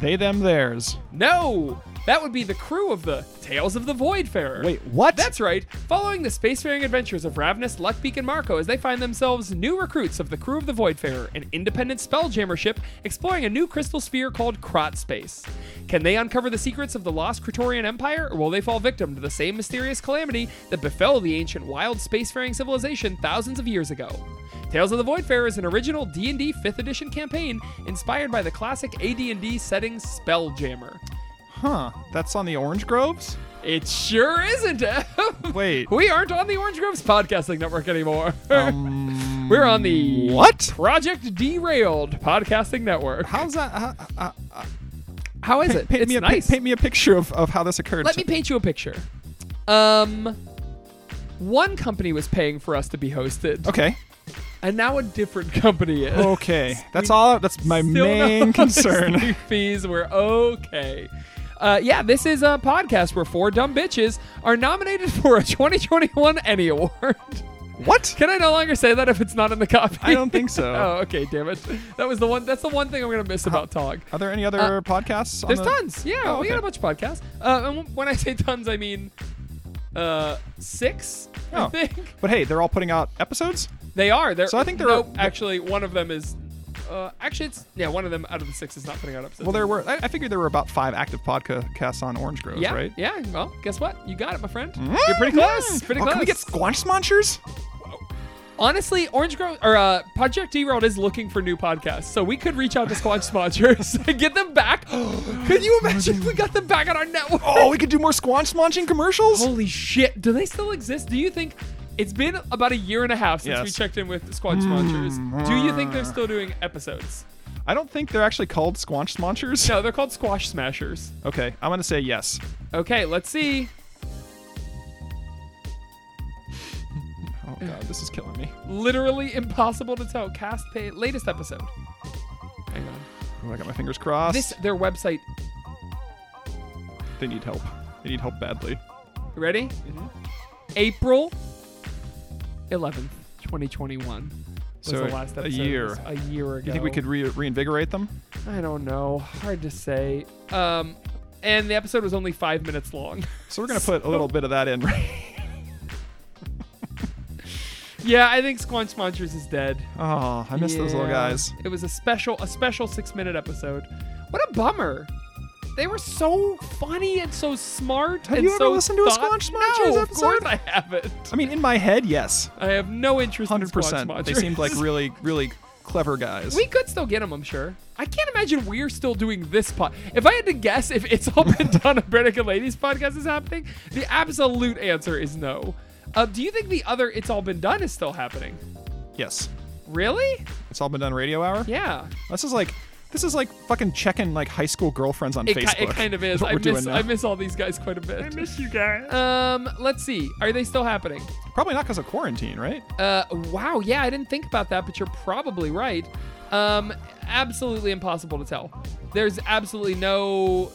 S3: they, them, theirs.
S2: No, that would be the crew of the Tales of the Voidfarer.
S3: Wait, what?
S2: That's right. Following the spacefaring adventures of Ravnus, Luckbeak, and Marco as they find themselves new recruits of the crew of the Voidfarer, an independent spelljammer ship exploring a new crystal sphere called Krot Space. Can they uncover the secrets of the lost Kratorian Empire, or will they fall victim to the same mysterious calamity that befell the ancient wild spacefaring civilization thousands of years ago? Tales of the Voidfarer is an original D&D 5th edition campaign inspired by the classic AD&D setting Spelljammer.
S3: huh? That's on the orange groves.
S2: It sure isn't. [LAUGHS] Ev.
S3: Wait.
S2: we aren't on the Orange Groves Podcasting Network anymore. [LAUGHS] We're on the
S3: Mm, What?
S2: Project Derailed Podcasting Network.
S3: How's that? How, uh, uh,
S2: How is
S3: paint,
S2: it?
S3: paint
S2: it's
S3: me a,
S2: nice.
S3: paint me a picture of, of how this occurred.
S2: Let me paint you a picture. Um, one company was paying for us to be hosted,
S3: Okay.
S2: and now a different company is.
S3: Okay. That's all. That's
S2: [LAUGHS]
S3: my
S2: Still no [LAUGHS]
S3: main concern.
S2: hosting Fees were okay. Uh, yeah, this is a podcast where four dumb bitches are nominated for a 2021 Emmy Award. [LAUGHS]
S3: what?
S2: Can I no longer say that if it's not in the copy?
S3: I
S2: [LAUGHS]
S3: don't think so.
S2: oh, okay, damn it. That was the one. That's the one thing I'm gonna miss about Tog.
S3: Are there any other podcasts?
S2: Uh,
S3: on
S2: There's
S3: the-
S2: tons. Yeah,
S3: Oh,
S2: we got
S3: okay.
S2: a bunch of podcasts. Uh, and w- when I say tons, I mean uh, six. I
S3: Oh.
S2: think [LAUGHS]
S3: But hey, they're all putting out episodes.
S2: they are. They're,
S3: So I think there
S2: nope,
S3: are-
S2: actually one of them is. Uh, actually, it's yeah. One of them out of the six is not putting out episodes.
S3: Well, there were. I, I figured there were about five active podcasts on Orange Groves,
S2: yeah,
S3: right?
S2: yeah. Well, guess what? You got it, my friend. You're pretty close. Pretty
S3: Oh,
S2: close.
S3: Can we get Squanch Munchers?
S2: Honestly, Orange Grove or uh, Project Derailed is looking for new podcasts, so we could reach out to Squatch sponsors [LAUGHS] and get them back. [GASPS] could you imagine if we got them back on our network?
S3: Oh, we could do more Squanch Munching commercials.
S2: Holy shit! Do they still exist? Do you think it's been about a year and a half since we
S3: Yes.
S2: checked in with Squatch sponsors? Do you think they're still doing episodes?
S3: I don't think they're actually called Squanch Munchers.
S2: No, they're called Squash Smashers.
S3: Okay, I'm gonna say yes.
S2: Okay, let's see.
S3: Oh god, this is killing me.
S2: Literally impossible to tell. Cast pay latest episode. Hang on.
S3: Oh, I got my fingers crossed.
S2: This their website.
S3: They need help. They need help badly.
S2: Ready?
S3: Mm-hmm.
S2: April 11th, 2021. Was
S3: So,
S2: the last
S3: a
S2: episode.
S3: year.
S2: It was A year ago.
S3: You think we could re- reinvigorate them?
S2: I don't know. Hard to say. Um, and the episode was only five minutes
S3: [LAUGHS]
S2: long.
S3: So we're gonna put a little bit of that in. [LAUGHS] right?
S2: yeah, I think Squanch Munchers is dead.
S3: Oh, I miss those little
S2: Yeah.
S3: guys.
S2: It was a special, a special six-minute episode. What a bummer. They were so funny and so smart.
S3: Have
S2: and
S3: you ever
S2: so
S3: listened to a
S2: thought-
S3: Squanch Munchers
S2: no, Of
S3: episode?
S2: course I haven't.
S3: I mean, in my head, yes,
S2: I have no interest in
S3: hundred
S2: Squanch
S3: percent. They
S2: Munchers.
S3: seemed like
S2: [LAUGHS]
S3: really, really clever guys.
S2: We could still get them, I'm sure. I can't imagine we're still doing this pod. If I had to guess if it's all
S3: [LAUGHS]
S2: been done, a Brenica Ladies podcast is happening, the absolute answer is no. Uh, do you think the other It's All Been Done is still happening?
S3: yes,
S2: Really?
S3: it's all been done radio hour.
S2: Yeah.
S3: This is like, this is like fucking checking like high school girlfriends on
S2: It, ki-
S3: Facebook.
S2: it kind
S3: [LAUGHS]
S2: of is.
S3: what
S2: I
S3: we're doing
S2: miss,
S3: now.
S2: I miss all these guys quite a bit. I miss you guys. Um, let's see. Are they still happening?
S3: Probably not because of quarantine, right?
S2: Uh, wow. Yeah, I didn't think about that, but you're probably right. Um, absolutely impossible to tell. There's absolutely no.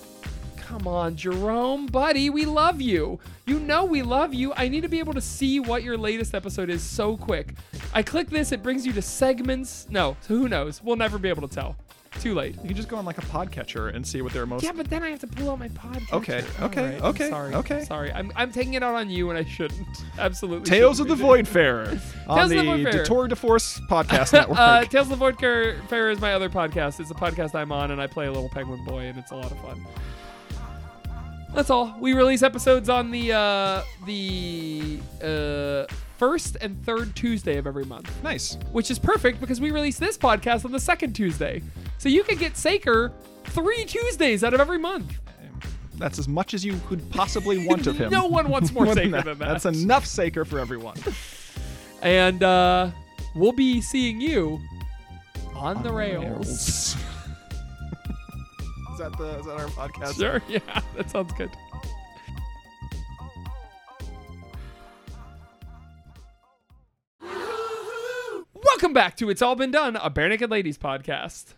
S2: Come on, Jerome, buddy, we love you. You know we love you. I need to be able to see what your latest episode is so quick. I click this, it brings you to segments. No, who knows? We'll never be able to tell. Too late.
S3: You can just go on like a podcatcher and see what their most.
S2: Yeah, but then I have to pull out my podcast.
S3: Okay, okay, okay,
S2: sorry.
S3: okay.
S2: Sorry. I'm, I'm taking it out on you and I shouldn't. [LAUGHS] Absolutely.
S3: Tales of
S2: shouldn't
S3: the
S2: be
S3: Voidfarer on
S2: [LAUGHS] Tales of the
S3: the
S2: Voidfarer.
S3: Detour
S2: [LAUGHS]
S3: de Force podcast
S2: doing-
S3: network.
S2: uh, Tales of the Void Car- Fair is my other podcast. It's a podcast I'm on and I play a little penguin boy and it's a lot of fun. That's all. We release episodes on the uh, the uh, first and third Tuesday of every month,
S3: nice.
S2: which is perfect because we release this podcast on the second Tuesday. So you can get Saker three Tuesdays out of every month.
S3: That's as much as you could possibly want of
S2: [LAUGHS]
S3: him.
S2: No one wants more
S3: [LAUGHS] More than
S2: Saker
S3: that.
S2: than that.
S3: That's enough Saker for everyone.
S2: and uh, we'll be seeing you on, the rails.
S3: is that the is that our podcast?
S2: [LAUGHS] Sure, yeah, that sounds good. Welcome back to It's All Been Done, a Bare Naked Ladies podcast.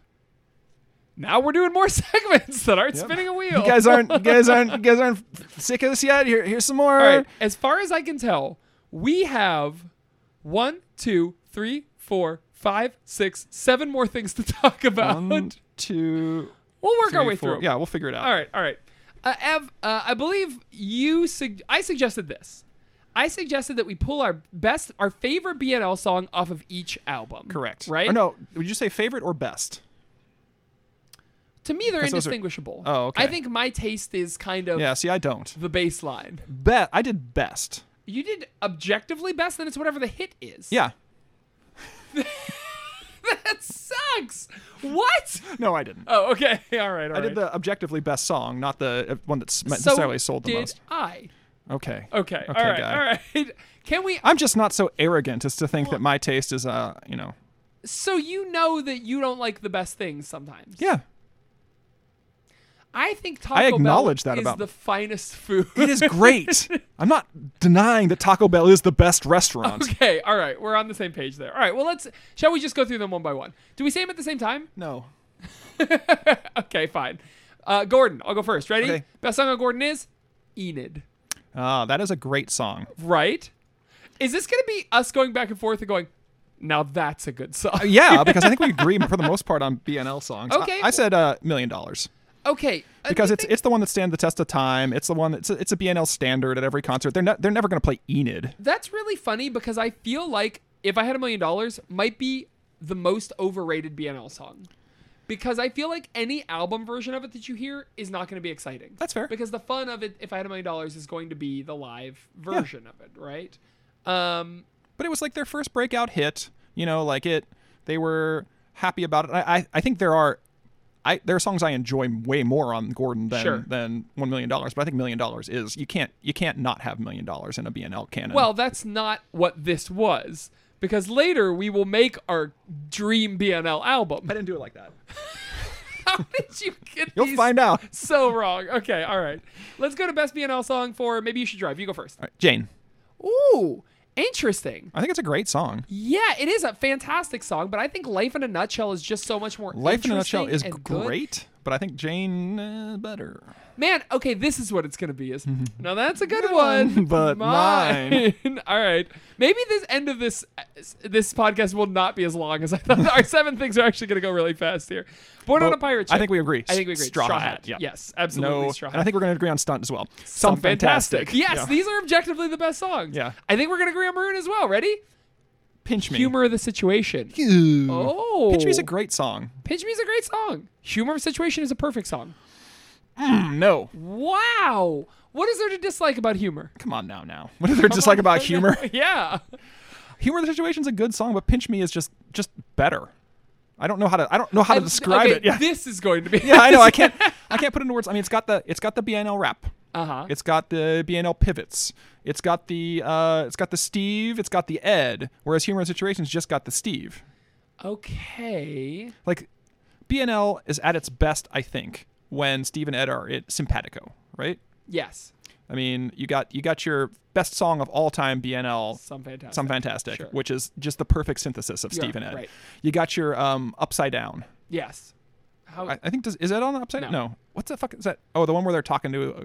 S2: Now we're doing more [LAUGHS] segments that aren't
S3: Yep.
S2: spinning a wheel.
S3: You guys aren't you guys aren't you guys aren't sick of this yet? Here here's some more.
S2: All right. As far as I can tell, we have one, two, three, four, five, six, seven more things to [LAUGHS] talk about.
S3: One, two,
S2: we'll work our
S3: three,
S2: way
S3: four.
S2: through.
S3: Yeah, we'll figure it out.
S2: All right. All right. Uh, Ev, uh, I believe you. Sug- I suggested this. I suggested that we pull our best, our favorite BNL song off of each album.
S3: Correct.
S2: Right.
S3: Or no, would you say favorite or best?
S2: To me, they're
S3: 'Cause those are-
S2: indistinguishable.
S3: Oh, okay.
S2: I think my taste is kind of
S3: Yeah, see I don't.
S2: the baseline.
S3: Bet I did best.
S2: You did objectively best, [LAUGHS] then it's whatever the hit is.
S3: Yeah.
S2: That sucks. What?
S3: No, I didn't.
S2: Oh, okay. [LAUGHS] All right. all
S3: I did
S2: right.
S3: the objectively best song, not the uh, one that's necessarily
S2: so
S3: sold the
S2: did
S3: most.
S2: I.
S3: Okay.
S2: Okay. all right.
S3: guy.
S2: All right. [LAUGHS] Can we?
S3: I'm just not so arrogant as to think that my taste is, uh, you know,
S2: So you know that you don't like the best things sometimes.
S3: yeah.
S2: I think Taco
S3: I acknowledge
S2: Bell
S3: that
S2: is
S3: about
S2: the
S3: me.
S2: finest food.
S3: It is great. [LAUGHS] I'm not denying that Taco Bell is the best
S2: [LAUGHS]
S3: restaurant.
S2: okay. All right. We're on the same page there. All right. Well, let's. Shall we just go through them one by one? Do we say them at the same time? [LAUGHS]
S3: No.
S2: Okay. Fine. Uh, Gordon, I'll go first. Ready?
S3: Okay.
S2: Best song on Gordon is Enid.
S3: Ah, that is a great song.
S2: Right? Is this going to be us going back and forth and going? Now that's a good song.
S3: Yeah, because I think we agree for the most part on BNL songs. I-
S2: Okay.
S3: I, said uh, million dollars
S2: Okay. uh,
S3: because
S2: you
S3: it's
S2: think-
S3: it's the one that stands the test of time. It's the one that's it's a BNL standard at every concert. They're not they're never going to play Enid.
S2: that's really funny because I feel like if I had a million dollars, might be the most overrated BNL song. Because I feel like any album version of it that you hear is not going to be exciting.
S3: That's fair.
S2: Because the fun of it, if I had a million dollars, is going to be the live version of it, right? Um,
S3: but it was like their first breakout hit. You know, like it, they were happy about it. I, I, I think there are, I there are songs I enjoy way more on Gordon than
S2: Sure.
S3: than One Million Dollars. But I think Million Dollars is you can't you can't not have Million Dollars in a BNL canon.
S2: well, that's not what this was. Because later we will make our dream BNL album.
S3: I didn't do it like that.
S2: [LAUGHS] How did you get
S3: You'll
S2: these
S3: find out. All
S2: so wrong? Okay, all right. Let's go to best BNL song for maybe you should drive. You go first.
S3: right, Jane,
S2: Ooh, interesting.
S3: I think it's a great song.
S2: Yeah, it is a fantastic song, but I think Life in a Nutshell is just so much more
S3: Life in a nutshell is
S2: interesting and good.
S3: great, but I think Jane uh, better.
S2: Man, okay, this is what it's going to be
S3: [LAUGHS]
S2: is. now that's a good one, [LAUGHS]
S3: but
S2: mine. [LAUGHS] All right. Maybe this end of this this podcast will not be as long as I thought. [LAUGHS] Our seven things are actually going to go really fast here. Born on
S3: Well,
S2: a pirate ship.
S3: I think we agree.
S2: I think we agree.
S3: Straw, Hat.
S2: Hat.
S3: Yeah.
S2: Yes, absolutely.
S3: No,
S2: Straw
S3: and I
S2: Hat.
S3: think we're going to agree on stunt as well.
S2: Some
S3: Some fantastic.
S2: Yes,
S3: Yeah.
S2: these are objectively the best songs.
S3: Yeah.
S2: I think we're going to agree on Maroon as well. Ready?
S3: pinch me.
S2: Humor of the situation.
S3: Oh.
S2: Oh.
S3: Pinch me is a great song.
S2: Pinch Me is a great song. Humor of Situation is a perfect song.
S3: No,
S2: Wow. What is there to dislike about humor?
S3: come on now, now. What if they're just like about humor?
S2: yeah.
S3: humor of the situation's a good song, but Pinch Me is just just better. I don't know how to I don't know how to
S2: I'm-
S3: describe
S2: okay,
S3: it. Yeah. [LAUGHS]
S2: This is going [LAUGHS] to be.
S3: yeah, I know. [LAUGHS] I can't I can't put it into words. I mean, it's got the it's got the BNL rap.
S2: Uh-huh.
S3: It's got the BNL pivots. It's got the uh it's got the Steve, it's got the Ed, whereas humor of the situation's just got the Steve.
S2: Okay.
S3: Like BNL is at its best, I think, when Steve and Ed are at simpatico, right?
S2: Yes.
S3: I mean, you got you got your best song of all time BNL
S2: Some fantastic.
S3: Some Fantastic,
S2: Sure.
S3: which is just the perfect synthesis of
S2: Yeah,
S3: Steve and Ed.
S2: right.
S3: You got your um, Upside Down.
S2: Yes. How?
S3: I, I think does is that on Upside?
S2: No.
S3: Down? no. What's the fuck is that? Oh, the one where they're talking to. Uh,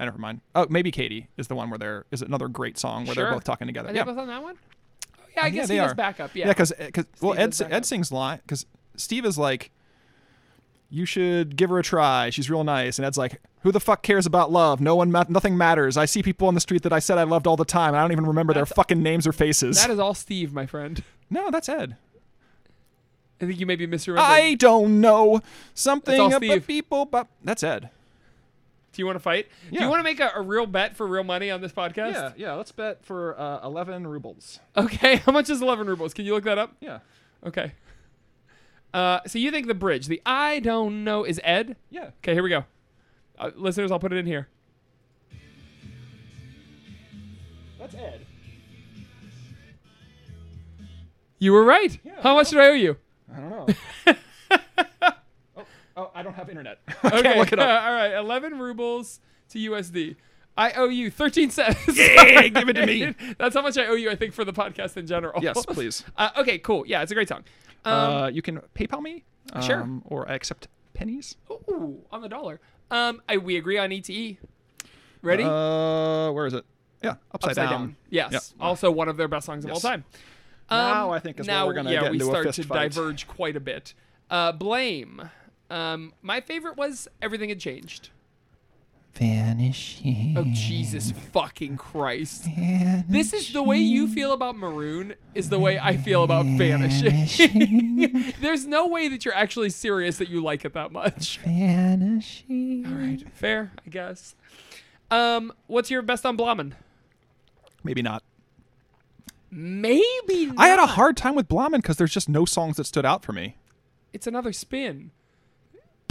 S3: I never mind. Oh, maybe Katie is the one where there is another great song where
S2: Sure.
S3: they're both talking together.
S2: are they
S3: yeah,
S2: both on that one? Oh, yeah, I
S3: Yeah,
S2: guess
S3: they
S2: he does
S3: are.
S2: backup. Yeah.
S3: yeah, because well,
S2: Steve
S3: Ed
S2: does
S3: si-
S2: back up.
S3: Ed sings line because Steve is like, you should give her a try. She's real nice, and Ed's like. Who the fuck cares about love? No one, ma- nothing matters. I see people on the street that I said I loved all the time. And I don't even remember their fucking names or faces.
S2: that is all Steve, my friend. [LAUGHS]
S3: no, that's Ed.
S2: I think you may be misremembering.
S3: I don't know something
S2: all
S3: about
S2: Steve.
S3: people, but that's Ed.
S2: Do you want to fight? Do you
S3: Yeah.
S2: want to make a, a real bet for real money on this podcast?
S3: yeah. Let's bet for uh, eleven rubles.
S2: Okay. [LAUGHS] How much is 11 rubles? Can you look that up?
S3: Yeah,
S2: Okay. Uh, so you think the bridge, the I don't know, is Ed?
S3: yeah.
S2: Okay, here we go. Uh, listeners, I'll put it in here.
S3: That's Ed.
S2: You were right. How much did I owe
S3: [LAUGHS]
S2: you?
S3: I don't know. [LAUGHS] oh, oh, I don't have internet. [LAUGHS] I
S2: Okay.
S3: can't look
S2: [LAUGHS]
S3: it up.
S2: all right, 11 rubles to USD. I owe you 13 cents. [LAUGHS]
S3: Yeah, give it to me.
S2: That's how much I owe you, I think, for the podcast in general. [LAUGHS]
S3: Yes, please.
S2: Uh, okay, cool. Yeah, it's a great song.
S3: uh, you can PayPal me.
S2: Um, Sure.
S3: um, Or I accept pennies.
S2: Ooh, on the dollar. Um, I, we agree on ETE. Ready?
S3: Uh, where is it? Yeah, upside,
S2: Upside down. Yes. Also one of their best songs of
S3: Yes.
S2: all time.
S3: Now I think is where
S2: now,
S3: we're gonna
S2: yeah,
S3: get
S2: we
S3: into a
S2: start
S3: fist
S2: to
S3: fight.
S2: diverge quite a bit. Uh, blame. Um, my favorite was Everything Had Changed.
S4: Vanishing.
S2: Oh
S3: Uh,
S2: Jesus fucking Christ! This is the way you feel about Maroon is the way I feel about Vanishing. [LAUGHS] There's no way that you're actually serious that you like it that much.
S4: Vanishing. All right.
S2: Fair, I guess. Um, what's your best on Blamen?
S3: Maybe not.
S2: Maybe
S3: I had a hard time with Blamen because there's just no songs that stood out for me.
S2: It's another spin.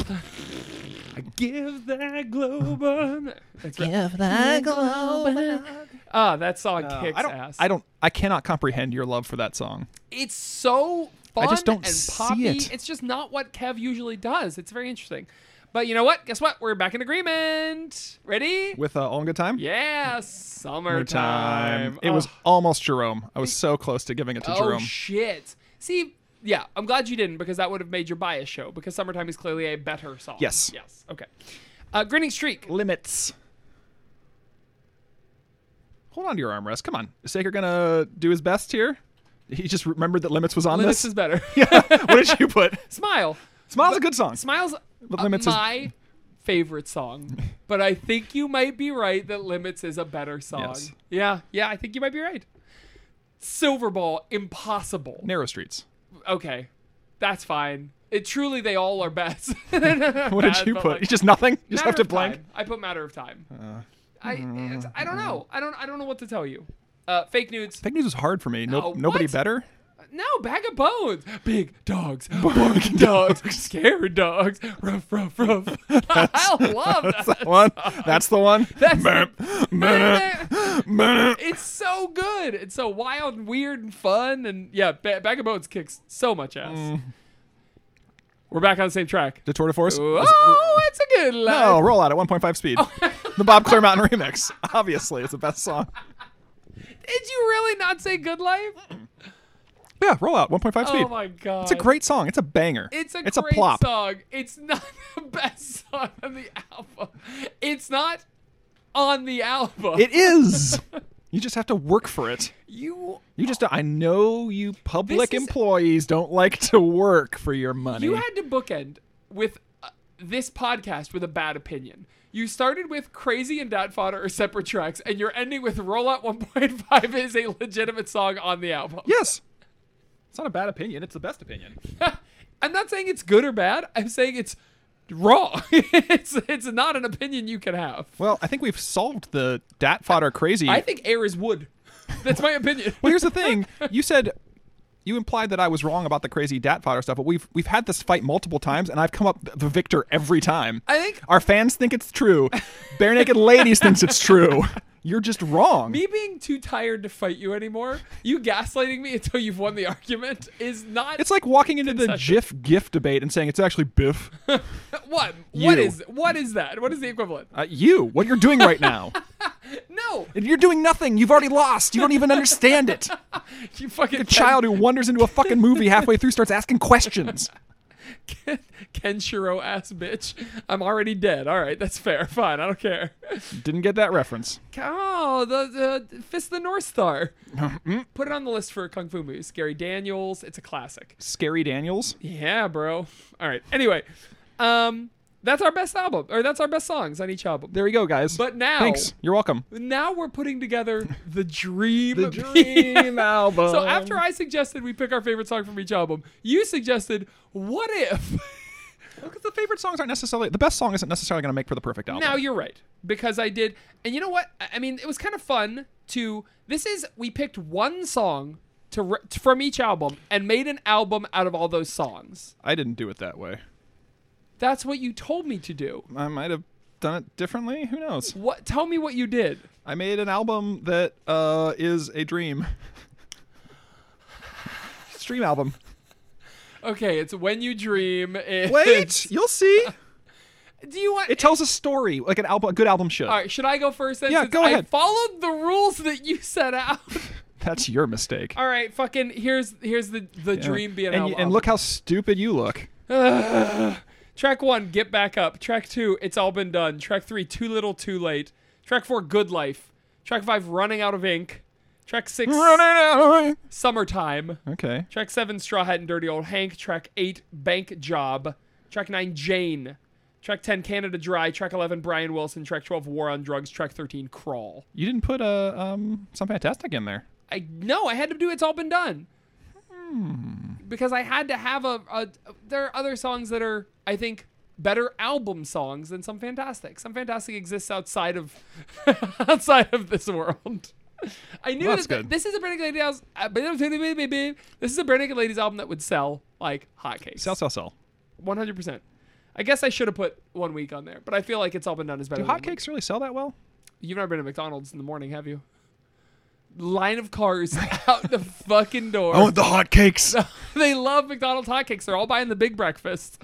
S2: I give that globe an... That's right.
S4: Give that globe.
S2: Ah, that song kicks
S3: I don't.
S2: ass.
S3: I don't. I cannot comprehend your love for that song.
S2: It's so fun
S3: I just don't
S2: and
S3: see
S2: poppy.
S3: it.
S2: It's just not what Kev usually does. It's very interesting. But you know what? Guess what? We're back in agreement. Ready?
S3: With uh, All in Good Time.
S2: Yeah, summertime.
S3: Time. It was
S2: Oh.
S3: almost Jerome. I was so close to giving it to
S2: Oh
S3: Jerome.
S2: shit! See, yeah, I'm glad you didn't because that would have made your bias show. Because summertime is clearly a better song.
S3: Yes.
S2: Yes. Okay. Uh, Grinning streak.
S3: Limits. Hold on to your armrest. Come on. Is Saker gonna do his best here? He just remembered that Limits was on
S2: Limits
S3: this. [LAUGHS]
S2: is better.
S3: what did you [LAUGHS] put?
S2: Smile.
S3: Smile's a good song.
S2: Smiles.
S3: But
S2: uh,
S3: Limits is-
S2: my favorite
S3: [LAUGHS]
S2: song, but I think you might be right that Limits is a better song.
S3: Yes.
S2: Yeah, yeah, I think you might be right. Silverball, impossible.
S3: Narrow Streets.
S2: Okay, that's fine. It truly, they all are best.
S3: [LAUGHS]
S2: [LAUGHS]
S3: What did you put? just nothing. You just
S2: Matter
S3: left it
S2: of
S3: blank. Uh, mm.
S2: Time. I put matter of time. I it's- I don't know. I don't I don't know what to tell you. Uh, fake nudes.
S3: Fake news was hard for me. No,
S2: Oh,
S3: nobody
S2: what?
S3: [LAUGHS] better.
S2: No, bag of bones. Big dogs.
S3: [LAUGHS]
S2: Bark dogs. [LAUGHS] Scary dogs. Rough, rough, rough. I love that.
S3: One. [LAUGHS] That's the one.
S2: It's so good. It's so wild and weird and fun. And yeah, ba- Bag of Bones kicks so much ass.
S3: Mm.
S2: We're back on the same track.
S3: The Tour de Force.
S2: Oh, it's a good
S3: No,
S2: laugh.
S3: roll out at 1.5 speed.
S2: Oh.
S3: [LAUGHS] the Bob Clear Mountain remix. Obviously, it's the best song.
S2: Did you really not say good life?
S3: Yeah, roll out 1.5 speed.
S2: Oh my god.
S3: It's a great song. It's a banger.
S2: It's a
S3: it's
S2: great
S3: a plop.
S2: song. It's not [LAUGHS] the best song on the album. It's not on the album.
S3: It
S2: [LAUGHS]
S3: is. you just have to work for it.
S2: you
S3: You just. I know you public
S2: This is-
S3: employees don't like to work for your money.
S2: you had to bookend with uh, this podcast with a bad opinion. You started with Crazy and Dad Fodder are separate tracks, and you're ending with Rollout 1.5 is a legitimate song on the album.
S3: yes. It's not a bad opinion. It's the best opinion.
S2: I'm not saying it's good or bad. I'm saying it's wrong. [LAUGHS] it's it's not an opinion you can have.
S3: Well, I think we've solved the dat fodder crazy.
S2: I think air is wood. That's my opinion.
S3: [LAUGHS] well, here's the thing. You said you implied that I was wrong about the crazy dat fodder stuff, but we've we've had this fight multiple times, and I've come up the victor every time.
S2: I think
S3: Our fans think it's true. Bare naked ladies thinks it's true. You're just wrong.
S2: me being too tired to fight you anymore, you gaslighting me until you've won the argument is not
S3: It's like walking into the
S2: Concession.
S3: GIF GIF debate and saying it's actually Biff. Uh,
S2: what what
S3: you.
S2: is what is that? What is the equivalent?
S3: Uh, you, what you're doing
S2: [LAUGHS]
S3: right now?
S2: No,
S3: You're doing nothing. You've already lost. You don't even understand it.
S2: [LAUGHS] you fucking
S3: A child who wanders into a fucking movie halfway through starts asking questions.
S2: Ken, Kenshiro ass bitch. I'm already dead. All right, that's fair. Fine, I don't care.
S3: Didn't get that reference.
S2: Oh, the, the fist of the North Star.
S3: Mm-hmm.
S2: Put it on the list for kung fu movies. Gary Daniels. It's a classic.
S3: Scary Daniels.
S2: Yeah, bro. All right. Anyway, um, that's our best album, or that's our best songs on each album.
S3: There you go, guys.
S2: But now-
S3: thanks. You're welcome.
S2: now we're putting together
S3: [LAUGHS]
S2: the dream [LAUGHS] the
S3: album.
S2: so after i suggested we pick our favorite song from each album you suggested what if [LAUGHS]
S3: the favorite songs aren't necessarily the best song isn't necessarily going to make for the perfect album.
S2: now you're right because i did and you know what i I mean it was kind of fun to this is we picked one song to re- from each album and made an album out of all those songs
S3: I didn't do it that way.
S2: that's what you told me to do
S3: I might have done it differently. Who knows?
S2: what tell me what you did
S3: I made an album that uh, is a dream. [LAUGHS] Stream album.
S2: okay it's when you dream it's,
S3: Wait, you'll see.
S2: [LAUGHS] do you want
S3: It tells a story like an album, a good album should.
S2: All right, should I go first? Then,
S3: Yeah,
S2: since
S3: go
S2: I
S3: ahead.
S2: followed the rules that you set out. [LAUGHS]
S3: That's your mistake.
S2: All right, fucking. Here's here's the the dream being
S3: and, y- and look how stupid you look.
S2: Track one, get back up. Track two, it's all been done. Track three, too little, too late. Track four, good life. Track five, running out of ink. Track six, summertime.
S3: Okay.
S2: Track seven, straw hat and dirty old Hank. Track eight, bank job. Track nine, Jane. Track ten, Canada Dry. Track eleven, Brian Wilson. Track twelve, war on drugs. Track thirteen, crawl.
S3: You didn't put uh, um some fantastic in there.
S2: I no, I had to do it's all been done. Because I had to have a, a there are other songs that are I think better album songs [LAUGHS] than some fantastic. Some fantastic exists outside of outside of this world. I knew
S3: Well, that's
S2: that
S3: good.
S2: this is a Bare Naked Ladies album. uh, This is a Bare Naked Ladies album that would sell like hotcakes.
S3: Sell, sell, sell.
S2: One hundred percent. I guess I should have put one week on there, but I feel like it's all been done is better.
S3: Do
S2: than one week.
S3: hotcakes really sell that well?
S2: You've never been to McDonald's in the morning, have you? Line of cars [LAUGHS] out the fucking door.
S3: the hotcakes.
S2: [LAUGHS] they love McDonald's hotcakes. They're all buying the big breakfast.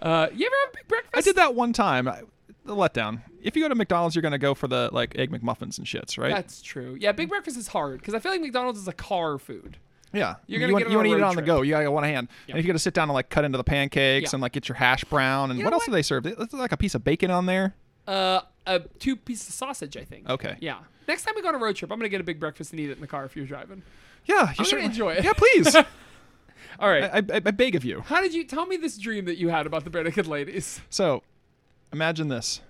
S2: Uh, you ever have big breakfast?
S3: I did that one time. I, the letdown. If you go to McDonald's, you're gonna go for the like egg McMuffins and shits, right?
S2: That's true. Yeah, big breakfast is hard because I feel like McDonald's is a car food.
S3: yeah.
S2: You're
S3: You
S2: gonna
S3: wanna-
S2: get it
S3: you
S2: on a
S3: wanna eat it
S2: road
S3: on the
S2: trip.
S3: go. You gotta go one hand. And if you gotta sit down and like cut into the pancakes
S2: Yeah.
S3: and like get your hash brown and
S2: You
S3: what
S2: know
S3: else
S2: what?
S3: do they serve? There's like a piece of bacon on there.
S2: Uh, a two piece of sausage, I think.
S3: Okay.
S2: Yeah. Next time we go on a road trip, I'm gonna get a big breakfast and eat it in the car if you're driving.
S3: Yeah, you
S2: gonna
S3: certainly-
S2: enjoy it.
S3: Yeah,
S2: [LAUGHS]
S3: please. I,
S2: All right.
S3: I, I beg of you.
S2: How did you tell me this dream that you had about the Bernicid
S3: [LAUGHS]
S2: ladies?
S3: So, imagine this.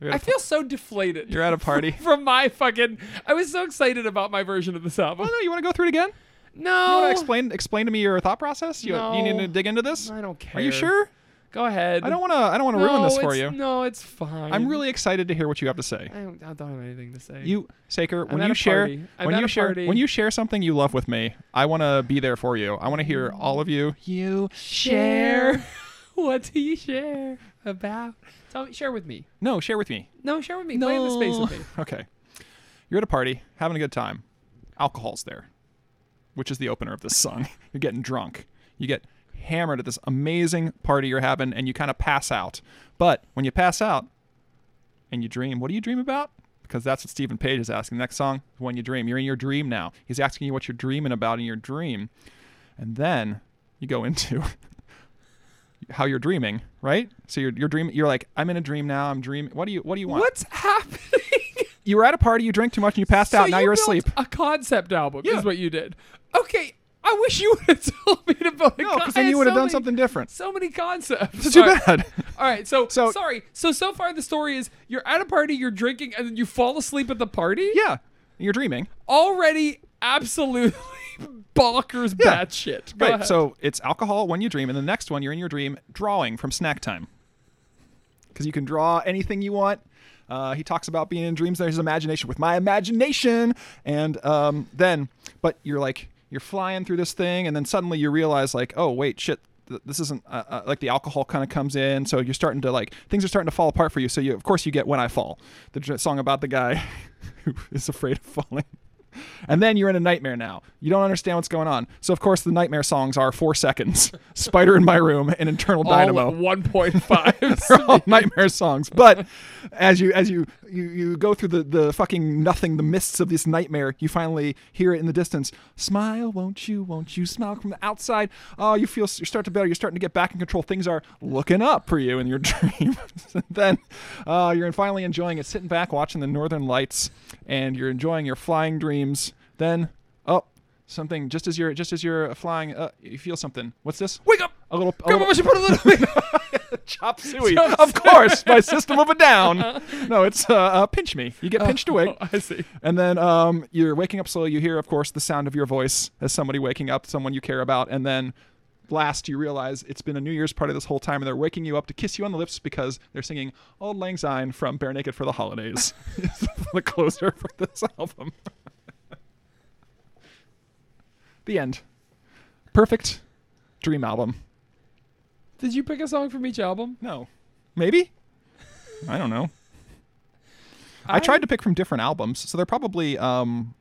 S3: You're at
S2: I
S3: a-
S2: feel so deflated.
S3: you're at a party.
S2: [LAUGHS] from my fucking. I was so excited about my version of this album.
S3: Oh no, you want to go through it again? You
S2: No.
S3: want to explain explain to me your thought process? You, you need
S2: No.
S3: to dig into this?
S2: I don't care.
S3: Are you sure?
S2: Go ahead.
S3: I don't want to. I don't want to ruin this for you.
S2: No, it's fine.
S3: I'm really excited to hear what you have to say.
S2: I don't, I don't have anything to say.
S3: You, Saker, when
S2: at
S3: you
S2: a
S3: share,
S2: party. I'm
S3: when
S2: at
S3: you
S2: a
S3: share,
S2: party.
S3: when you share something you love with me, I want to be there for you. I want to hear all of you. You
S2: share. [LAUGHS] what do you share about? Tell me, share with me.
S3: No, share with me.
S2: No, share with me. Play in the space with me.
S3: Okay. You're at a party, having a good time. Alcohol's there, which is the opener of this song. [LAUGHS] You're getting drunk. You get hammered at this amazing party you're having, and you kind of pass out. But when you pass out and you dream, what do you dream about? Because that's what Stephen Page is asking. Next song, When You Dream. You're in your dream now. He's asking you what you're dreaming about in your dream. And then you go [LAUGHS] into how you're dreaming, right? So you're, you're dreaming. You're like, I'm in a dream now. I'm dreaming. What do you [LAUGHS] What do you want?
S2: What's happening?
S3: you were at a party, you drank too much, and you [LAUGHS] passed
S2: So
S3: out. Now
S2: you
S3: you're
S2: built
S3: asleep.
S2: A concept album
S3: Yeah.
S2: is what you did. Okay. I wish you would have [LAUGHS] told me to build a
S3: No,
S2: con-
S3: because
S2: I
S3: then you would have
S2: so
S3: done
S2: many- [LAUGHS]
S3: something different.
S2: So many concepts.
S3: Too
S2: All right.
S3: bad. [LAUGHS]
S2: All right, so,
S3: So-
S2: sorry. So so far the story is you're at a party, you're drinking, and then you fall asleep at the party.
S3: yeah, you're dreaming.
S2: Already, absolutely [LAUGHS] bonkers
S3: Yeah.
S2: bad shit. Go
S3: Right.
S2: ahead.
S3: So it's alcohol when you dream, and the next one you're in your dream drawing from snack time. Because you can draw anything you want. Uh, he talks about being in dreams. There's imagination with my imagination, and um, then, but you're like you're flying through this thing, and then suddenly you realize like, oh wait, shit, th- this isn't uh, uh, like the alcohol kind of comes in. So you're starting to like things are starting to fall apart for you. So you, of course, you get when I fall, the dr- song about the guy [LAUGHS] who is afraid of falling. And then you're in a nightmare now. You don't understand what's going on. So of course the nightmare songs are four seconds. [LAUGHS] Spider in my room and Internal
S2: all
S3: Dynamo.
S2: one point
S3: [LAUGHS]
S2: five.
S3: They're all nightmare songs. But as you as you, you you go through the the fucking nothing, the mists of this nightmare, you finally hear it in the distance. Smile, won't you? Won't you smile from the outside? Oh, you feel you start to better. You're starting to get back in control. Things are looking up for you in your [LAUGHS] dream. And then uh, you're finally enjoying it, sitting back, watching the northern lights, and you're enjoying your flying dreams. Then oh. Something just as you're just as you're flying, uh, you feel something. What's this?
S2: Wake up!
S3: A little, a
S2: Grandma,
S3: little
S2: we should put a little bit.
S3: Chop suey.
S2: Chop
S3: of course, by System of a Down. No, it's uh, uh, Pinch Me. You get
S2: [LAUGHS]
S3: pinched awake.
S2: Oh, I see.
S3: And then um, you're waking up slowly. You hear, of course, the sound of your voice as somebody waking up, someone you care about. And then last, you realize it's been a New Year's party this whole time, and they're waking you up to kiss you on the lips because they're singing Old Lang Syne from Bare Naked for the [LAUGHS] Holidays. It's the closer for this album. the end. Perfect dream album.
S2: Did you pick a song from each album?
S3: No. Maybe? I don't know. I, tried to pick from different albums, so they're probably um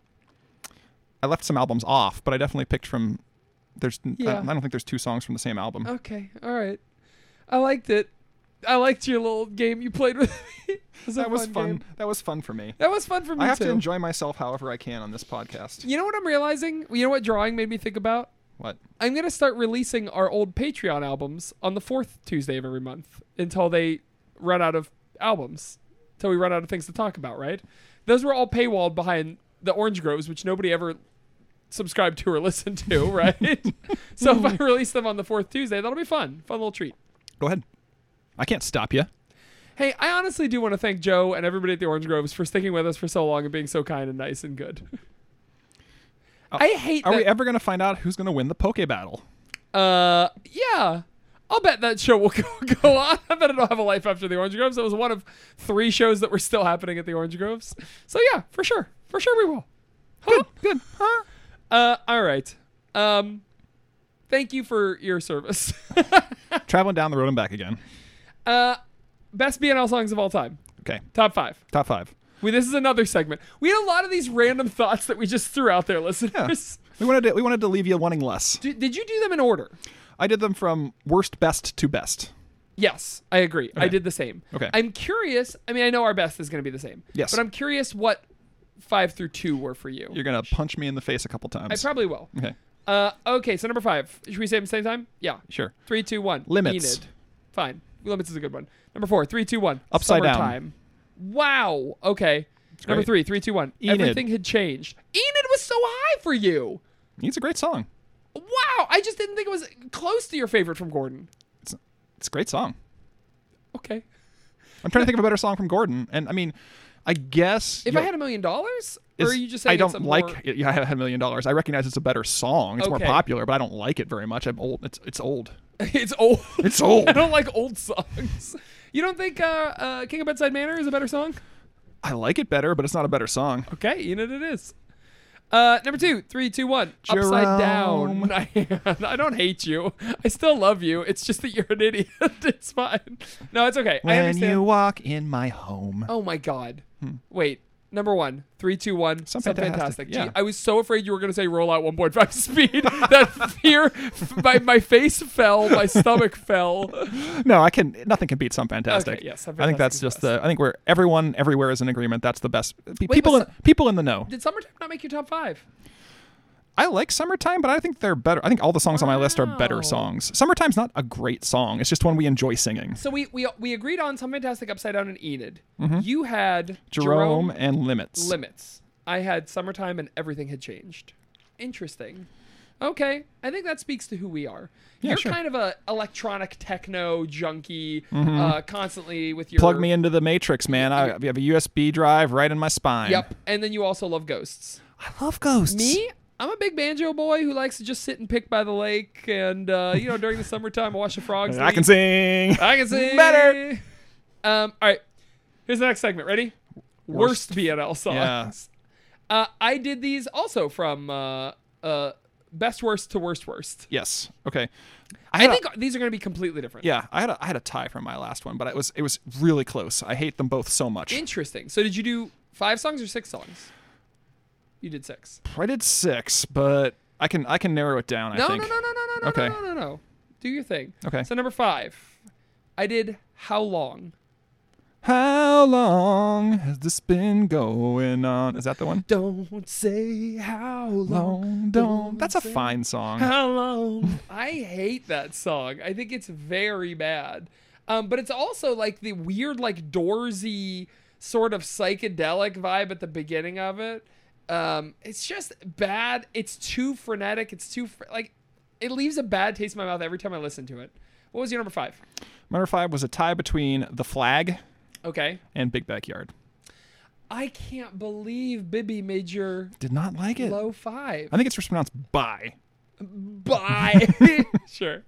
S3: I left some albums off, but I definitely picked from there's I-
S2: Yeah. Oh,
S3: I, don't think there's two songs from the same album.
S2: Okay. All right. I liked it. I liked your little game you played with me. [LAUGHS] It a
S3: that was fun.
S2: game.
S3: That was fun for me.
S2: That was fun for me
S3: I have
S2: too.
S3: to enjoy myself however I can on this podcast.
S2: You know what I'm realizing? You know what drawing made me think about?
S3: What?
S2: I'm gonna start releasing our old Patreon albums on the fourth Tuesday of every month until they run out of albums, until we run out of things to talk about. Right? Those were all paywalled behind the orange groves, which nobody ever subscribed to or [LAUGHS] listened to.
S3: [LAUGHS]
S2: Right? so if I release them on the fourth Tuesday, that'll be fun, fun little treat.
S3: Go ahead. I can't stop you.
S2: Hey, I honestly do want to thank Joe and everybody at the Orange Groves for sticking with us for so long and being so kind and nice and good. I hate.
S3: Oh, Are
S2: that,
S3: we ever going to find out who's going to win the poke battle?
S2: Uh, yeah. I'll bet that show will [LAUGHS] go, go on. I bet it'll have a life after the Orange Groves. That was one of three shows that were still happening at the Orange Groves. So yeah, for sure, for sure we will.
S3: Good, good. Huh?
S2: Uh, all right. Um, thank you for your service. [LAUGHS]
S3: Traveling down the road and back again.
S2: uh, best BNL songs of all time.
S3: Okay,
S2: Top five.
S3: top five.
S2: We, this is another segment. We had a lot of these random thoughts that we just threw out there, listeners.
S3: We wanted to, we wanted to leave you wanting less.
S2: Do- did you do them in order?
S3: I did them from worst best to best.
S2: Yes, I agree. I
S3: Okay.
S2: did the same.
S3: Okay.
S2: I'm curious. I mean, I know our best is going to be the same.
S3: Yes.
S2: But I'm curious what five through two were for you.
S3: You're gonna punch me in the face a couple
S2: I
S3: times.
S2: probably
S3: [LAUGHS]
S2: will.
S3: okay,
S2: Uh, okay, so number five. Should we say them at the same time? Yeah.
S3: sure.
S2: Three, two, one.
S3: Limits.
S2: Enid. Fine. Limits is a good one. Number four. Three, two, one.
S3: Upside Down.
S2: Summertime. Wow. Okay. Number
S3: great.
S2: three. Three, two, one.
S3: Enid.
S2: Everything had changed. Enid was so high for you.
S3: It's a great song.
S2: Wow. I just didn't think it was close to your favorite from Gordon.
S3: It's it's a great song.
S2: Okay.
S3: I'm trying to think of a better song from Gordon, and I mean, I guess
S2: If
S3: you
S2: I
S3: know,
S2: had a million dollars, or are
S3: it's-
S2: you just saying
S3: I
S2: it's a
S3: don't like
S2: more-
S3: it. Yeah, I had a million dollars. I recognize it's a better song. It's
S2: Okay.
S3: more popular, but I don't like it very much. I'm old. It's it's old.
S2: it's old.
S3: It's
S2: [LAUGHS]
S3: old.
S2: I don't like old songs. You don't think uh, uh, King of Bedside Manor is a better song?
S3: I like it better, but it's not a better song.
S2: Okay, Enid it is. Uh, number two, three, two, one. Upside down.
S3: Jerome.
S2: [LAUGHS] I, I don't hate you. I still love you. It's just that you're an idiot. [LAUGHS] it's fine. No, it's okay. I
S3: When
S2: understand.
S3: you walk in my home.
S2: Oh my god. Wait. Number one, three, two, one. Some, fantastic.
S3: Fantastic,
S2: Gee,
S3: yeah.
S2: I was so afraid you were going to say roll out 1.5 [LAUGHS] speed. that fear, my, my face fell, my stomach fell.
S3: [LAUGHS] No, I can. Nothing can beat some fantastic.
S2: Okay, yes, Some
S3: I
S2: Fantastic
S3: think that's
S2: is
S3: just
S2: the
S3: the. I think where everyone everywhere is in agreement. That's the best. pe-
S2: but
S3: people in
S2: so-
S3: people in the know.
S2: Did Summertime not make your top five?
S3: I like summertime, but I think they're better. I think all the songs on my list are
S2: Wow.
S3: better songs. Summertime's not a great song. It's just one we enjoy singing.
S2: So we we, we agreed on Some Fantastic Upside Down and Enid. You had
S3: Mm-hmm. Jerome, and Limits.
S2: Limits. I had Summertime and Everything Had Changed. Interesting. Okay, I think that speaks to who we are. You're
S3: sure.
S2: kind of a electronic techno junkie, uh, constantly with your
S3: Mm-hmm. Plug me into the Matrix, man. I have a USB drive right in my spine.
S2: Yep, and then you also love ghosts.
S3: I love ghosts.
S2: Me, I'm a big banjo boy who likes to just sit and pick by the lake, and uh, you know during the summertime I watch the frogs.
S3: [LAUGHS] I can
S2: leap.
S3: sing.
S2: I can see
S3: Better.
S2: Um, all right. Here's the next segment. Ready? Worst,
S3: Worst.
S2: BNL songs. Uh, I did these also from uh, uh, best worst to worst worst.
S3: Yes. Okay.
S2: I
S3: had a-
S2: think these are going to be completely different.
S3: Yeah, I had a, I had a tie from my last one, but it was it was really close. I hate them both so much.
S2: Interesting. So did you do five songs or six songs? You did six.
S3: I did six, but I can I can narrow it down.
S2: No, no,
S3: I think.
S2: no, no, no, no,
S3: Okay.
S2: no, no, no, no. Do your thing.
S3: Okay.
S2: So number five, I did how long?
S3: How long has this been going on? Is that the one?
S2: Don't say how
S3: Long, don't. That's a fine song.
S2: How long? I hate that song. I think it's very bad. Um, but it's also like the weird, like Doorsy sort of psychedelic vibe at the beginning of it. Um, it's just bad. It's too frenetic. It's too fr- like it leaves a bad taste in my mouth every time I listen to it. What was your number five?
S3: Number five was a tie between The Flag
S2: Okay,
S3: and Big Backyard.
S2: I can't believe Bibby made your [LAUGHS]
S3: Did not like it.
S2: low five.
S3: I think it's pronounced by.
S2: Bye. [LAUGHS] sure.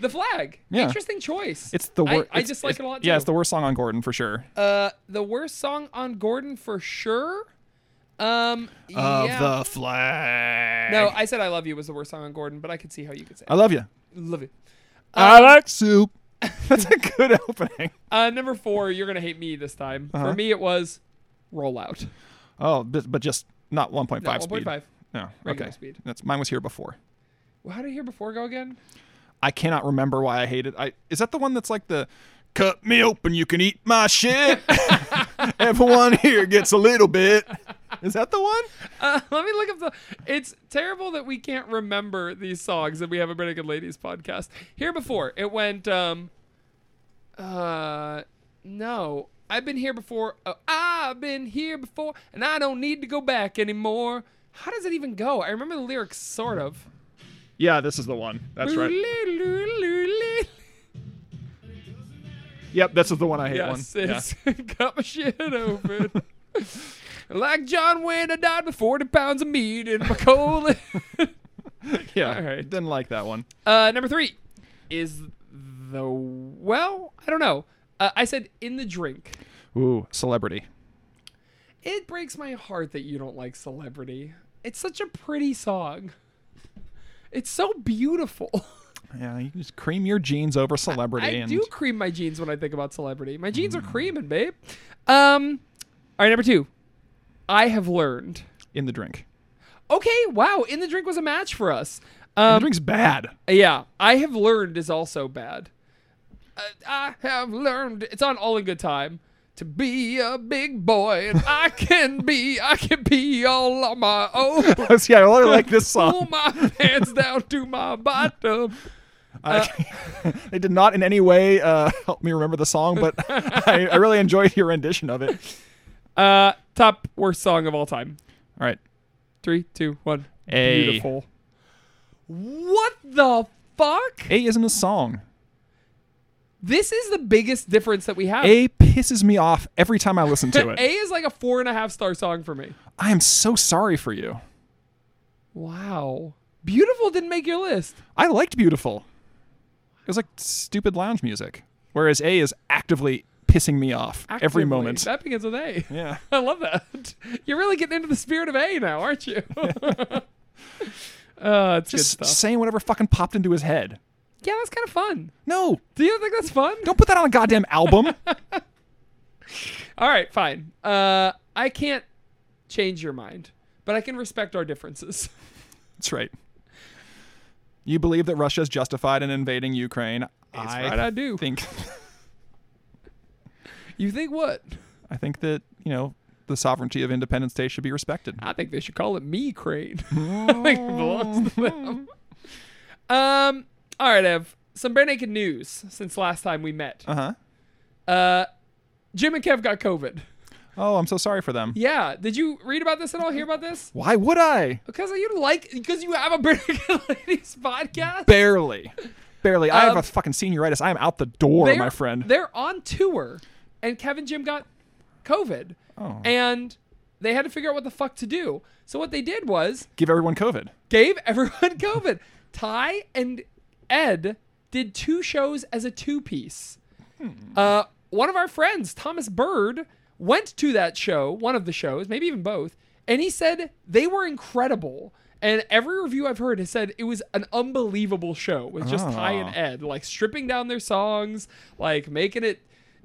S2: The flag.
S3: Yeah.
S2: Interesting choice.
S3: It's the
S2: I-
S3: worst.
S2: I, just like it a lot. Too.
S3: Yeah, it's the worst song on Gordon for sure.
S2: Uh, the worst song on Gordon for sure. Um,
S3: Of
S2: yeah.
S3: the flag.
S2: no, uh, I said I love you was the worst song on Gordon, but I could see how you could say
S3: I love you.
S2: love it. [LAUGHS]
S3: I like soup. That's a good [LAUGHS] opening.
S2: Uh, number four, you're gonna hate me this time.
S3: Uh-huh.
S2: For me, it was Rollout.
S3: Oh, but, but just not 1.5
S2: No,
S3: speed.
S2: 1.5.
S3: No,
S2: Regular
S3: okay.
S2: speed.
S3: That's mine was here before.
S2: Well, how did I hear before go again?
S3: I cannot remember why I hate it. I is that the one that's like the cut me open, you can eat my shit. [LAUGHS] Everyone here gets a little bit. Is that the one?
S2: Uh, [LAUGHS] let me look up the. It's terrible that we can't remember these songs and we have a Pretty Good Ladies podcast. Here before it went. um Uh, no, I've been here before. Oh, I've been here before, and I don't need to go back anymore. How does it even go? I remember the lyrics sort of.
S3: Yeah, this is the one. That's Yep, this is the one I hate
S2: Yes, it's [LAUGHS] got my shit open. [LAUGHS] like John Wayne, I died with 40 pounds of meat in my
S3: [LAUGHS]
S2: colon.
S3: Yeah. [LAUGHS]
S2: All right.
S3: Didn't like that one.
S2: Uh, number three is the well. I don't know. Uh, I said in the drink.
S3: Ooh, celebrity.
S2: It breaks my heart that you don't like celebrity. It's such a pretty song. It's so beautiful.
S3: Yeah, you can just cream your jeans over celebrity.
S2: I
S3: and
S2: do cream my jeans when I think about celebrity. My jeans are creaming, babe. Um, all right, number two. I have learned.
S3: in the drink.
S2: Okay, wow. In the drink was a match for us.
S3: The
S2: Um,
S3: drink's bad. [LAUGHS]
S2: yeah, I have learned is also bad. Uh, I have learned. It's on All in Good Time. To be a big boy,
S3: [LAUGHS]
S2: and I can be, I can be all on my own.
S3: See, I really like this
S2: Pull
S3: song.
S2: Oh my
S3: [LAUGHS]
S2: pants down to my bottom.
S3: I- [LAUGHS] they did not in any way uh, [LAUGHS] help me remember the song, but [LAUGHS] I, I really enjoyed your rendition of it.
S2: Uh, top worst song of all time.
S3: All right.
S2: Three, two, one.
S3: A.
S2: Beautiful. What the fuck?
S3: A isn't a song.
S2: This is the biggest difference that we have.
S3: A pisses me off every time I listen [LAUGHS] to it.
S2: A is like a four and a half star song for me.
S3: I am so sorry for you.
S2: Wow. Beautiful didn't make your list.
S3: I liked Beautiful. It was like stupid lounge music, whereas A is actively pissing me off every
S2: Actively.
S3: moment.
S2: That begins with A.
S3: [LAUGHS] yeah.
S2: [LAUGHS] I love that. You're really getting into the spirit of A now, aren't
S3: [LAUGHS]
S2: you? [LAUGHS] uh, it's
S3: Just
S2: good stuff.
S3: saying whatever fucking popped into his head.
S2: Yeah, that's kind of fun.
S3: No,
S2: Do you think that's fun?
S3: don't put that on a goddamn [LAUGHS] album.
S2: All right, fine. Uh, I can't change your mind, but I can respect our differences. [LAUGHS]
S3: That's right. You believe that Russia's justified in invading Ukraine. I
S2: right, I do.
S3: Think
S2: You think what?
S3: I think that, you know, the sovereignty of independent states should be respected.
S2: I think they should call it me crane. [LAUGHS] I think it belongs to
S3: [LAUGHS]
S2: them. Um, all right, Ev. Some bare naked news since last time we met.
S3: Uh-huh.
S2: Uh, Jim and Kev got COVID.
S3: Oh, I'm so sorry for them.
S2: Yeah, did you read about this at all? Hear about this?
S3: Why would I?
S2: Because you like, because you have a bare naked [LAUGHS] ladies podcast.
S3: Barely. Barely. I have
S2: Um,
S3: a fucking senioritis. I am out the door,
S2: They're-
S3: my friend.
S2: They're on tour, and Kevin Jim got COVID,
S3: Oh.
S2: and they had to figure out what the fuck to do. So what they did was
S3: Give everyone COVID.
S2: gave [LAUGHS] everyone COVID. Ty and Ed did two shows as a two piece.
S3: Hmm.
S2: Uh, one of our friends, Thomas Bird, went to that show, one of the shows, maybe even both, and he said they were incredible. And every review I've heard has said it was an unbelievable show with just Ty
S3: Oh.
S2: and Ed, like stripping down their songs, like making it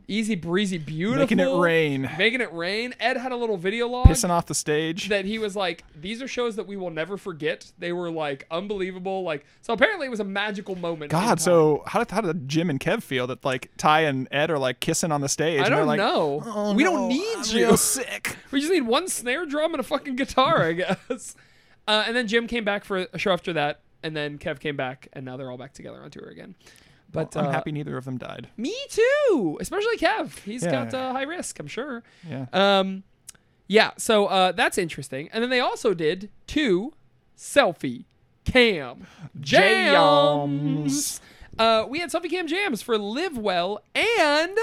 S2: easy breezy, beautiful,
S3: rain.
S2: making it rain. Ed had a little video log
S3: Pissing off the stage.
S2: that he was like, these are shows that we will never forget. They were like unbelievable. Like so, apparently it was a magical moment. in time.
S3: God, so how did, how did Jim and Kev feel that like Ty and Ed are like kissing on the stage?
S2: I
S3: and they're
S2: don't
S3: like,
S2: know.
S3: "Oh,
S2: we
S3: no,
S2: don't need
S3: I'm
S2: you.
S3: real sick.
S2: [LAUGHS] We just need one snare drum and a fucking guitar, I guess. [LAUGHS] Uh, and then Jim came back for a show after that, and then Kev came back, and now they're all back together on tour again. But
S3: I'm
S2: uh,
S3: happy neither of them died.
S2: Me too, especially Kev. He's
S3: Yeah.
S2: got uh, high risk, I'm sure.
S3: Yeah.
S2: Um, yeah. So uh, that's interesting. And then they also did two selfie cam jams.
S3: Jams.
S2: Uh, we had selfie cam jams for Live Well and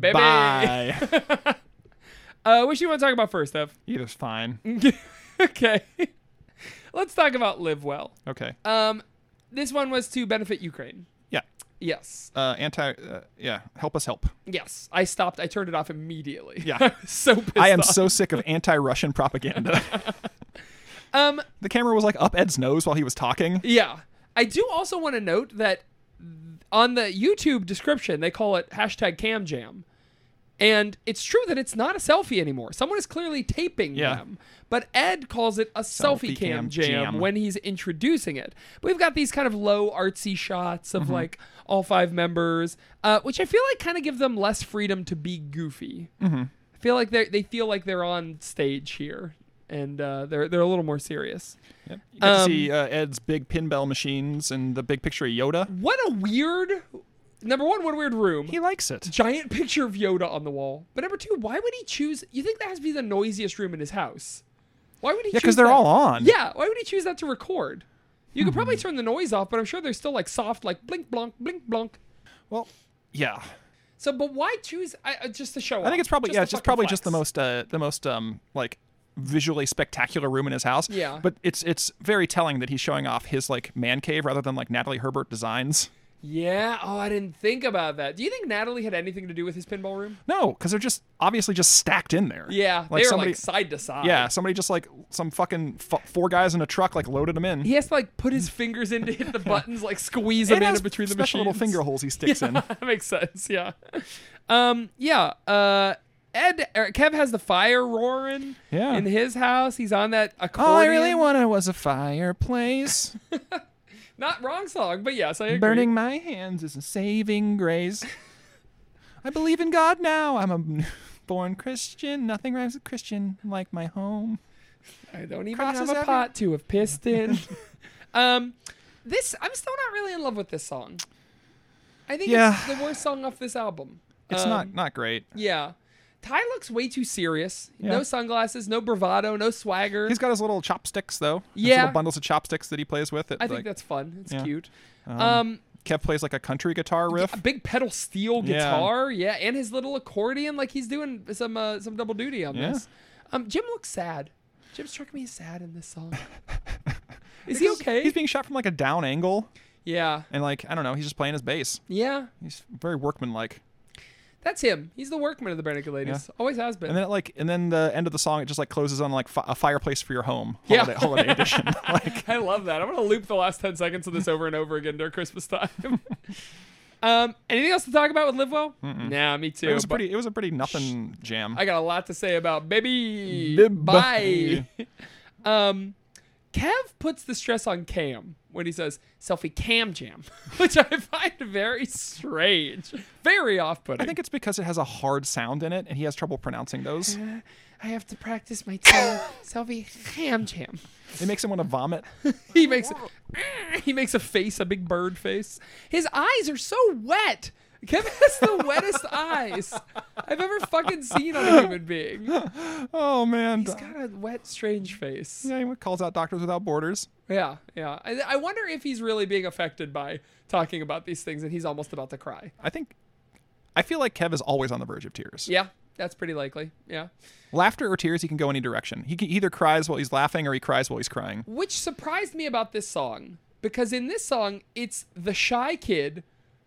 S2: Baby.
S3: Bye.
S2: [LAUGHS] Uh, which do you want to talk about first, Ev? [LAUGHS]
S3: Either's fine.
S2: Mm. okay. Let's talk about Live Well.
S3: Okay.
S2: Um, this one was to benefit Ukraine.
S3: yeah.
S2: Yes.
S3: Uh, anti. Uh, yeah. Help us help.
S2: Yes. I stopped. I turned it off immediately.
S3: Yeah.
S2: I was [LAUGHS] so pissed
S3: I am
S2: off.
S3: so sick of anti-Russian propaganda.
S2: [LAUGHS] Um,
S3: the camera was like up Ed's nose while he was talking.
S2: Yeah. I do also want to note that on the YouTube description, they call it hashtag cam jam. And it's true that it's not a selfie anymore. Someone is clearly taping
S3: Yeah.
S2: them. But Ed calls it a selfie,
S3: Selfie
S2: cam,
S3: cam
S2: jam,
S3: jam.
S2: when he's introducing it. But we've got these kind of low artsy shots of like all five members, uh, which I feel like kind of give them less freedom to be goofy. I feel like they they feel like they're on stage here, and uh, they're they're a little more serious.
S3: You get
S2: Um,
S3: to see uh, Ed's big pinball machines and the big picture of Yoda.
S2: What a weird number one, what a weird room.
S3: He likes it.
S2: Giant picture of Yoda on the wall. But number two, why would he choose you think that has to be the noisiest room in his house? Why would he
S3: Yeah,
S2: choose
S3: because they're
S2: that?
S3: all on. Hmm.
S2: Yeah, why would he choose that to record? You could probably turn the noise off, but I'm sure there's still like soft, like blink blonk, blink blonk.
S3: Well. Yeah.
S2: So but why choose I, uh, just to show
S3: I think it's probably yeah, it's just probably just the
S2: most.
S3: most uh, the most um like visually spectacular room in his house.
S2: Yeah.
S3: But it's it's very telling that he's showing off his like man cave rather than like Natalie Herbert designs.
S2: Yeah. Oh, I didn't think about that. Do you think Natalie had anything to do with his pinball room?
S3: No, because they're just obviously just stacked in there.
S2: Yeah.
S3: like
S2: they were
S3: somebody.
S2: like side to side.
S3: yeah, somebody just like some fucking f- four guys in a truck like loaded them in.
S2: He has to like put his fingers in to hit the buttons, like squeeze
S3: It
S2: them in
S3: has
S2: between the
S3: special
S2: machines.
S3: little finger [LAUGHS] holes he sticks
S2: [LAUGHS]
S3: in.
S2: that makes sense. Yeah. Um. Yeah. Uh. Ed or Kev has the fire roaring.
S3: Yeah. Oh,
S2: In his house, he's on that accordion.
S3: wanted was a fireplace.
S2: Not wrong song, but yes, I agree.
S3: my hands is a saving grace. I believe in God now. I'm a [LAUGHS] born Christian. Nothing rhymes with Christian like my home.
S2: I don't even
S3: Crosses
S2: have a
S3: every-
S2: pot to have pissed
S3: [LAUGHS]
S2: in. um, this I'm still not really in love with this song. I think it's
S3: Yeah.
S2: the worst song off this album.
S3: It's
S2: Um,
S3: not not great.
S2: Yeah, Ty looks way too serious.
S3: Yeah.
S2: No sunglasses, no bravado, no swagger.
S3: He's got his little chopsticks though. His
S2: Yeah.
S3: little bundles of chopsticks that he plays with. That,
S2: I think
S3: like,
S2: that's fun. It's
S3: yeah.
S2: cute. Um,
S3: Kev plays like a country guitar riff.
S2: a big pedal steel
S3: Yeah.
S2: guitar, yeah. and his little accordion. Like he's doing some uh, some double duty on
S3: Yeah.
S2: this. Um, Jim looks sad. Jim struck me as sad in this
S3: [LAUGHS]
S2: song. Is he okay?
S3: He's being shot from like a down angle,
S2: yeah,
S3: and like I don't know. He's just playing his bass.
S2: yeah.
S3: He's very workmanlike.
S2: That's him. He's the workman of the Bernica ladies. Always has been.
S3: And then it, like, and then the end of the song, it just like closes on like fi- a fireplace for your home.
S2: Yeah.
S3: Holiday, holiday edition.
S2: [LAUGHS]
S3: like,
S2: I love that. I'm gonna loop the last ten seconds of this over and over again during Christmas
S3: [LAUGHS]
S2: time. um, anything else to talk about with Live Well? Nah, me too.
S3: it was a
S2: but
S3: pretty. It was a pretty nothing jam.
S2: I got a lot to say about baby.
S3: Bye-bye.
S2: Bye. [LAUGHS] um, Kev puts the stress on Cam when he says selfie Cam Jam, [LAUGHS] which I find very strange, very off-putting.
S3: I think it's because it has a hard sound in it, and he has trouble pronouncing those.
S2: I have to practice my tongue. [LAUGHS] selfie Cam Jam. [LAUGHS]
S3: It makes him want to vomit.
S2: He makes [LAUGHS] he makes a face, a big bird face. His eyes are so wet. Kevin has
S3: [LAUGHS]
S2: the wettest eyes I've ever fucking seen on a human being. He's
S3: Oh man.
S2: got a wet, strange face.
S3: yeah, he calls out Doctors Without Borders.
S2: Yeah, yeah. I, I wonder if he's really being affected by talking about these things, and he's almost about to cry.
S3: I think. I feel like Kev is always on the verge of tears.
S2: Yeah, that's pretty likely. Yeah,
S3: Laughter or tears, he can go any direction. He can either cries while he's laughing or he cries while he's crying.
S2: which surprised me about this song because in this song, it's the shy kid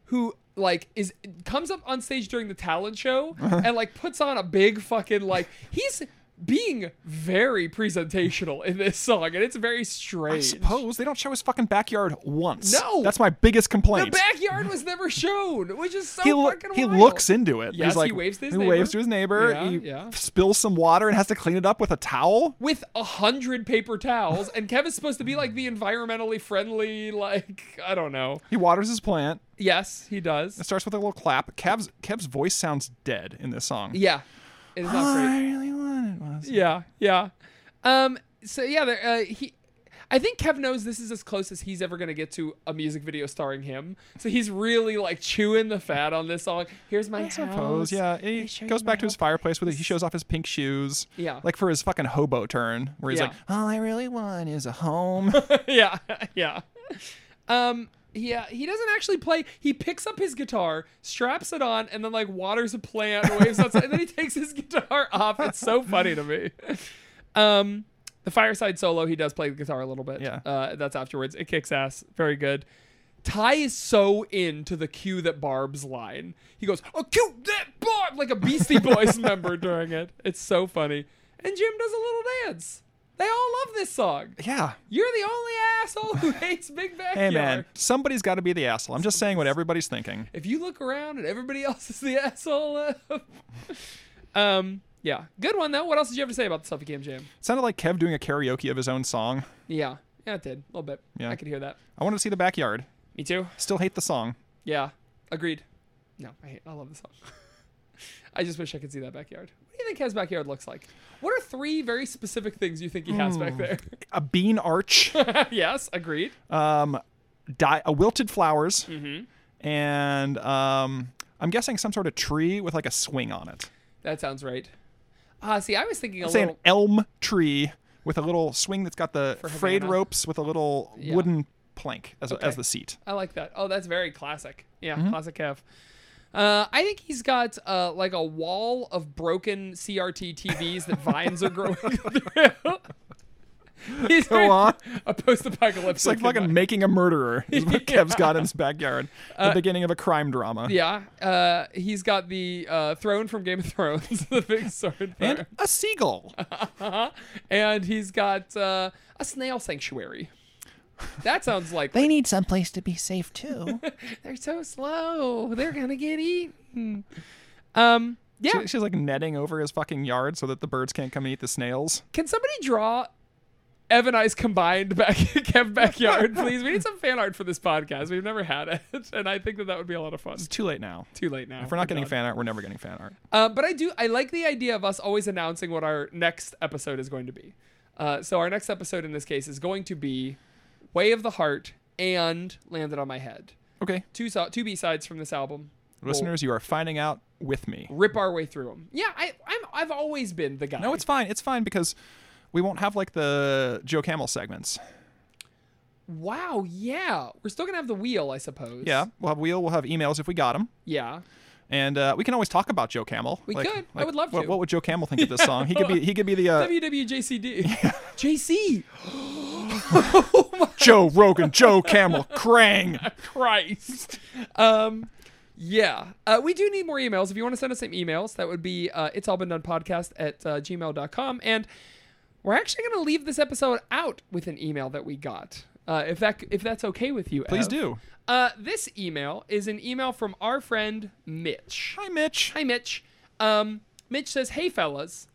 S2: who like is comes up on stage during the talent
S3: [LAUGHS]
S2: show and like puts on a big fucking like he's being very presentational in this song, and it's very strange.
S3: I suppose they don't show his fucking backyard once.
S2: No.
S3: That's my biggest
S2: the
S3: complaint.
S2: backyard was never shown, which is so
S3: he, loo-
S2: fucking.
S3: he
S2: wild.
S3: looks into it.
S2: Yes,
S3: He's like,
S2: he waves to his
S3: he
S2: neighbor.
S3: waves to his neighbor.
S2: Yeah,
S3: he
S2: yeah.
S3: spills some water and has to clean it up with a towel.
S2: with a hundred paper towels, and Kevin's supposed to be like the environmentally friendly, like I don't know.
S3: He waters his plant.
S2: Yes, he does.
S3: It starts with a little clap. Kev's Kev's voice sounds dead in this song.
S2: Yeah, it's not great.
S3: really wanted was.
S2: Yeah, yeah. Um. So yeah, there, uh, he. I think Kev knows this is as close as he's ever gonna get to a music video starring him. So he's really like chewing the fat on this song. Here's my
S3: I suppose.
S2: house.
S3: Yeah.
S2: I
S3: He
S2: showed
S3: goes
S2: you
S3: back
S2: my
S3: to his
S2: house.
S3: fireplace with it. He shows off his pink shoes.
S2: Yeah.
S3: Like for his fucking hobo turn, where he's
S2: Yeah.
S3: like, "All I really want is
S2: [LAUGHS]
S3: a home."
S2: yeah, yeah. Um, yeah, he doesn't actually play. He picks up his guitar, straps it on, and then like waters a plant, waves outside, and then he takes his [LAUGHS] guitar off. It's so funny to me. Um, the fireside solo, he does play the guitar a little bit.
S3: Yeah.
S2: uh, that's afterwards. It kicks ass. Very good. Ty is so into the cue that Barb's line. He goes, "Oh, cue that Barb!" like a Beastie Boys member during it. It's so funny. And Jim does a little dance. They all love this song.
S3: yeah.
S2: You're the only asshole who [LAUGHS] hates Big
S3: Hey
S2: Backyard.
S3: man, somebody's got to be the asshole. I'm just saying what everybody's thinking.
S2: If you look around and everybody else is the [LAUGHS] asshole, um, yeah, good one though. What else did you have to say about the selfie cam jam?
S3: It sounded like Kev doing a karaoke of his own song.
S2: Yeah, yeah, it did a little bit.
S3: Yeah.
S2: I could hear that.
S3: I wanted to see the backyard.
S2: Me too.
S3: Still hate the song.
S2: Yeah, agreed. No, I hate. I love the song. [LAUGHS] I just wish I could see that backyard. What do you think his backyard looks like? What are three very specific things you think he has
S3: Hmm.
S2: back there? [LAUGHS]
S3: A bean arch,
S2: yes, agreed.
S3: um, di- uh, wilted flowers,
S2: Mm-hmm.
S3: and um, I'm guessing some sort of tree with like a swing on it.
S2: That sounds right. Ah, see, I was thinking a
S3: say
S2: little.
S3: an elm tree with a little swing that's got the frayed
S2: Havana.
S3: ropes with a little
S2: Yeah.
S3: wooden plank as,
S2: Okay.
S3: as
S2: [LAUGHS]
S3: the seat.
S2: I like that. Oh, that's very classic. Yeah,
S3: Mm-hmm.
S2: classic Kev. Uh, I think he's got uh, like a
S3: [LAUGHS]
S2: wall of broken CRT TVs that vines are growing through. He's
S3: Go on.
S2: A post-apocalyptic.
S3: It's like fucking making a murderer is
S2: [LAUGHS]
S3: what Kev's got in his backyard. The beginning of a crime drama.
S2: Uh, Yeah, uh, he's got the uh, throne from Game of Thrones, [LAUGHS] the big sword,
S3: And
S2: [LAUGHS]
S3: a seagull.
S2: uh and he's got uh, a snail sanctuary. That
S3: [LAUGHS]
S2: sounds like
S5: They need someplace to be safe too.
S2: they're so slow. They're gonna get eaten. Um, yeah.
S3: She- she's like netting over his fucking yard so that the birds can't come and eat the snails.
S2: Can somebody draw Ev and I's combined back [LAUGHS] Kev backyard, please? We need some fan art for this podcast. We've never had it, and I think that that would be a lot of fun.
S3: It's too late now.
S2: Too late now.
S3: If we're not getting
S2: done.
S3: fan art, we're never getting fan art.
S2: Um, but I do. I like the idea of us always announcing what our next episode is going to be. Uh, so our next episode in this case is going to be "Way of the Heart" and "Landed on My Head."
S3: Okay.
S2: Two so- two B sides from this album. We'll
S3: Listeners, you are finding out with me.
S2: rip our way through them. Yeah, I, I'm. I've always been the guy.
S3: No, it's fine. It's fine because we won't have like the Joe Camel segments.
S2: wow. Yeah, we're still gonna have the wheel, I suppose.
S3: Yeah, we'll have wheel. We'll have emails if we got them,
S2: Yeah.
S3: and uh, we can always talk about Joe Camel. We
S2: could. I would love
S3: What,
S2: to.
S3: what would Joe Camel think of this song? He could be. He could be [LAUGHS] the uh,
S2: WWJCD.
S3: [LAUGHS]
S2: JC.
S3: Joe Rogan, Joe [LAUGHS] Camel, Krang.
S2: Christ. Um, yeah. Uh, we do need more emails. If you want to send us some emails, that would be uh, it's all been done podcast at uh, gmail.com. And we're actually going to leave this episode out with an email that we got. Uh, if that if that's okay with you,
S3: Please
S2: Ev.
S3: do.
S2: Uh, this email is an email from our friend Mitch.
S3: Hi, Mitch.
S2: Hi, Mitch. Um, Mitch says, "Hey, fellas,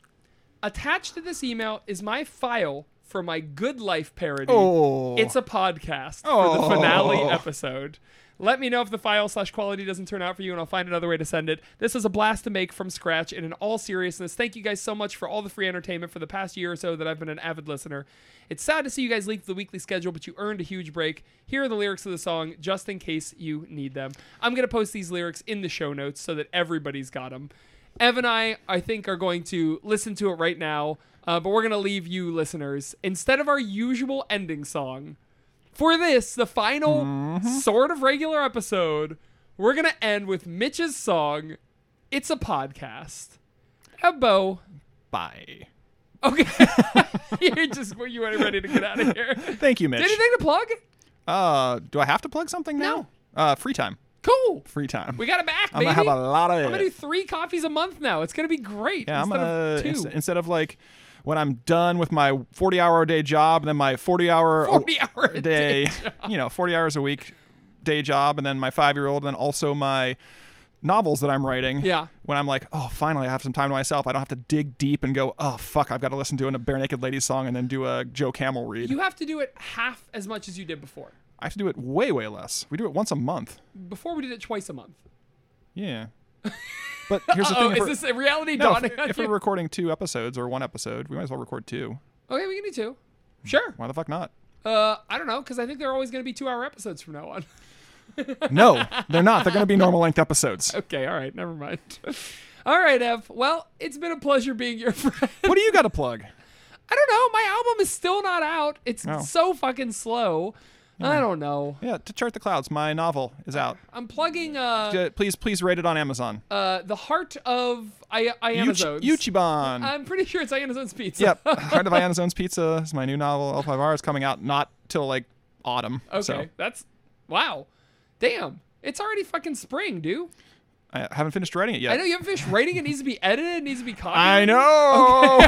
S2: attached to this email is my file for my Good Life parody.
S3: Oh.
S2: It's a podcast for the finale episode. Let me know if the file slash quality doesn't turn out for you, and I'll find another way to send it. This was a blast to make from scratch, and in all seriousness, thank you guys so much for all the free entertainment for the past year or so that I've been an avid listener. It's sad to see you guys leave the weekly schedule, but you earned a huge break. Here are the lyrics of the song, just in case you need them. I'm gonna post these lyrics in the show notes so that everybody's got them. Ev and I, I think, are going to listen to it right now, uh, but we're going to leave you, listeners, instead of our usual ending song, for this, the final
S3: Mm-hmm.
S2: sort of regular episode, we're going to end with Mitch's song, It's a Podcast. Ebbo.
S3: Bye.
S2: Okay. [LAUGHS] You're just, were you ready to get out of
S3: [LAUGHS]
S2: here?
S3: Thank you, Mitch.
S2: Anything to plug?
S3: Uh, do I have to plug something now? Uh, free time.
S2: Cool.
S3: Free time.
S2: We got it back,
S3: I'm
S2: baby.
S3: gonna have a lot of it.
S2: I'm gonna do three coffees a month now. It's gonna be great.
S3: Yeah, I'm
S2: instead
S3: gonna
S2: of two. [LAUGHS]
S3: inst- instead of like when I'm done with my 40 hour a day job, then my 40 hour
S2: 40 hour a day
S3: [LAUGHS] you know, 40 hours a week day job, and then my five year old, and then also my novels that I'm writing.
S2: Yeah.
S3: When I'm like, oh, finally, I have some time to myself. I don't have to dig deep and go, oh fuck, I've got to listen to a bare naked lady song and then do a Joe Camel read.
S2: You have to do it half as much as you did before.
S3: I have to do it way way less. We do it once a month.
S2: Before we did it twice a month. [LAUGHS]
S3: Yeah. But here's the
S2: Oh,
S3: thing. if
S2: is
S3: we're-
S2: this a reality
S3: no, if,
S2: dawning on
S3: if we're
S2: you?
S3: recording two episodes or one episode, we might as well record two.
S2: [LAUGHS] Okay, we can do two. Sure.
S3: Why the fuck not?
S2: Uh, I don't know, because I think they're always going to be two-hour episodes from now on. [LAUGHS]
S3: No, they're not. They're going to be normal length episodes.
S2: okay, all right, never mind. [LAUGHS] all right, Ev. Well, it's been a pleasure being your [LAUGHS] friend.
S3: What do you got to plug?
S2: I don't know. My album is still not out. It's
S3: Oh.
S2: so fucking slow. I don't know.
S3: Yeah, to chart the clouds. My novel is out.
S2: I'm plugging uh,
S3: Uh, please, please rate it on Amazon.
S2: uh the heart of I-
S3: Uchi-
S2: Ianazones.
S3: Uchiban.
S2: I'm pretty sure it's Ianazones Pizza. [LAUGHS]
S3: yep, Heart of Ianazone's Pizza is my new novel. L5R is coming out not till like autumn.
S2: Okay,
S3: So
S2: that's wow. Damn, it's already fucking spring, dude.
S3: I haven't finished writing it yet.
S2: I know you haven't finished writing. It needs to be edited. It needs to be copied.
S3: I know.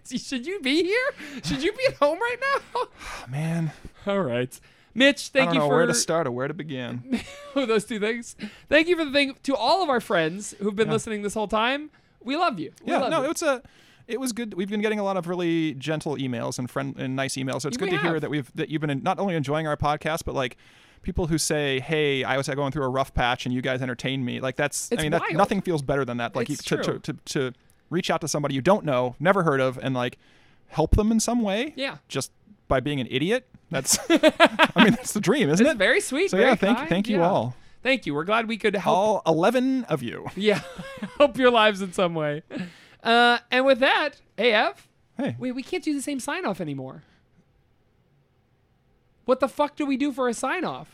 S2: [LAUGHS] Should you be here? Should you be at home right now?
S3: [LAUGHS] Man,
S2: [LAUGHS] All right, Mitch.
S3: I
S2: Thank
S3: don't
S2: you
S3: know
S2: for
S3: where to start or where to begin.
S2: [LAUGHS] those two things. Thank you for the thing to all of our friends who've been listening this whole time. We love you. We
S3: Yeah,
S2: love
S3: no,
S2: you.
S3: it's a. It was good. We've been getting a lot of really gentle emails and friend and nice emails. So it's
S2: We
S3: good to hear
S2: have.
S3: that we've that you've been not only enjoying our podcast, but like people who say, "Hey, I was going through a rough patch, and you guys entertained me." Like that's.
S2: It's
S3: I mean, that,
S2: wild.
S3: nothing feels better than that. Like
S2: It's
S3: you, to,
S2: true.
S3: to, to to reach out to somebody you don't know, never heard of, and like help them in some way.
S2: Yeah.
S3: Just by being an idiot.
S2: [LAUGHS]
S3: That's. I mean, that's the dream, isn't
S2: It's
S3: it?
S2: very sweet.
S3: so
S2: very
S3: yeah, thank
S2: kind.
S3: thank you
S2: Yeah.
S3: all.
S2: Thank you. We're glad we could help. [LAUGHS]
S3: All eleven of you.
S2: Yeah, help your lives in some way. Uh, and with that, hey Ev.
S3: Hey.
S2: Wait, we can't do the same sign off anymore. What the fuck do we do for a sign off?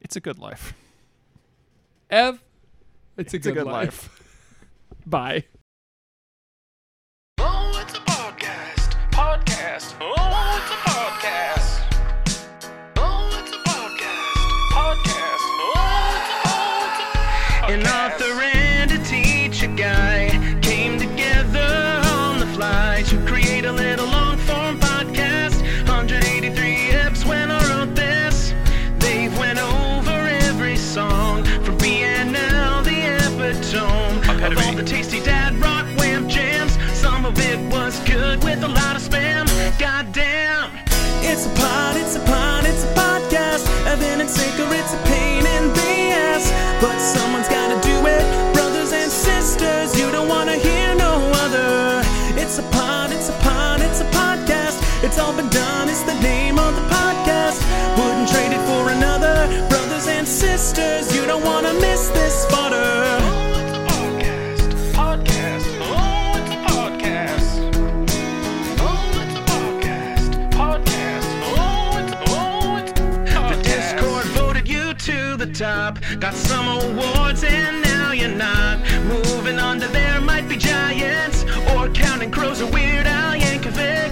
S3: It's a good life.
S2: Ev, it's a good,
S3: good
S2: life. [LAUGHS] Bye.
S6: Oh, Oh, goddamn.
S7: It's a pod, it's a pod, it's a podcast. A then and sinker, it's a pain in the ass. But someone's gotta do it. Brothers and sisters, you don't wanna hear no other. It's a pod, it's a pod, it's a podcast. It's all been done, it's the name of the podcast. Wouldn't trade it for another. Brothers and sisters, you don't wanna miss this fodder.
S6: Oh, Oh, The Discord voted you to the top. Got some awards and now you're not. Moving on to there might be giants or counting crows or Weird Al Yankovic.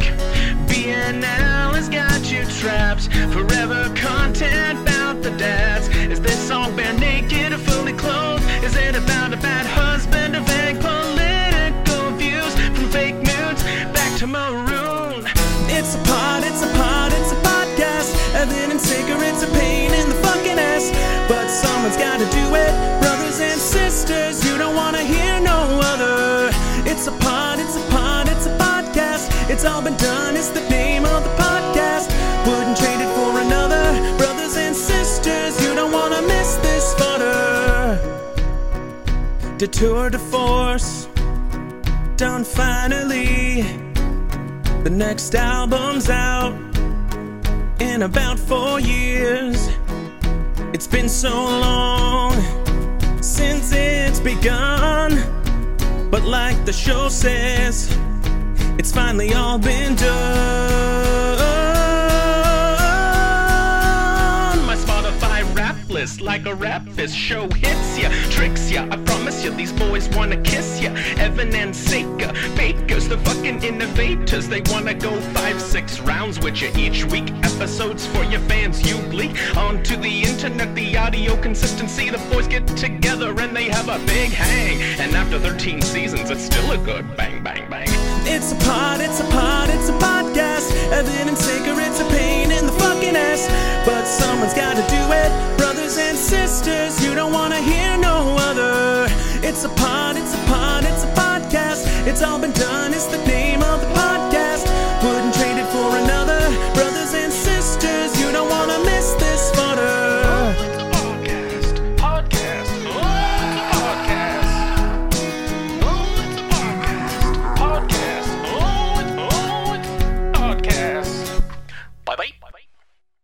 S6: BNL has got you trapped. Forever content about the dads. Is this song bare naked or fully clothed? Is it about a bad husband or vague political views? From fake nudes back to maroon.
S7: It's a pod, it's a pod, it's a podcast. Evan and Saker, it's a pain in the fucking ass. But someone's gotta do it. Brothers and sisters, you don't wanna hear no other. It's a pod, it's a pod, it's a podcast. It's all been done, it's the name of the podcast. Wouldn't trade it for another. Brothers and sisters, you don't wanna miss this fodder. Detour de force, done finally. The next album's out in about four years. It's been so long since it's begun. But like the show says, it's finally all been done.
S6: on my Spotify rap list like a rap fist. Show hits ya, tricks ya. I promise ya, these boys wanna kiss ya. Evan and Saker, bakers, the fucking innovators. They wanna go five, six rounds with you each week. Episodes for your fans, you bleak. Onto the internet, the audio consistency. The boys get together and they have a big hang. And after 13 seasons, it's still a good bang, bang, bang.
S7: It's a pod, it's a pod, it's a podcast. Evan and Saker, it's a pain in the fucking ass. But someone's gotta do it. Brothers and sisters, you don't wanna hear no other. It's a pod, it's a pod, it's a podcast. It's all been done, it's the